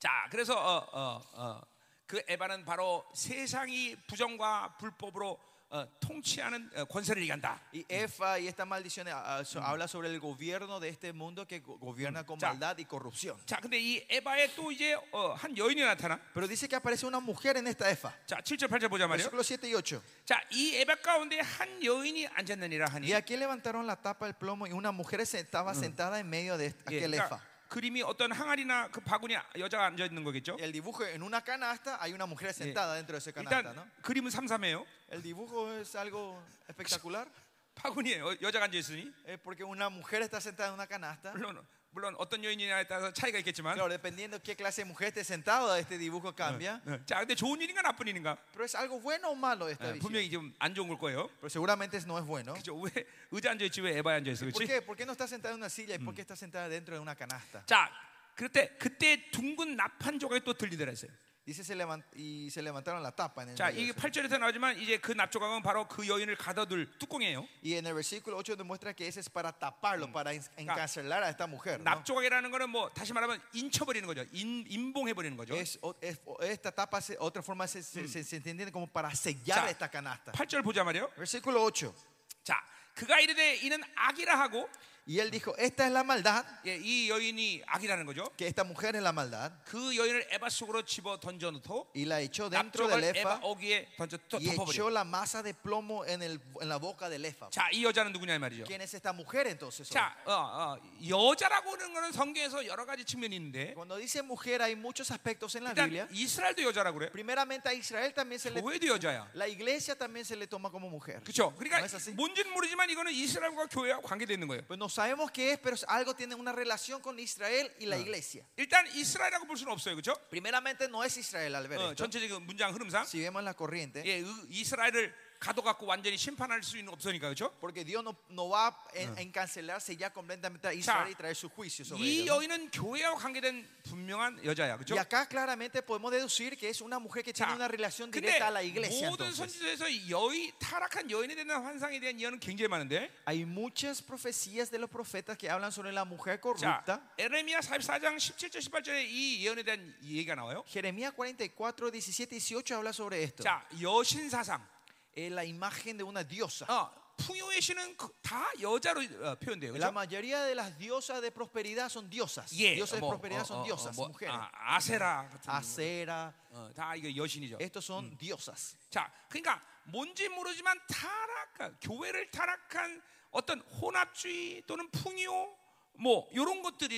자, 그래서 어, 어, 어, 그 에바는 바로 세상이 부정과 불법으로 어, 통치하는 어, 권세를 얘기한다.
Y EFA y esta maldición ah, ah, so- habla sobre el gobierno de este mundo que go- gobierna con
Ya.
maldad y corrupción.
자, 근데 이 에바에 또 이제 어, 한 여인이 나타나.
Pero dice que aparece una mujer en esta EFA,
자, 7절 네, 8절 보자 말이요.
versículo 7 y 8.
자, 이 에바 가운데 한 여인이 앉았느니라 하니.
Y aquí levantaron la tapa del plomo y una mujer se- estaba sentada en medio de este-
예,
aquel
그러니까
EFA.
그림이 어떤 항아리나 그 바구니 여자가 앉아 있는 거겠죠.
El dibujo en una canasta, hay una mujer sentada dentro de esa canasta, ¿no?
일단 그림은 삼삼해요.
El dibujo es algo espectacular,
바구니에 여- 여자가 앉아 있으니
eh, porque una mujer está sentada en una canasta.
물론 물론 어떤 여인이냐에 따라서 차이가 있겠지만.
Claro, dependiendo qué clase de mujer esté sentada, este dibujo cambia.
예, 어, 자, 근데 좋은 일인가 나쁜 일인가?
Pero es algo bueno o malo esta
어,
visión.
분명히 좀 안 좋은 걸 거예요.
Pero seguramente no es bueno.
그죠? 왜 의자 앉아 있지 왜 에바에 앉아 있어,
¿Por
그렇지?
qué? ¿Por qué no está sentada en una silla y por qué está sentada dentro de una canasta?
자, 그때 그때 둥근 납한 조각이 또 들리더라 했어요.
Dice se levan- y se levantaron la tapa en el
자,
medio de
이게
eso.
8절에서 나오지만 이제 그 납조각은 바로 그 여인을 가둬둘 뚜껑이에요.
y en el versículo 8 demuestra que ese es para taparlo, para en- encarcelar a esta mujer. ¿no?
납조각이라는 거는 뭐 다시 말하면 인쳐버리는 거죠. 인, 인봉해버리는 거죠.
Es, o- es- o- esta tapa, se- otra forma se, se- se- se entiende como para sellar
Ya.
esta canasta.
8절 보자 말이요.
Versículo 8.
자, 그가 이르되 이는 악이라 하고
Y él dijo, esta es la maldad,
예, 이 여인이 악이라는 거죠.
que esta mujer es la maldad.
그 여인을 에바 속으로 집어 던져 넣고
Y la echó dentro del
앞쪽을 에바 예,
efa
어귀에 던져 덮-
y echó
덮어버려.
la masa de plomo en, el, en la boca del efa.
자, 이 여자는 누구냐 이 말이죠.
¿Quién es esta mujer entonces?
자, 어, 어, 여자라고 하는 거는 성경에서 여러 가지 측면이 있는데
Cuando dice mujer hay muchos aspectos en la Biblia.
일단 이스라엘도 여자라고 그래.
Primeramente a Israel también se le...
교회도 여자야.
La iglesia también se le toma como mujer.
그렇죠?
¿No
그러니까
es así?
뭔지는 모르지만 이거는 이스라엘과 교회와 관계되어 있는 거예요.
Pues no sabemos qué es, pero algo tiene una relación con Israel y la iglesia.
일단 이스라엘이라고 볼 수는 없어요. 그렇죠?
Primeramente no es Israel al ver
어,
esto.
전체적인 문장 흐름상
Si vemos la corriente,
예, 의- 이스라엘을 가둬 갖고 완전히 심판할 수 있는 없으니까 그렇죠?
porque Dios no, no va a en, en cancelarse ya completamente a Israel y traer su juicio sobre
이
ellos. ¿no?
여인은 교회와 관계된 분명한 여자야. 그렇죠?
Y acá claramente podemos deducir que es una mujer que tiene
자,
una relación
근데
directa a la iglesia.
모든
entonces.
선지서에서 여인 타락한 여인에 대한 환상에 대한 예언은 굉장히 많은데
Hay muchas profecías de los profetas que hablan sobre la mujer
자,
corrupta.
에레미야 44장 17절 18절에 이 예언에 대한 얘기가 나와요.
Jeremías 44, 17 y 18 habla sobre esto.
자, 여신 사상.
Eh, la imagen de una diosa.
어, 풍요의 신은 그- 다 여자로 어, 표현돼요.
La
그죠?
mayoría de las diosas de prosperidad son diosas.
예,
diosas de
뭐,
prosperidad son diosas,
뭐,
mujeres.
아, 아세라 같은
Acera,
어, 다 이거 여신이죠.
estos son diosas.
자, 그러니까 뭔지 모르지만 타락, 교회를 타락한 어떤 혼합주의 또는 풍요 뭐 이런 것들이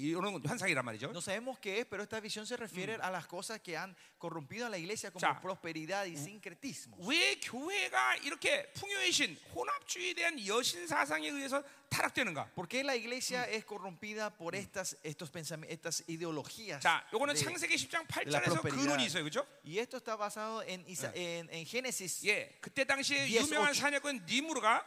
이런 환상이란 말이죠.
No sabemos qué es, pero esta visión se refiere a las cosas que han corrompido a la iglesia como
자,
prosperidad y sincretismo.
왜 교회가 이렇게 풍요의 신, 혼합주의에 대한 여신 사상에 의해서 타락되는가?
¿Por qué la iglesia es corrompida por estas, estos pensami- estas ideologías?
자, 요거는
de-
창세기 10장
la
8절에서
prosperidad.
근원이 있어요. 그죠?
y esto está basado en, Isa- en, en Génesis.
예. 그때 당시에
Yes,
유명한
ocho.
사냥꾼 니무르가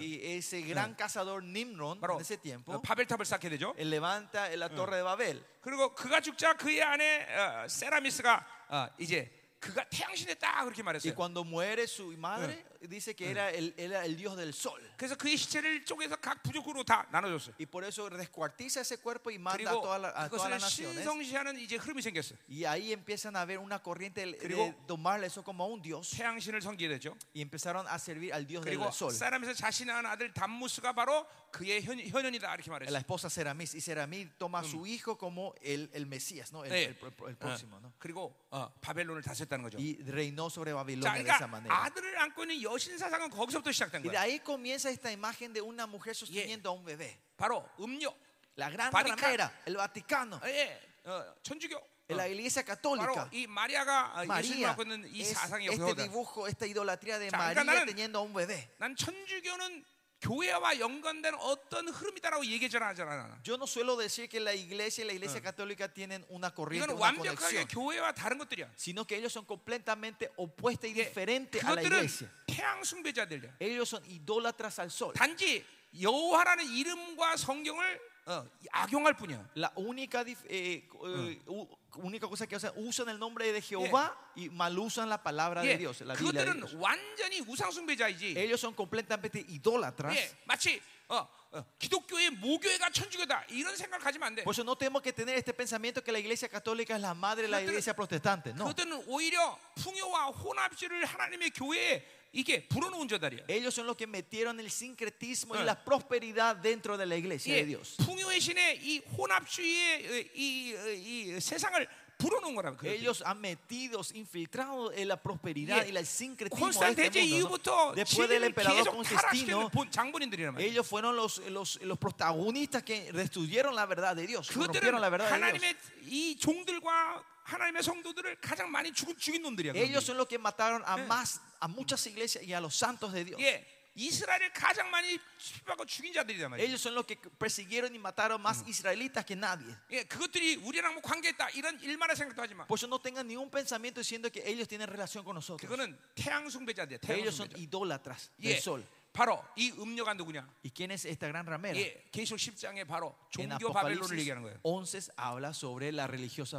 Y ese gran cazador Nimrod
바로
de ese tiempo,
어, 바벨탑을 쌓게 되죠.
él levanta en la torre de Babel.
그리고 그가 죽자 그의 아내 어, 세라미스가 어, 이제 그가 태양신에 딱 그렇게
Y
말했어요.
cuando muere su madre, dice que era el, era el dios del sol.
그래서 그의 시체를 쪼개서 각 부족으로 다 나눠줬어요.
Y por eso descuartiza ese cuerpo y manda a,
그리고
toda la- a todas
그것을
las naciones.
신성시하는 이제 흐름이 생겼어요.
Y ahí empiezan a ver una corriente de,
그리고
de tomarle eso como a un dios.
태양신을 섬기게 되죠.
Y empezaron a servir al dios del
그리고
sol.
사람에서 자신의 아들 담무스가 바로 그의 현, 현현이다 이렇게
La
말했어요.
esposa Seramis. Y Seramis toma a su hijo como el, el Mesías, ¿no? el,
네.
el pro- el
Ah.
próximo. ¿no?
그리고 어, 바벨론을 다스렸다는 거죠.
Y reinó sobre
자,
Babilonia de esa
그러니까
manera.
아들을 안고 있는 여신 사상은 거기서부터 시작된
Y de
거예요.
ahí comienza esta imagen de una mujer sosteniendo a un bebé.
바로 음료,
La gran
Vaticano.
ramera, el Vaticano,
아, 예, 어, 천주교, 어,
la iglesia
바로
católica.
이 마리아가 아, 예수님을
María,
안고 있는 이
es
사상이
este
여기서다.
dibujo, esta idolatría de
자,
María
그러니까 나는-
teniendo a un bebé.
난 천주교는 교회와 연관된 어떤 흐름이다라고 얘기하잖아 하잖아.
Yo no suelo decir que la iglesia y la iglesia católica tienen una corriente,
이거는
una
완벽하게
conexión,
교회와 다른 것들이야.
sino que ellos son completamente opuestas y
이게
diferentes a la
그것들은
iglesia.
태양 숭배자들이야.
Ellos son idólatras al sol.
단지 여호와라는 이름과 성경을 어, 악용할 뿐이야.
La única, dif- eh, eh, u- única cosa que hacen, usan el nombre de Jehová y mal usan la palabra
예,
de Dios, la Biblia de Dios.
그것들은 완전히 우상 숭배자이지.
Ellos son completamente idólatras.
예, 마치 어, 어, 기독교의 모교회가 천주교다 이런 생각을 가지면 안 돼.
Por eso no tenemos que tener este pensamiento que la iglesia católica es la madre de la
Nosotros-
iglesia protestante. No.
그들은 오히려 풍요와 혼합주의를 하나님의 교회에 이게 불어넣은 자들이야.
Ellos son los que metieron el sincretismo
Eh.
y la prosperidad dentro de la iglesia de
예,
Dios.
풍요의 신에 이 혼합주의의 어, 이, 이, 이 세상을 불어넣은 거라고.
Ellos han metido, infiltrado en la prosperidad
Yeah.
y el sincretismo de
콘스탄테제
este mundo, ¿no?
뭐, 이후부터
Después del
지들이
emperador
계속 타락시키는
Constantino,
본- 장본인들이란 말이야.
ellos fueron los, los, los protagonistas que destruyeron la verdad de Dios,
그들은
rompieron la verdad de
뭐
Dios.
하나님의 이 종들과 하나님의 성도들을 가장 많이 죽, 죽인 놈들이야.
Ellos
그들이.
son los que mataron a más, a muchas iglesias y a los santos de Dios.
예, 이스라엘을 가장 많이 핍박하고 죽인 자들이란 말이야.
Ellos son los que persiguieron y mataron más israelitas que nadie.
예, 그것들이 우리랑 뭐 관계했다 이런 일만의 생각도 하지 마.
Por eso no tengan ningún pensamiento diciendo que ellos tienen relación con nosotros.
그거는 태양 숭배자들이야. 태양
Ellos son
숭배자.
idólatras
예,
del sol.
바로 이 음료가 누구냐?
¿Y quién es esta gran ramera?
예, 계시록 10장에 바로
En
종교 바벨론을
Apocalipsis
얘기하는 거예요.
11 habla sobre la religiosa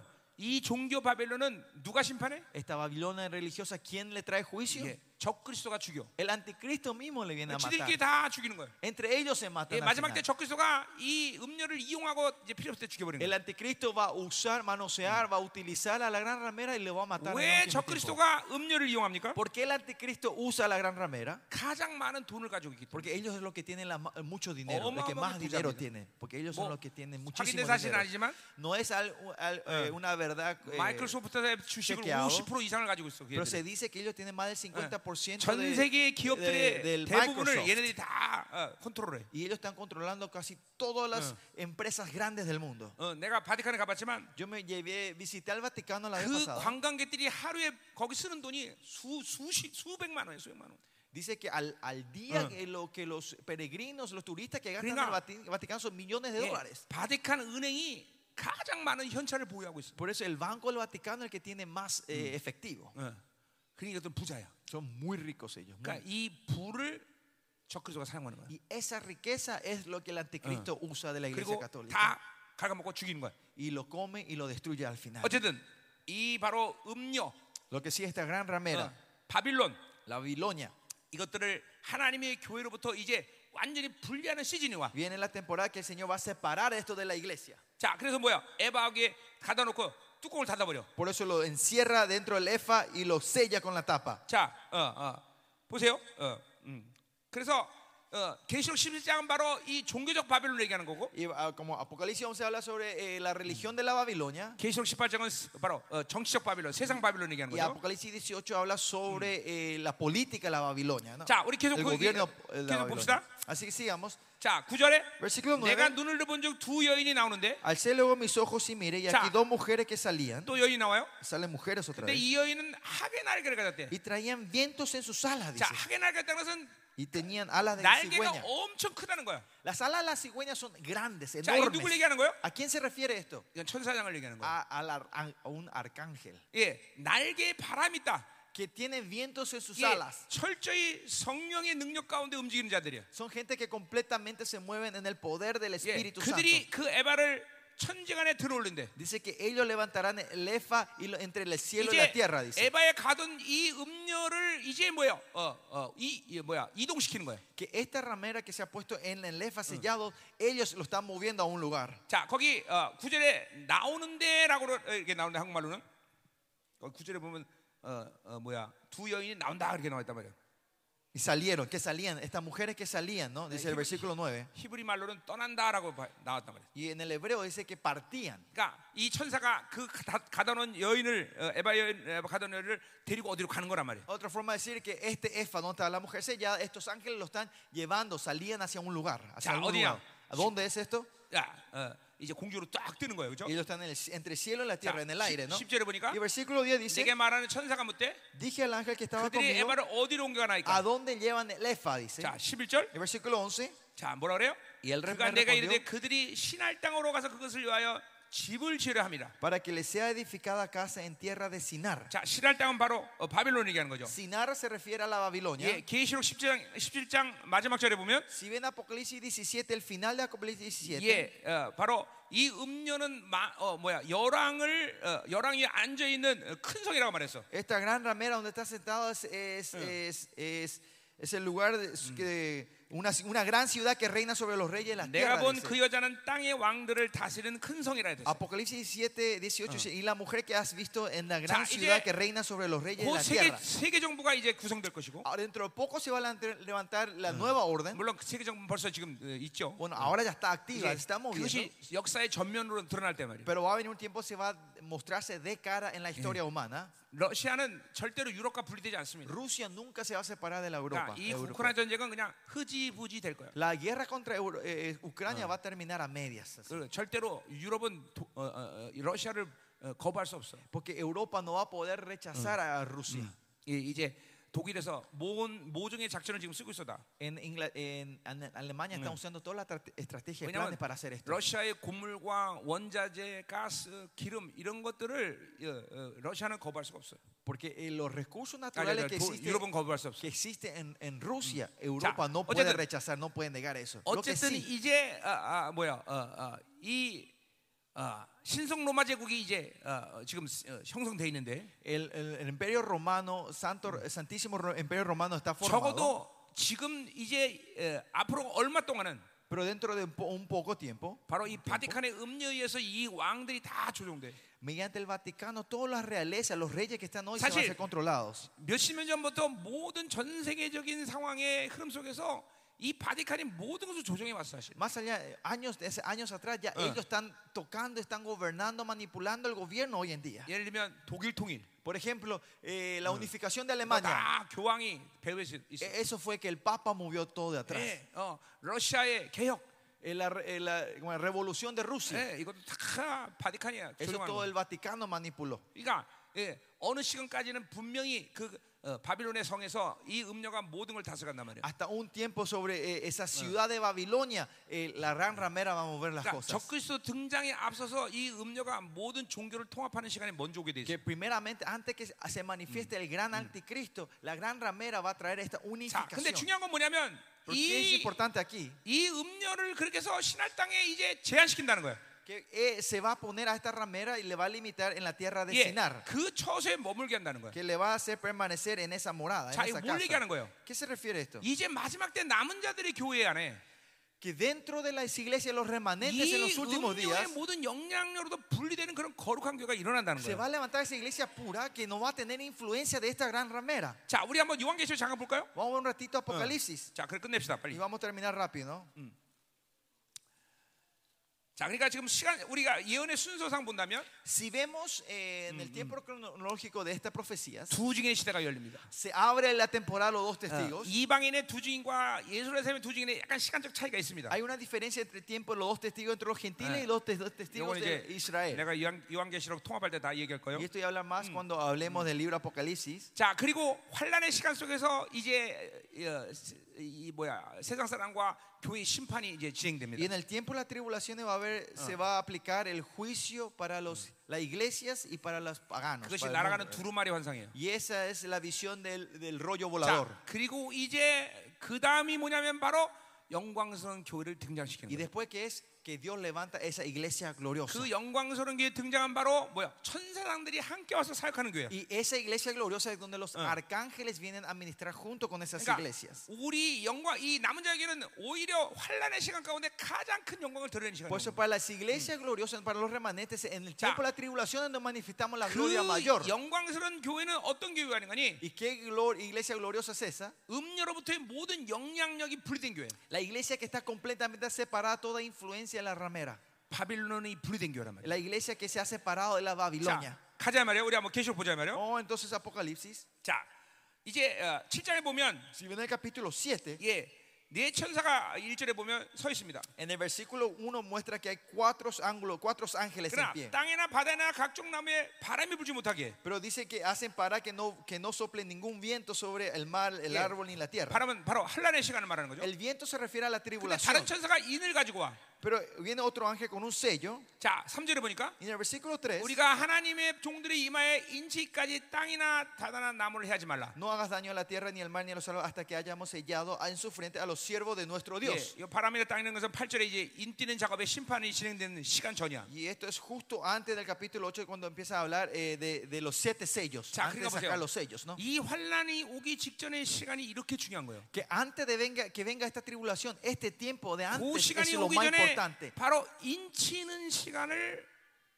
어, 이 종교 바벨론은 누가 심판해?
Esta Babilonia religiosa, ¿quién le trae juicio?
예, 적그리스도가 죽여.
El anticristo mismo le viene a matar.
지들끼리 다 죽이는 거예요.
Entre ellos se
예,
matan. al
마지막 때
final.
적그리스도가 이 음료를 이용하고 이제 필요 없을 때 죽여버리는
El
거예요.
anticristo va a usar, manosear, va a utilizar a la gran ramera y le va a matar. en el
왜
último tiempo.
적그리스도가 음료를 이용합니까?
¿Por qué el anticristo usa a la gran ramera?
가장 많은 돈을 가지고 있기 때문에.
Porque ellos son los que tienen la ma- eh, mucho dinero, los
어마어마하게
que más dinero
부자입니다.
tienen. Porque ellos son
뭐,
los que tienen muchísimo
확인된 사실은
dinero.
아니지만
No es al- u- al-
예.
eh, una verdad. eh,
마이크로소프트의 주식을
chequeado.
50% 이상을 가지고 있어.
pero
걔들이.
se dice que ellos tienen más del 50%
전
Eh, de-
세계
de-
기업들의
del
대부분을
Microsoft.
얘네들이 다 어, 컨트롤해.
Y ellos están controlando casi todas las empresas grandes del mundo.
어, 내가 바티칸에 가봤지만
Yo me llevé, visité al Vaticano la vez
그
pasada.
관광객들이 하루에 거기 쓰는 돈이 수 수십 수백만 원이에요, 수백만 원.
Dice que al, al día
Ah.
que, lo, que los peregrinos, los turistas que gastan en
Gringa.
el Vati- Vaticano son millones de
예,
dólares.
바티칸 은행이 가장 많은 현찰을 보유하고 있어.
Por eso el Banco del Vaticano es el que tiene más eh, efectivo.
어. 그러니까 좀 부자야.
Son muy ricos ellos. muy-
그러니까 이 부를 적그리스도가 사용하는 거야.
Y esa riqueza es lo que el anticristo usa de la iglesia
그리고
católica.
다 갉아먹고 죽이는 거야.
Y lo come y lo destruye al final.
어쨌든 이 바로 음료,
Lo que sí, esta gran
어,
ramera,
바빌론
la Babilonia,
이것들을 하나님의 교회로부터 이제 완전히 분리하는 시즌이 와.
viene la temporada que el Señor va a separar esto de la iglesia.
자, 그래서 뭐야? 에바에게 가다 놓고 뚜껑을 닫아 버려.
Por eso lo encierra dentro del EFA y lo sella con la tapa.
자, 어, 어. 보세요. 어, 음. 그래서 어, 계시록 17장은 바로 이 종교적 바벨론을 얘기하는 거고
Y ah, como Apocalipsis 11 habla sobre eh, la religión de la Babilonia.
계시록 18장은 바로 어, 정치적 바벨론, 세상 바벨론 얘기하는
Y
거죠.
Apocalipsis 18 habla sobre eh, la política de la Babilonia. ¿no?
자, 우리 계속
El
그 얘기-
gobierno eh, de
계속
la
봅시다.
Babilonia. Así que sigamos.
자, 9절에
Versículo
내가
9.
눈을 본 적 두 여인이 나오는데
Alcé luego mis ojos y miré, y
Ya.
aquí dos mujeres que salían.
또 여인이 나와요.
Salen mujeres otra
근데
vez.
이 여인은 하계 날개를 가졌대.
Y traían vientos en sus alas,
자,
dice.
하계 날개가 있다는 것은
Y tenían alas de
날개가
cigüeña.
엄청 크다는 거야.
Las alas de las cigüeñas son grandes,
자, 이 누굴
enormes.
얘기하는 거예요?
¿A quién se refiere esto?
이건 천사장을 얘기하는 거야.
A, al ar- a un arcángel
예, 날개에 바람이 있다.
que tiene vientos en sus
이게
alas.
철저히 성령의 능력 가운데 움직이는 자들이야.
Son gente que completamente se mueven en el poder del
예,
Espíritu Santo.
그들이 그 에바를 천지간에 들어올린대.
Dice que ellos levantarán el efa y lo- entre el cielo y
이제
la tierra, dice.
에바에 가던 이 음료를 이제 뭐야? 어, 어, 이, 이 뭐야? 이동시키는 거야.
Que esta ramera que se ha puesto en el efa sellado, ellos lo están moviendo a un lugar.
자, 거기 어, 구절에 나오는데라고 이렇게 나오는데 한국말로는 어, 구절에 보면 어, 어, 뭐야? 두 여인이 나온다 이렇게 나와 있단 말이야.
Y salieron, que salían, estas mujeres que salían, ¿no? Dice el versículo 9.
히브리 말로는 떠난다라고 봐- 나왔단 말이야.
Y en el hebreo dice que partían.
그러니까 이 천사가 그 가- 가다 놓은 여인을 어, 에바 여인 에바 가다 놓은 여인을 데리고 어디로 가는 거란 말이야.
Otra forma de decir que este efa donde está la mujer sellada, estos ángeles lo están llevando, salían hacia un lugar. Hacia
Ya,
algún
odia.
lugar. ¿A dónde es esto?
야, 어, 이제 공주로 쫙 뜨는 거예요, 그렇죠?
Ellos están en el- entre el cielo y la tierra, en el aire, ¿no?
10절에 보니까
Y versículo 10
내게
dice,
말하는 천사가 뭐 묻대
dije al ángel que estaba
그들이
conmigo,
에바를 어디로 옮겨가나이까?
¿a dónde llevan el efa? Dice.
자, 11절.
El versículo 11.
자, 뭐라 그래요?
이 엘렘
그가 내가
말을
이르되
건데요?
그들이 신할 땅으로 가서 그것을 위하여 집을 지으려 합니다.
para que le sea edificada casa en tierra de Sinar.
자, 신할 땅은 바로 어, 바빌론 얘기하는 거죠.
Sinar se refiere a la Babilonia.
예, 계시록 17장 17장 마지막 절에 보면
Si ven Apocalipsis 17, el final de Apocalipsis 17,
예, 어, 바로 이 음료는 마, 어, 뭐야? 열왕을 어, 열왕 위에 앉아 있는 큰 성이라고 말했어.
esta gran ramera donde está sentado es, es, es, es- es el lugar, de, es que- una, una gran ciudad que reina sobre los reyes de la
내가
tierra.
본
dice.
그 여자는 땅의 왕들을 다스리는 큰 성이라 했어.
Apocalipsis 17, 18, dice, y la mujer que has visto en la gran
Ya, y
ciudad
ya-
que reina sobre los reyes de
그
la
세계
tierra.
세계 정부가 이제 구성될 것이고
Ahora, dentro de poco se va a levantar- levantar la nueva orden.
물론 그 세계 정부 벌써 지금 어, 있죠.
Bueno, ahora ya está activa,
이제 네.
se está moviendo.
그것이 역사의 전면으로 드러날 때 말이에요.
Pero va a venir un tiempo se va a mostrarse de cara en la historia humana.
러시아는 절대로 유럽과 분리되지 않습니다.
Rusia nunca se va a separar de la Europa.
그러니까 이
Europa.
우크라이나 전쟁은 그냥 흐지부지 될 거예요.
La guerra contra Euro- eh, eh, Ucrania va a terminar a medias. así.
그 절대로 유럽은 도- 어, 어, 어, 이 러시아를 어, 거부할 수 없어.
Porque Europa no va a poder rechazar a Rusia.
이- 이제 독일에서 모은 모종의 작전을 지금 쓰고 있어다.
En, Ingla- en- en Alemania están usando todas las tra- estrategias y
왜냐하면
planes para hacer esto.
러시아의 곡물과 원자재, 가스, 기름 이런 것들을 어, 어, 러시아는 거부할 수가 없어요.
Porque eh, los recursos
아니, 아니,
naturales que
도-
existen,
유럽은 거부할 수 없어.
que existen en, en Rusia, Europa
Ya,
no puede
어쨌든-
rechazar, no puede negar eso. Lo que
아, 어쨌든
sí,
이제 아, 아, 뭐야 어, 어, 이 어, 신성 로마 제국이 이제 어, 어, 지금 어, 형성돼 있는데
El, el- el imperio romano, santo, santísimo ro- imperio romano está formado.
적어도 지금 이제 에, 앞으로 얼마 동안은
Pero dentro de un, po- un poco tiempo,
바로 이 바티칸의 음료에 의해서 이 왕들이 다 조종돼.
mediante el Vaticano, todas las realezas, los reyes que están hoy se van a
Sachi.
ser controlados.
몇십 년 전부터 모든 전 세계적인 상황의 흐름 속에서 이 바티칸이 모든 것을 조정해 왔어 사실.
Más allá, eh, años, desde años atrás, ya
Ah.
ellos están tocando, están gobernando, manipulando el gobierno hoy en día.
예를 들면 독일 통일.
Por ejemplo, eh, la unificación de
뭐
Alemania.
다 교황이 배후에 있어.
E- Eso fue que el Papa movió todo de atrás.
예, 어, 러시아의 개혁.
Eh, La, re- eh, la- como la revolución de Rusia.
예, 이것도 다 바티칸이야.
Eso
조정하는.
todo
거.
el Vaticano manipuló.
그러니까 예, 어느 시간까지는 분명히 그 어, 바빌론의 성에서 이 음료가 모든 걸 다스간단 말이야.
Hasta un tiempo sobre eh, esa ciudad de Babilonia, eh, la gran ramera va a mover las
그러니까
cosas.
적그리스도 등장에 앞서서 이 음료가 모든 종교를 통합하는 시간이 먼저 오게 돼 있어.
Que primeramente, antes que se manifieste el gran anticristo, la gran ramera va a traer esta
자, 근데
unificación.
중요한 건 뭐냐면
Pero ¿qué es
이,
importante aquí?
이 음료를 그렇게 해서 신할 땅에 이제 제한시킨다는 거야.
Que eh, se va a poner a esta ramera y le va a limitar en la tierra de
예,
Sinar.
그 처소에 머물게 한다는 거야.
Que le va a hacer permanecer en esa morada,
자,
en
이거
esa
뭘
casa.
얘기하는 거예요?
¿Qué se refiere esto?
이제 마지막 때 남은 자들이 교회 안에
Que dentro de las iglesias, los remanentes en
이
los últimos
음료의
días,
모든 영향력으로도 분리되는 그런 거룩한 교회가 일어난다는
se
거예요.
va a levantar esa iglesia pura que no va a tener influencia de esta gran ramera.
자, 우리 한번 요한계시록 잠깐 볼까요?
Vamos un ratito a Apocalipsis
자, 그럼 끝냅시다,
y
빨리.
vamos a terminar rápido. ¿no?
자, 그러니까 지금 시간 우리가 예언의 순서상 본다면
Si vemos eh, en el tiempo cronológico de estas profecías,
두 증인의 시대가 열립니다.
se abre la temporada los dos
Ah,
testigos.
아, 이방인의 두 증인과 예수님의 두 증인의 약간 시간적 차이가 있습니다.
Hay una diferencia entre el tiempo de los dos testigos entre los gentiles
Ah.
y los tes- dos testigos
이건
de
이제
Israel.
내가 요한, 요한계시록 통합할 때 다 얘기할 거예요.
Y esto ya habla más cuando hablemos del libro Apocalipsis.
자, 그리고 환란의 시간 속에서 이제 어, 이 뭐야 세상 사람과 교회의 심판이 이제
Y en
진행됩니다.
el tiempo de las tribulaciones va a haber, se va a aplicar el juicio para los, las iglesias y para los paganos.
그것이
para el
날아가는
mundo.
두루마리 환상이에요.
Y esa es la visión del, del rollo volador.
자, 그리고 이제 그 다음이 뭐냐면 바로 영광스러운 교회를 등장시키는
Y
거예요.
después que es que Dios levanta esa iglesia gloriosa.
그 영광스러운 교회 등장한 바로 뭐야 천사장들이 함께 와서 사역하는 교회예요.
Y esa iglesia gloriosa es donde los arcángeles vienen a ministrar junto con esas
그러니까
iglesias.
우리 영광 이 남은 자에게는 오히려 환란의 시간 가운데 가장 큰 영광을 드러내는 시간이에요.
Por eso para las iglesias gloriosas, para los remanentes, en el tiempo de la tribulación donde manifestamos la gloria mayor.
그 영광스러운 교회는 어떤 교회가 아니니
¿Y qué glor- iglesia gloriosa es esa?
음료로부터의 모든 영향력이 분리된 교회.
La iglesia que está completamente separada toda influencia de la ramera.
바빌론이 분리된 교회란 말이야.
La iglesia que se ha separado de la Babilonia.
자, 가자 말이야. 우리 한번 계시록 보자 말이야.
Oh, entonces Apocalipsis.
자, 이제 어, 7장에 보면
Si ven el capítulo 7,
예. 네 천사가 1절에 보면 서 있습니다.
en el versículo 1 muestra que hay cuatro ángulos, cuatro ángeles en
그러나
pie.
땅이나 바다나 각종 나무에 바람이 불지 못하게.
Pero dice que hacen para que no, que no sople ningún viento sobre el mar, el
예.
árbol ni la tierra.
바람은 바로 한란의 시간을 말하는 거죠.
El viento se refiere a la
근데 다른
tribulación.
천사가 인을 가지고 와.
Pero viene otro ángel con un sello.
자, 3절에 보니까
Y en el versículo 3,
우리가 하나님의 종들의 이마에 인치까지 땅이나 바다나 나무를 해하지 말라.
no hagas daño a la tierra, ni al mar, ni a los árboles, hasta que hayamos sellado en su frente a los siervos de nuestro Dios.
예, 이 바람이나 땅이라는 것은 8절에 이제 인뛰는 작업의 심판이 진행되는 시간 전이야.
Y esto es justo antes del capítulo 8, cuando empieza a hablar eh, de, de los siete sellos.
자,
Antes de
그러니까
sacar
보세요.
los sellos, ¿no?
이 환란이 오기 직전의 시간이 이렇게 중요한 거예요.
Que antes de venga, que venga esta tribulación, este tiempo
그
de antes es
시간이
lo
오기
más
전에
importante.
바로 인치는 시간을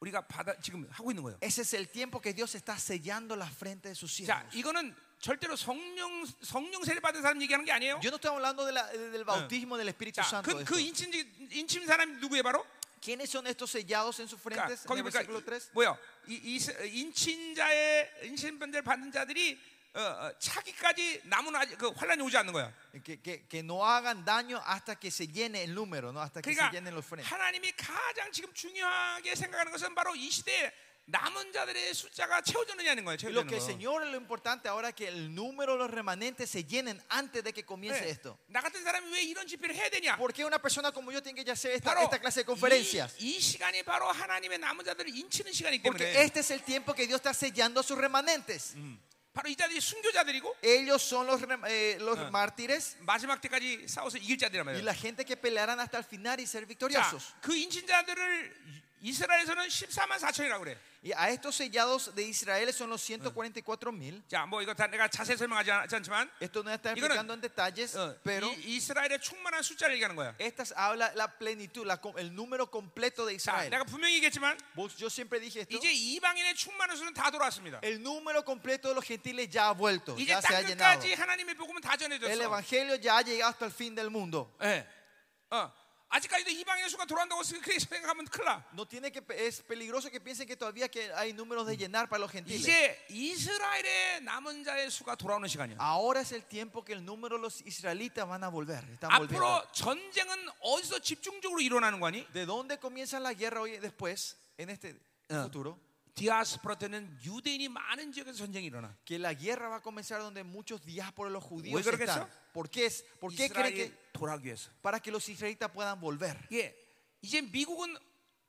우리가 받아 지금 하고 있는 거예요.
Ese es el tiempo que Dios está sellando la frente de sus siervos.
자, 이거는 절대로 성령 성령 세례 받은 사람 얘기하는 게 아니에요.
Yo no estoy hablando de la- del bautismo del Espíritu
자,
Santo.
그,
de
그
esto.
인친 인친 사람이 누구예요, 바로?
¿Quiénes son estos sellados en sus
그러니까
frentes? En
거기
el
보니까
versículo 3.
뭐야? 이, 이 인친자의 인친반들 받은 자들이 어, 어, 차기까지 남은 아직 그 환란이 오지 않는 거야.
Que, que- que no hagan daño hasta que se llene el número, ¿no? hasta que se
그러니까
llenen los frentes.
하나님이 가장 지금 중요하게 생각하는 것은 바로 이 시대에 남은 자들의 숫자가 채워지느냐는 거예요.
Y lo
채워지는
que el
거.
Señor es lo importante ahora que el número de los remanentes se llenen antes de que comience
네.
esto.
나 같은 사람이 왜 이런 집회를 해야 되냐?
¿Por qué una persona como yo tiene que hacer esta,
바로
esta clase de conferencias?
이, 이 시간이 바로 하나님의 남은 자들을 인치는 시간이기
Porque
때문에
este es el tiempo que Dios está sellando a sus remanentes.
바로 이 자들이 순교자들이고
Ellos son los, rem- eh, los mártires
마지막 때까지 싸워서 이길 자들이란
y
말이에요.
la gente que pelearán hasta el final y ser
자,
victoriosos.
그 인친자들을 이스라엘에서는 14만 4천이라고 그래.
Y a estos sellados de Israel son los 144 mil.
자, 뭐 이거 다 내가 자세히 설명하지 않- 않지만
Esto no está
이거는-
explicando en detalles,
어,
pero
이, 이스라엘의 충만한 숫자를 얘기하는 거야.
estas habla la plenitud, la com- el número completo de
자,
Israel.
내가 분명히 얘기했지만
Vos- yo siempre dije esto.
이제 이방인의 충만한 수는 다 돌아왔습니다.
El número completo de los gentiles ya ha vuelto,
이제
ya se ha llenado.
땅끝까지 하나님의 복음은 다
El
전해졌어.
evangelio ya ha llegado hasta el fin del mundo.
예. 어. 아직까지도 이방인의 수가 돌아온다고 그렇게 생각하면 큰일 나.
No tiene que es peligroso que piensen que todavía que hay números de llenar para los gentiles.
이제 이스라엘의 남은 자의 수가 돌아오는 시간이야.
Ahora es el tiempo que el número de los israelitas van a volver,
Ah,
están volviendo.
앞으로 전쟁은 어디서 집중적으로 일어나는 거니?
¿De dónde comienza la guerra hoy después en este
Ah.
futuro?
디아스포라 때는 유대인이 많은 지역에서 전쟁이 일어나.
Que la guerra va a comenzar donde muchos diásporas los
¿Oye,
judíos
creo que
están.
eso?
¿Por qué es? ¿Por qué creen que
이스라엘 돌아오기 위해서.
para que los israelitas puedan volver?
예. 이제 미국은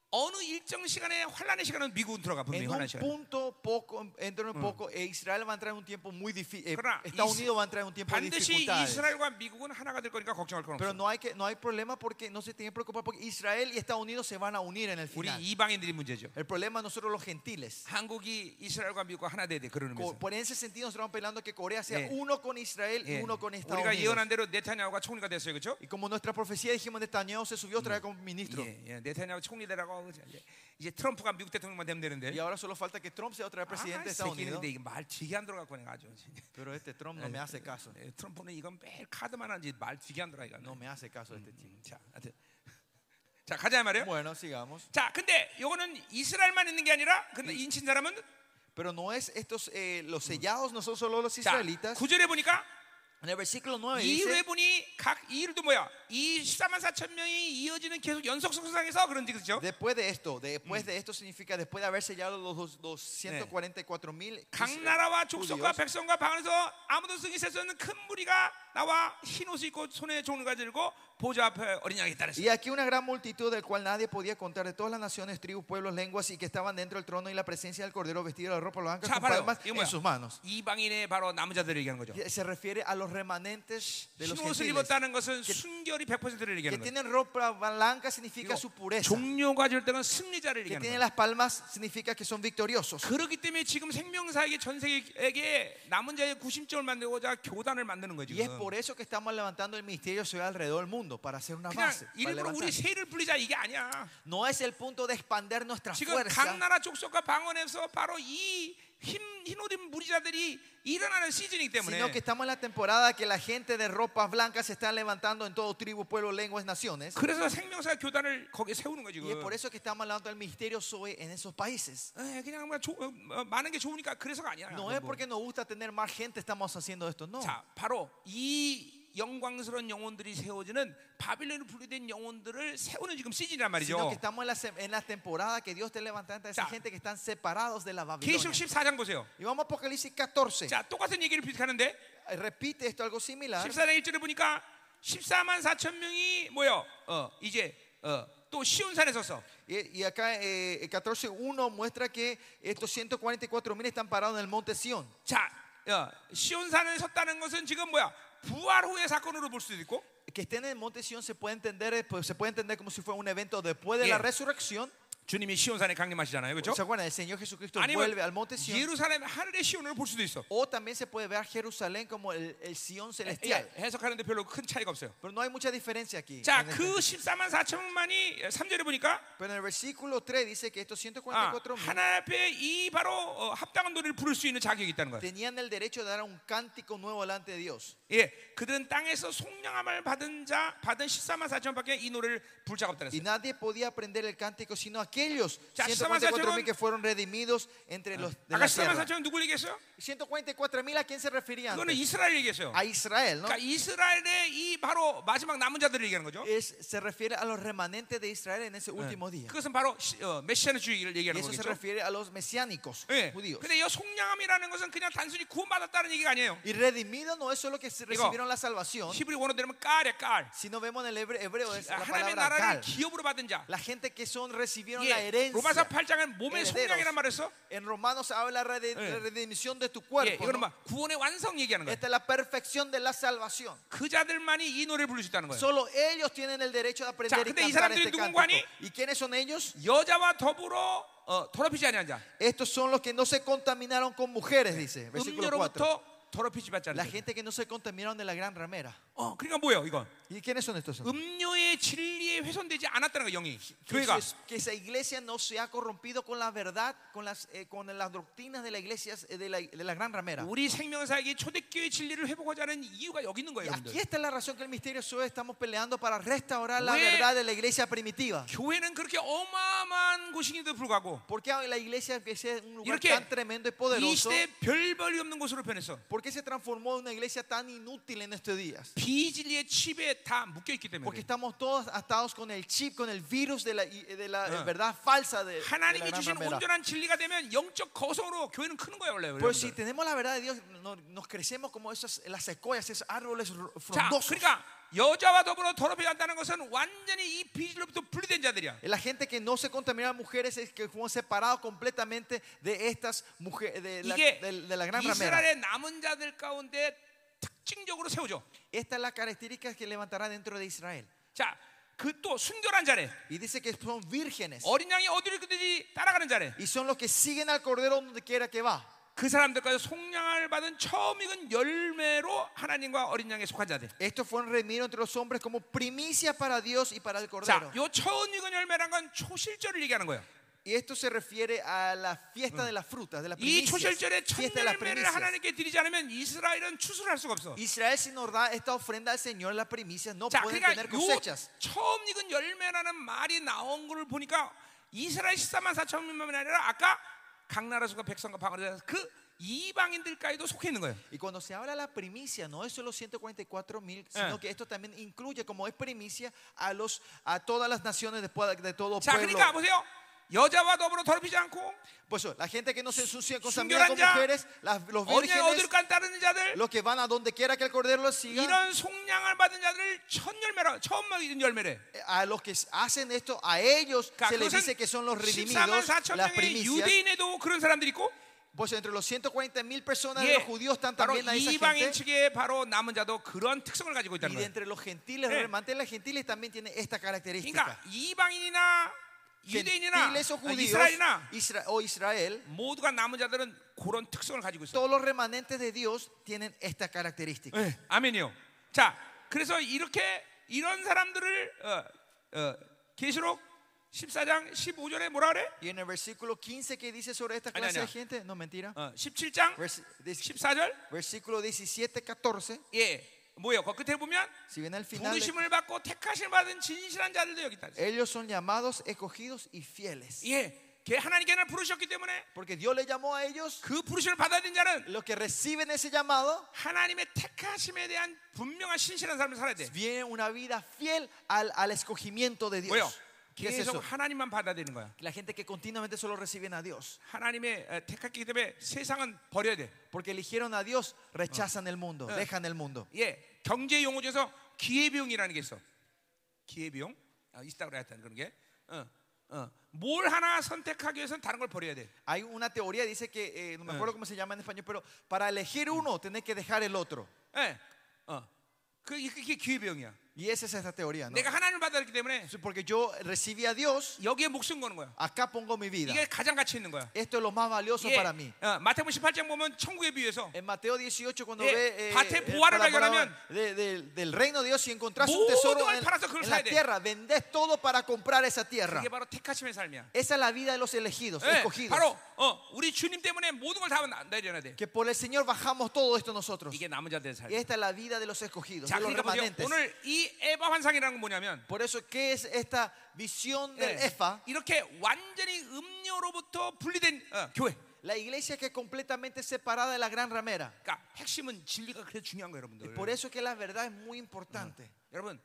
어느 일정 시간에 환란의 시간은 미국은 들어가 분명히
En un
환란 시간.
punto poco, dentro de un poco, eh, Israel va a entrar en un tiempo muy difícil.
Claro,
Estados
Is-
Unidos va a entrar en un tiempo de
반드시
dificultades.
이스라엘과 미국은 하나가 될 거니까 걱정할 건
Pero
없어.
no hay, que, no hay problema porque no se tiene que preocupar porque Israel y Estados Unidos se van a unir en el
우리
final.
이방인들이 문제죠.
El problema es nosotros los gentiles.
Ah, 한국이 이스라엘과 미국과 하나 돼야 돼 그러는
Co-
거죠.
Por ese sentido nosotros estamos pelando que Corea sea
Yeah.
uno con Israel
Eh.
y uno con Estados
우리가 예언한 대로
Unidos.
네타냐후가 총리가 됐어요, 그렇죠?
Y como nuestra profecía dijimos, Netanyahu se subió otra vez como ministro.
예, 예, 네타냐후 총리되라고 이제, 이제 트럼프가 미국 대통령만 되면 되는데.
Y ahora solo falta que Trump sea otra
Ah,
vez presidente
아,
de Estados
새끼는데
Unidos.
이게 말 되게 안 들어갖고 내가 아주.
Pero este Trump no me hace caso.
예, 트럼프는 이건 매일 카드만 하지 말 되게 안 들어 이거.
No me hace caso este chico.
자, 하여튼. 자 가자 이 말이에요.
Bueno, sigamos.
자, 근데 요거는 이스라엘만 있는 게 아니라 근데 인친 사람은
Pero no es estos, eh, los sellados no son solo los
자,
israelitas.
구절에 보니까
En el versículo
어,
9
이
dice...
회분이 각 이일도 뭐야? 이 14만 4천 명이 이어지는 계속 연속 성장해서 그런지 그렇죠?
Después de esto, después de esto significa después de haber sellado los, dos- 144 mil
각 나라와 족속과 백성과 방 안에서 아무도 승이 셀수 없는 큰 무리가 나와 흰 옷을 입고 손에 종류가 들고 보좌 앞에 어린 양이 있다는
y aquí una gran multitud del cual nadie podía contar de todas las naciones, tribus, pueblos, lenguas y que estaban dentro del trono y la presencia del cordero vestido de la ropa blanca
자,
con
바로
palmas
그 이거 뭐야?
en sus manos.
이방인의 바로 남자들을 얘기하는 거죠.
Y Se refiere a los remanentes de los
흰 옷을
gentiles.
입었다는 것은 순결이 100%를
Que
얘기하는 거예요.
tienen ropa blanca significa su pureza.
종료가 될 때는 승리자를
Que
얘기하는 거예요.
tienen las palmas significa que son victoriosos.
그렇기 때문에 지금 생명사에게 전 세계에게 남은 자의 구심점을 만들고자 교단을 만드는 거지.
Y es por eso que estamos levantando el ministerio ciudad alrededor del mundo para hacer una
그냥
base. para
일부러
levantar.
우리 세를 불리자 이게 아니야.
No es el punto de expandir nuestra
지금
fuerza.
각 나라 족속과 방언에서 바로 이흰흰옷입 무리자들이 일어나는 시즌이기
sino
때문에
que estamos en la temporada que la gente de ropas blancas se está levantando en todo tribu, pueblo, lenguas, naciones.
그래서 생명사 교단을 거기에 세우는 거지.
Y es por eso que estamos hablando del ministerio Zoe en esos países.
에, 그냥 뭐 조- 어, 어, 많은 게 좋으니까 그래서가 아니야.
No es porque nos gusta tener más gente, estamos haciendo esto, no.
자, 바로 이 영광스러운 영혼들이 세워지는 바빌론으로 분리된 영혼들을 세우는 지금 시즌이란
Sino
말이죠.
que estamos en la, se- en la temporada que Dios te levantando a esa
자.
gente que están separados de la
계시록
Babilonia.
14장 보세요.
Y vamos a Apocalipsis 14.
자, 똑같은 얘기를 비슷하는데
Repite esto algo similar.
14장 1절에 보니까 14만 4천 명이 뭐요? 어, 이제 어, 또 시온산에 섰어.
Y, y acá eh, 14.1 muestra que estos 144 mil están parados en el monte Sión.
자, 어, 시온산에 섰다는 것은 지금 뭐야? 부활 후의 사건으로 볼 수도 있고,
que estén en el monte Sión se puede entender eh, pues, se puede entender como si fuera un evento después de
Yeah.
la resurrección
주님이 시온산에 강림하시잖아요,
se
그렇죠? 뭐
acuerdan el Señor Jesucristo
아니면
vuelve al monte Sión
예루살렘 하늘의 시온으로 볼 수도 있어.
o también se puede ver a Jerusalén como el, el Sión
예,
celestial
해석하는데 별로 큰 차이가 없어요.
pero no hay mucha diferencia aquí
자,
en el-
그 14만 4천만이 3절에 보니까
pero en el versículo 3 dice que estos
아,
144 mil
하나 앞에 이 바로 어, 합당한 노래를 부를 수 있는 자격이 있다는 거예요.
tenían el derecho de dar un cántico nuevo delante de Dios
예, 그들은 땅에서 속량함을 받은 자 받은 14만 4천밖에 이 노래를 부를 자가 없다는
y
거예요.
nadie podía aprender el cántico sino aquellos
Ya,
144
14,000
mil que fueron redimidos entre los de
아까
la
14만
tierra
4천 누굴 얘기했어요?
144 mil a quién se refería
그거는
antes?
네, 이스라엘 얘기했어요.
a Israel ¿no?
그러니까 이스라엘의 이 바로 마지막 남은 자들을 얘기하는 거죠. 네.
es- se refiere a los remanentes de Israel en ese último día.
그것은 바로 시- 어, 메시아주의를
Y
얘기하는
eso se
거겠죠.
refiere a los mesiánicos
예.
judíos.
근데 이 속량함이라는 것은 그냥 단순히 구원받았다는 얘기가 아니에요.
Y redimido no es solo que se recibieron la salvación,
히브리 원어대로면 깔에 깔.
sino vemos en el hebre- hebreo es la
하나님의
palabra
나라를
gal,
기업으로 받은 자.
la gente que son recibieron la
예, 로마서
herencia.
8장은 몸의
herederos.
속량이란 말했어.
En Romanos habla de
Eh.
redención de tu
예,
cuerpo.
이거는
¿no?
막 구원의 완성 얘기하는 거야.
Esta es la perfección de la salvación.
그 자들만이 이 노래를 부를 수 있다는 거야.
Solo ellos tienen el derecho de
자,
aprender y
근데 이
cantar
사람들이
este
누군가
cántico.
아니?
¿Y quiénes son ellos?
여자와 더불어 어, 더럽히지 아니한 자.
Estos son los que no se contaminaron con mujeres, dice. Versículo 4.
음료로부터 더럽히지 않지
La
않는 자.
gente que no se contaminaron de la gran ramera.
어, 그러니까 뭐예요, 이건?
¿Y quiénes son estos?
음료의 진리에 훼손되지 않았다는 거 영이.
Que,
교회가
su- que esa iglesia no se ha corrompido con la verdad, con las, eh, con las doctrinas de la iglesia eh, de la, de la gran ramera.
우리 생명사에게 초대교회 진리를 회복하자는 이유가 여기 있는
Y
거예요,
aquí
여러분들.
está la razón que el misterio suave estamos peleando para restaurar la
Ué.
verdad de la iglesia primitiva.
교회는 그렇게 어마어마한 곳인데도 불구하고
Porque la iglesia que sea un lugar
이렇게
tan tremendo y
이
poderoso,
시대 별벌이 없는 곳으로 변했어.
¿por qué se transformó en una iglesia tan inútil en estos días?
비진리의 칩에 다 묶여 있기 때문에.
Porque
그래.
estamos todos atados con el chip, con el virus de la, eh, de la
Ah.
verdad falsa de, de la
하나님이
gran
주시는
ramera.
온전한 진리가 되면 영적 거성으로 교회는 크는 거예요, 원래.
Pero si
여러분들.
tenemos la verdad de Dios, no- nos crecemos como esas, las secuoyas, esos árboles ro-
자,
frondosos.
그러니까 여자와 더불어 더럽혀야 한다는 것은 완전히 이 비질로부터 분리된 자들이야.
La gente que no se contamina a mujeres es que fueron separados completamente de estas mujeres, de la,
이게
de- de la gran ramera.
이스라엘의 남은 자들 가운데 특징적으로 세워져.
Esta es la característica que levantará dentro de Israel.
자, 그 또 순결한 자래.
Y dice que son vírgenes.
어린 양이 어디로든지 따라가는 자래.
Y son los que siguen al cordero donde quiera que va.
그 사람들까지 속량을 받은 처음 익은 열매로 하나님과 어린 양에 속한 자들.
Estos fueron redimidos entre los hombres como primicia para Dios y para el cordero.
자, 요 처음 익은 열매란 건 초실절을 얘기하는 거예요.
Y esto se refiere a la fiesta de las frutas, de las
이
primicias.
초실절의 첫
Fiesta de las
열매를
primicias.
하나님께 드리지 않으면 이스라엘은 추수를 할 수가 없어.
Israel si nos da esta ofrenda al Señor, las primicias, no
자,
pueden
그러니까 요
tener cosechas.
처음 익은 열매라는 말이 나온 걸 보니까 이스라엘 14만 4천 명만이 아니라 아까 각 나라 수가 백성과 방언에서 그 이방인들까지도 속해 있는 거예요.
Y cuando se habla de la primicia, no es solo 144 mil, sino
Eh.
que esto también incluye como es primicia a, los, a todas las naciones después de todo
자,
pueblo.
그러니까 보세요. 여자와 더불어 더럽히지 않고
Pues eso, la gente que no se ensucia con
순결한
con
자,
mujeres, las- los
어디냐
vírgenes,
어디로 간 따르는 자들
los que van a donde quiera que el cordero los siga,
이런 속량을 받은 자들을 첫 열매라 처음 먹은 열매래.
a los que hacen esto, a ellos
그러니까
se les
그것은
dice que son los
14만
redimidos,
4천
las
명의
primicias.
유대인에도 그런 사람들이 있고
Pues entre los 140 mil personas de
예,
los judíos están
바로
también a esa
이방인
gente.
측에 바로 남은 자도 그런 특성을 가지고
Y
있다는
de
거예요.
entre los gentiles,
Eh.
realmente los gentiles también tienen esta
그러니까
característica.
이방인이나
그
유대인이나
Gentiles o
아,
judíos
이스라엘이나
Isra- o Israel,
모두가 남은 자들은 그런 특성을 가지고 있어요.
todos los remanentes de Dios tienen esta característica.
예, 아멘이요. 자, 그래서 이렇게 이런 사람들을 어, 어, 계시록 14장 15절에 뭐라 그래?
Y en el versículo 15 que dice sobre esta
Aña,
clase de
aña.
gente, no mentira.
어, 17장
Versi- dis-
14절.
Versículo 17, 14.
예. 뭐예요? 그 끝에 보면
Si bien al final,
부르심을 받고 택하심을 받은 진실한 자들도 여기 있다.
ellos son llamados, escogidos y fieles.
예. 걔 하나님께 나 부르셨기 때문에
Porque Dios le llamó a ellos.
그 부르심을 받아들인 자는
Los que reciben ese llamado
하나님의 택하심에 대한 분명한 신실한 삶을 살아야 돼.
viene una vida fiel al, al escogimiento de
뭐예요?
Dios. ¿Qué es
계속
eso?
하나님만 받아들이는 거야.
La gente que continuamente solo reciben a Dios.
하나님의 어, 택했기 때문에 세상은 버려야 돼.
Porque eligieron a Dios, rechazan el mundo,
Eh.
dejan el mundo.
예, 경제 용어 중에서 기회비용이라는 게 있어. 기회비용 아, 있다고 그랬다 그런 게. 어, 어. 뭘 하나 선택하기 위해서는 다른 걸 버려야 돼.
Hay una teoría, dice que, eh, no me acuerdo cómo se llama en español, pero para elegir uno tenés que dejar el otro.
예, 어, 그 이- 그게 기회비용이야.
Y esa es esta teoría, ¿no?
내가 하나님을 받았기 때문에
Porque yo recibí a Dios,
여기에 목숨 거는 거야.
acá pongo mi vida.
이게 가장 가치 있는 거야.
Esto es lo más valioso
예,
para mí.
어, 마태복음 18장 보면 천국에 비해서
En Mateo 18, cuando
예,
ve eh,
밭의
el
보화를
parábola
발견하면
de- de- del reino de Dios, si encontrás un
모든
tesoro
걸
en,
팔아서 그걸
en la
사야 돼.
tierra, vendés todo para comprar esa tierra.
이게 바로 택하심의 삶이야.
Esa es la vida de los elegidos,
예,
escogidos.
바로 어, 우리 주님 때문에 모든 걸 다 내려놔야 돼.
Que por el Señor bajamos todo esto nosotros.
이게 남은 자들의 삶.
Y esta es la vida de los escogidos,
자,
de los
그러니까 보세요.
remanentes.
예, 오늘 이 에바 환상이라는 건 뭐냐면
Por eso, ¿qué es esta visión del
예,
EFA?
이렇게 완전히 음료로부터 분리된 어, 교회.
La iglesia que es completamente separada de la gran ramera.
그러니까 핵심은 진리가 그래서 중요한 거예요, 여러분들.
Mm. Por eso que la verdad es muy importante.
여러분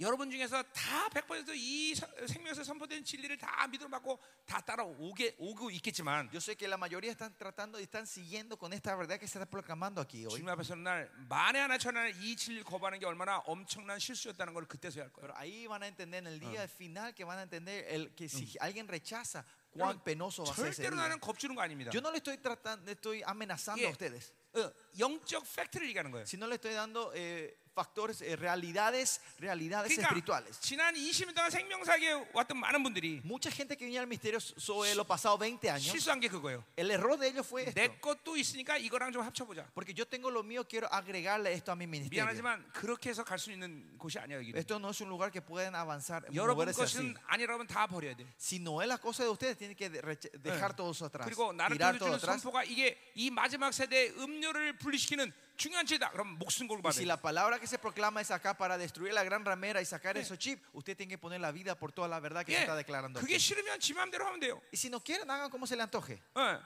여러분 중에서 다 100%이 생명에서 선포된 진리를 다 믿음을 받고 다 따라오게 오고 있겠지만
Yo sé que la mayoría están tratando y están siguiendo con esta verdad que se está proclamando aquí hoy.
주님 앞에 서는 날 만에 하나 천하를 이 진리를 거부하는 게 얼마나 엄청난 실수였다는 걸 그때서야 할 거예요.
Pero ahí van a entender en el día final que van a entender el, que si alguien rechaza, cuán penoso va a ser ese
절대로
día.
나는 겁주는 거 아닙니다.
Yo no le estoy tratando, estoy amenazando
Yeah.
a ustedes,
어, 영적 팩트를 얘기하는 거예요.
sino le estoy dando eh, factores, eh, realidades, realidades
그러니까
espirituales.
지난 20년 동안 생명사에 왔던 많은 분들이
Mucha gente que venía al misterio sobre los pasados 20 años,
실수한 게 그거예요. 네.
el error de ellos fue esto.
내 것도 있으니까 이거랑 좀 합쳐보자.
Porque yo tengo lo mío, quiero agregarle esto a mi
네,
ministerio.
미안하지만 그렇게 해서 갈 수 있는 곳이 아니야 여기.
Esto no es un lugar que pueden avanzar,
여러분
moverse así.
것은 아니라면 다 버려야 돼.
Si no es la cosa de ustedes, tienen que de- reche- dejar todo eso atrás.
그리고 나를
Tirar todo
통해주는
atrás.
선포가 이게 이 마지막 세대의 음료를 분리시키는 중요한 죄다. 그럼 목숨 걸고
Y si
받아야
la palabra que se proclama es acá para destruir la gran ramera y sacar
Sí.
esos chips, usted tiene que poner la vida por toda la verdad que
돼. 예,
se está declarando.
그게
aquí.
싫으면 지 마음대로 하면 돼요.
Y si no quieren, hagan como se le antoje.
예.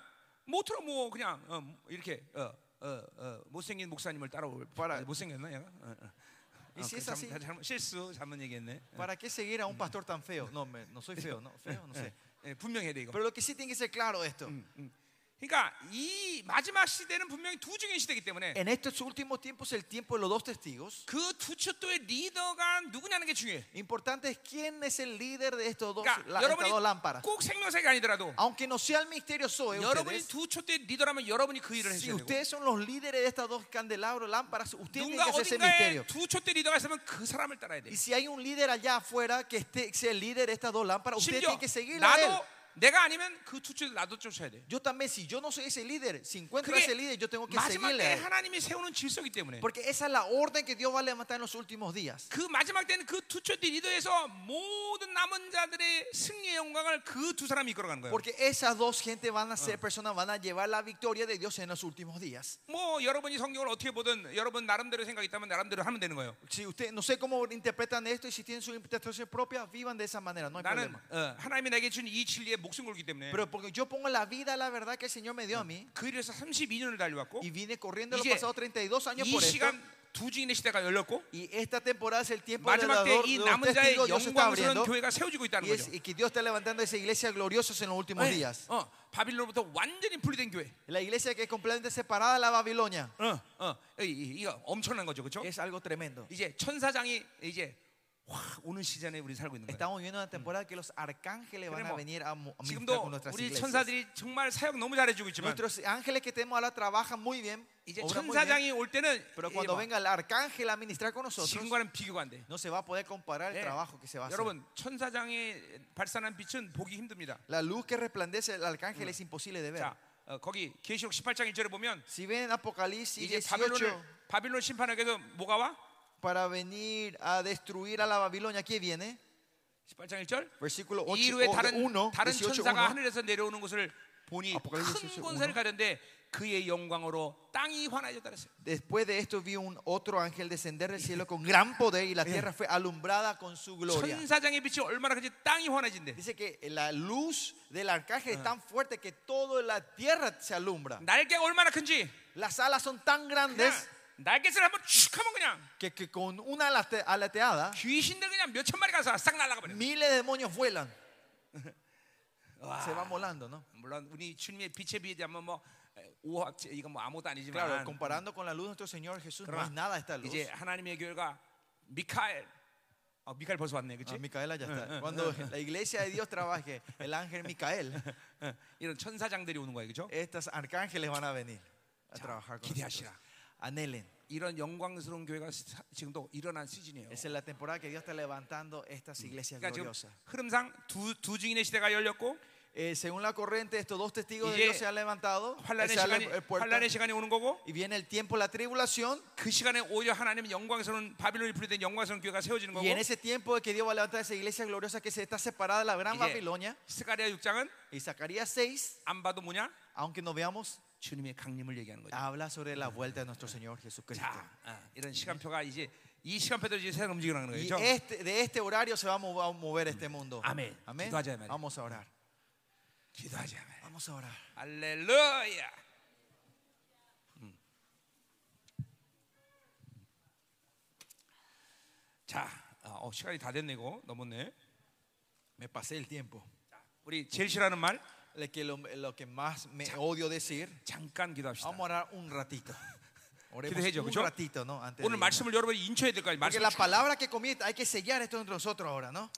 못으로 뭐 그냥 어, 이렇게 어, 어, 어, 못생긴 목사님을 따라올
봐라.
못생겼나 얘가? 어, 어.
이
어, 그
CSRC?
잘못- 잘못- 실수 잘못 얘기했네. 어.
¿Para qué seguir a un pastor tan feo? No, me- no soy feo, no, feo, no sé.
예, 분명해야 돼 이거.
Pero lo que sí tiene que ser claro esto.
그러니까 이 마지막 시대는 분명히 두 증인 시대이기 때문에
En estos últimos tiempos, el tiempo de los dos testigos,
그 두 척도의 리더가 누구냐는 게 중요해.
importante es quién es el líder de estos dos,
그러니까
la- estas dos
여러분이
lámparas.
꼭 생명사가 아니더라도
Aunque no sea el misterio Zoe,
여러분이
ustedes,
두 척도의 리더라면 여러분이 그 일을
si
해야 되고
ustedes son los líderes de estas dos candelabros, lámparas, ustedes tienen
누군가
que hacer ese misterio.
어딘가에 두 척도의 리더가 있으면 그 사람을 따라야 돼.
Y si hay un líder allá afuera que esté, sea el líder de estas dos lámparas, usted
심지어
tiene que seguirlo a él.
나도 내가 아니면 그 두 척도 나도 쫓아야 돼.
Yo también, si yo no soy ese líder, si encuentro
그게
a ese líder, yo tengo que
마지막에
seguirle a él.
하나님이 세우는 질서이기 때문에
Porque esa es la orden que Dios va a levantar en los últimos días.
그 마지막 때는 그 두 척도의 리더에서 모든 남은 자들의 승리의 영광을 그 두 사람이 이끌어가는 거예요.
Porque esas dos gente van a ser personas, van a llevar la victoria de Dios en los últimos días.
뭐 여러분이 성경을 어떻게 보든 여러분 나름대로 생각이 있다면 나름대로 하면 되는 거예요.
Si usted, no sé cómo interpretan esto y si tienen su interpretación propia, vivan de esa manera, no hay
나는
problema.
어, 하나님이 내게 준 이 진리에 목숨 걸기 때문에
Pero porque yo pongo la vida a la verdad que el Señor me dio a mí
그 일에서 32년을 달려왔고
y vine corriendo los
이제
pasados 32 años
이
por esto.
시간 두 증인의 시대가 열렸고
Y esta temporada es el tiempo de
마지막
la-
때
los,
이
los
남은 자의
testigos, Dios está
영광스러운
abriendo.
교회가 세워지고 있다는
Y, es-
거죠.
y que Dios está levantando esa iglesia gloriosa en los últimos
네.
días.
어, 바빌론으로부터 완전히 분리된 교회.
La iglesia que es completamente separada de la Babilonia.
어, 어, 이, 이, 이거 엄청난 거죠, 그렇죠?
Es algo tremendo.
이제 천사장이 이제 확 오는 시즌에 우리 살고 있는 거예요.
Estamos viviendo una temporada que los arcángeles van a
Tenemos-
venir a mo- a
지금도
ministrar con nuestras
우리
iglesias.
천사들이 정말 사역 너무 잘해주고 있지만
Nuestros ángeles que tenemos ahora trabajan muy bien.
이제
obran muy bien,
천사장이 올 때는
pero
이게
cuando
막
venga el arcángel a ministrar con nosotros,
지금과는 비교가 안 돼.
no se va a poder comparar el
예.
trabajo que se va a hacer.
여러분 천사장의 발산한 빛은 보기 힘듭니다.
La luz que resplandece el arcángel es imposible de ver.
자 어, 거기 계시록 18장 1절에 보면
Si ven Apocalipsis
이제
18
바빌론을 바빌론 심판하게도 뭐가 와?
para venir a destruir a la Babilonia, ¿qué viene?
18장 1절.
Versículo
이
8,
이후에 다른
1,
다른
18,
천사가
1.
하늘에서 내려오는 것을 보니
아포칼립스
큰
18,
권세를
오나?
가졌는데 그의 영광으로 땅이 환하였다 그랬어요.
Después de esto vi un otro ángel descender del cielo con gran poder y la tierra fue alumbrada con su gloria.
천사장의 빛이 얼마나 큰지 땅이 환해진대.
Dice que la luz del arcángel es tan fuerte que toda la tierra se alumbra.
날개가 얼마나 큰지
Las alas son tan
그냥
grandes
날개를 한번 쭉 하면 그냥
que, que con una alate- alateada
귀신들 그냥 몇 천 마리 가서 싹 날아가 버려.
miles de demonios vuelan. Se van volando, ¿no?
물론 우리 주님의 빛에 비하면 뭐 에, 오합 이건 뭐 아무것도 아니지만
Claro, 뭐 comparando con la luz de nuestro Señor Jesús, no
그러나
es nada esta luz.
이제 하나님의 교회가 미카엘 아, 미카엘 벌써 왔네
Ah,
그치?
Micaela ya está. Cuando la iglesia de Dios trabaje, el ángel Micael,
어, 이런 천사장들이 오는 거예요 그죠?
estos arcángeles van a venir a
자,
trabajar con nosotros.
기대하시라
Anhelen.
이런 영광스러운 교회가 시- 사- 지금도 일어난 시즌이에요
Esa es la temporada que Dios está levantando estas iglesias
그러니까 지금
gloriosas.
흐름상 두, 두 증인의 시대가 열렸고
Eh, según la corriente, estos dos testigos de
이제
Dios se han levantado.
환란의
se abre
시간이,
el puerto,
환란의 시간이 오는 거고
y viene el tiempo, la tribulación.
그 시간에 오히려 하나님 영광스러운 바빌론이 분리된 영광스러운 교회가 세워지는 거고
Y en ese tiempo que Dios va a levantar esa iglesia gloriosa que se está separada de la gran
이제
Babilonia.
스가랴 6장은
Y Zacarías 6,
안 봐도 뭐냐?
aunque no veamos,
주님의 강림을 얘기하는 거죠
habla sobre la vuelta de nuestro Señor Jesucristo.
자, 아, 이런 시간표가 이제 이 시간표도 이제 세상 움직이는 거예요
Y
그죠?
este- de este horario se va a mo- va a mover este mundo.
Amén.
Amén.
Gido하자, 말이야.
Vamos a orar.
기도하자
Vamos a orar.
할렐루야 음. 자 아, 어, 시간이 다 됐네 이거 넘었네.
Me pasé el tiempo.
우리 제일 싫어하는 말
Lo que, lo, lo que más me odio decir,
잠깐 기도합시다.
vamos a orar un ratito. Oremos
Gidejo,
un
¿yo?
ratito, ¿no? Antes de
오늘
irnos.
말씀을 여러분이 인쳐야 될 거예요.
Porque
말씀
la palabra que comienza, hay que sellar esto entre nosotros ahora, ¿no?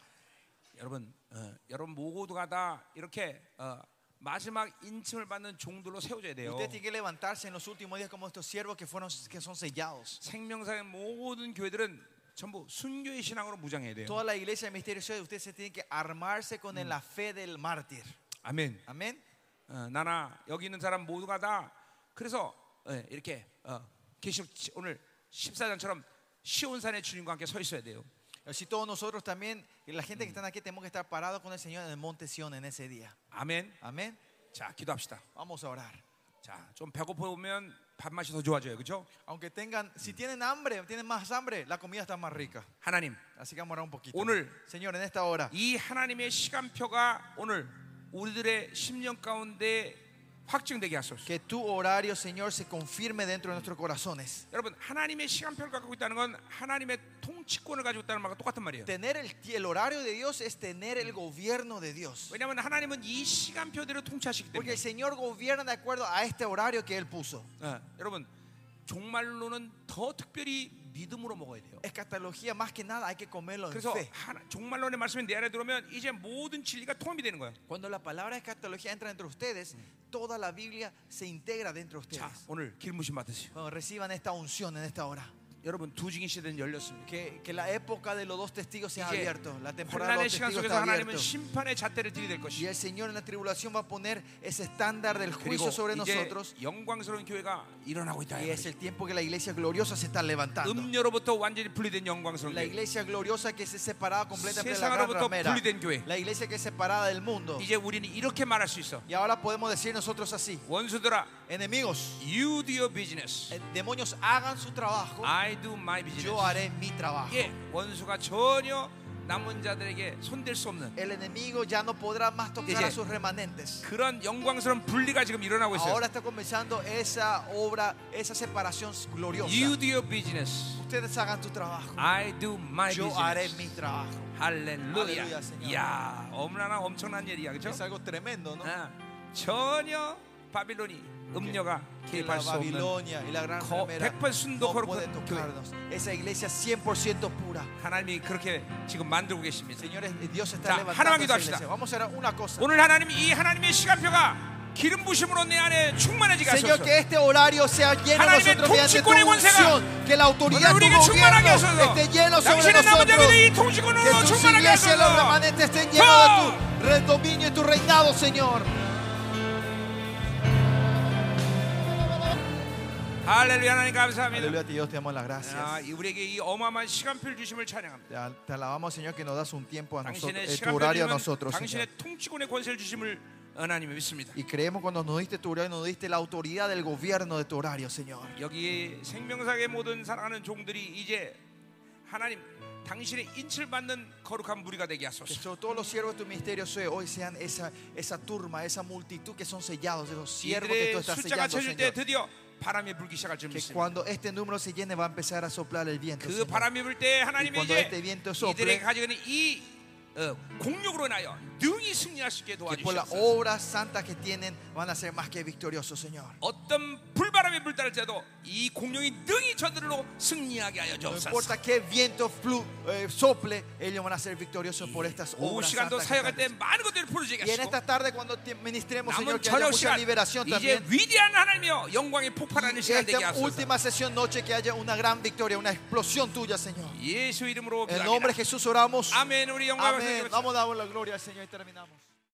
여러분, 어, 여러분 모두가 다 이렇게 어, 마지막 인침을 받는 종들로 세워져야 돼요.
Usted tiene que levantarse en los últimos días como estos siervos que, fueron, que son sellados.
생명상의 모든 교회들은 전부 순교의 신앙으로 무장해야 돼요.
Toda la iglesia del misterio de usted se tiene que armarse con
Mm.
la fe del mártir.
아멘.
Amén.
어, 나나 여기 있는 사람 모두가 다 그래서 예, 이렇게 어, 계시 오늘 14장처럼 시온산의 주님과 함께 서 있어야 돼요.
Así todos nosotros también, y la gente que
Mm.
están aquí, tenemos que estar parados con el Señor en el monte Sión en ese día.
아멘.
Amén.
자, 기도합시다.
Vamos a orar.
자, 좀 배고파 보면 밥맛이 더 좋아져요. 그렇죠?
Aunque tengan, si
Mm.
tienen hambre, tienen más hambre, la comida está más rica.
하나님,
Así que vamos a orar un poquito.
O늘-
Señor, en esta hora,
이 하나님의 시간표가 오늘 우리들의 심령 가운데 확증되게 하소서.
que tu horario, Señor, se confirme dentro de nuestros corazones.
여러분, 하나님의 시간표를 갖고 있다는 건 하나님의 통치권을 가지고 있다는 말과 똑같은 말이에요.
Tener el, ti- el horario de Dios es tener el gobierno de Dios.
왜냐하면 하나님은 이 시간표대로 통치하시기
Porque
때문에.
el Señor gobierna de acuerdo a este horario que Él puso.
어, 여러분 종말로는 더 특별히 믿음으로 먹어야 돼요.
Escatología, más que nada, hay que comerlo en
그래서
fe.
하나, 종말론의 말씀이 내 안에 들어오면 이제 모든 진리가 통합이 되는 거야.
Cuando la palabra escatología entra entre ustedes, toda la Biblia se integra dentro de
자
ustedes.
오늘 길무신 받으세요.
Bueno, reciban esta unción en esta hora.
여러분 두 증인 시대는 열렸습니다. 아,
Que, que la época de los dos testigos se ha
이제
abierto. La temporada
혼란의
de los
시간
testigos
속에서
está
하나님은
abierta.
심판의 잣대를 들이댈
Y
것이.
el Señor en la tribulación va a poner ese estándar del
그리고
juicio sobre
이제
nosotros.
영광스러운 교회가 일어나고 있다.
Y es el tiempo que la iglesia gloriosa se está levantando.
음료로부터 완전히 분리된 영광스러운
La
교회.
iglesia gloriosa que se separaba completamente de la gran
세상으로부터
ramera.
분리된 교회.
La iglesia que es separada del mundo.
이제 우리는 이렇게 말할 수 있어.
Y ahora podemos decir nosotros así:
원수들아,
Enemigos,
you do your business,
eh, demonios, hagan su trabajo.
I do my business.
Yo haré mi trabajo.
예, 원수가 전혀 남은 자들에게 손댈 수 없는
El enemigo ya no podrá más tocar
이제
a sus remanentes.
그런 영광스러운 분리가 지금 일어나고 있어요.
Ahora está comenzando esa obra, esa separación gloriosa.
You do your business.
Ustedes hagan tu trabajo.
I do my
Yo haré mi
business.
trabajo.
할렐루야.
할렐루야, Señor.
야, 엄나나 엄청난 일이야, 그죠
Es algo tremendo, ¿no?
아, 전혀 바빌론이 음료가
Que
개입할
la
수 없는
Babilonia y la gran
거-
ramera
100%
no puede
거룩한
tocarnos. Esa iglesia 100% pura.
하나님이 그렇게 지금 만들고 계십니다.
Señores, eh, Dios
자,
está
하나만
levantando esa
기도합시다.
iglesia. Vamos a hacer una cosa.
오늘 하나님 이 하나님의 시간표가 기름 부심으로 내 안에 충만해지게
Señor,
하소서.
que este horario sea lleno de
하나님의
nosotros mediante tu
통치권의 권세가
unción, que la autoridad
오늘
de
우리에게
tu
충만하게
gobierno
하소서.
esté lleno sobre
당신의 남은
nosotros.
자들이 이
Que
통치권으로
tus
충만하게
iglesias, los
하소서.
remanentes estén llenos de tu re- dominio y tu reinado, Señor.
할렐루야 하나님 감사합니다.
Aleluya, a ti, Dios, te damos las
아,
gracias.
이 우리에게 이 어마어마한 시간표를 주심을 찬양합니다.
Te al- Te alabamos, Señor, que nos das un tiempo a nosotros,
당신의
eh, tu horario a
시간표는
nosotros, Señor.
당신의 통치권의 권세를 주심을 하나님 믿습니다.
Y creemos cuando nos diste tu horario, nos diste la autoridad del gobierno de tu horario, Señor.
여기 생명사의 모든 사랑하는 종들이 이제 하나님 당신의 인치를 받는 거룩한 무리가 되게
Que
하소서.
sobre todos los siervos de tu ministerio se- hoy sean esa, esa turma, esa multitud que son sellados, de los siervos que tú
이들의
estás
숫자가
sellando,
쳐질 때
Señor.
드디어 바람이 불기 시작할 줄
Que
믿습니다.
cuando este número se llene va a empezar a soplar el viento.
그
Señor.
바람이 불 때 하나님이
cuando este
이제
viento
이들에게
sople,
가지고 있는 이 어, 공력으로 나여 능히 승리할 수 있게
que por las
도와주시옵소서.
obras santas que tienen van a ser más que victoriosos, Señor.
어떤 불바람이 불달지라도 이 공룡이 능히 저들로 승리하게 하여
No
주옵소서.
importa qué viento flu- eh, sople, ellos van a ser victoriosos por estas
오후
obras
시간도
santas. que
사역할 때
están-
많은 것들을 풀어주게
Y en
하시고
esta tarde cuando te- ministremos, Señor,
남은
que haya
저녁 시간
mucha liberación
이제
también.
위대한 하나님이여 영광이 폭발하는
Y
시간 되게
esta
하소서.
última sesión noche que haya una gran victoria, una explosión tuya, Señor.
예수 이름으로
En el
기도합니다.
nombre de Jesús oramos.
아멘 우리 영광을 돌립니다.
Amén. Vamos a dar la gloria al Señor y terminamos.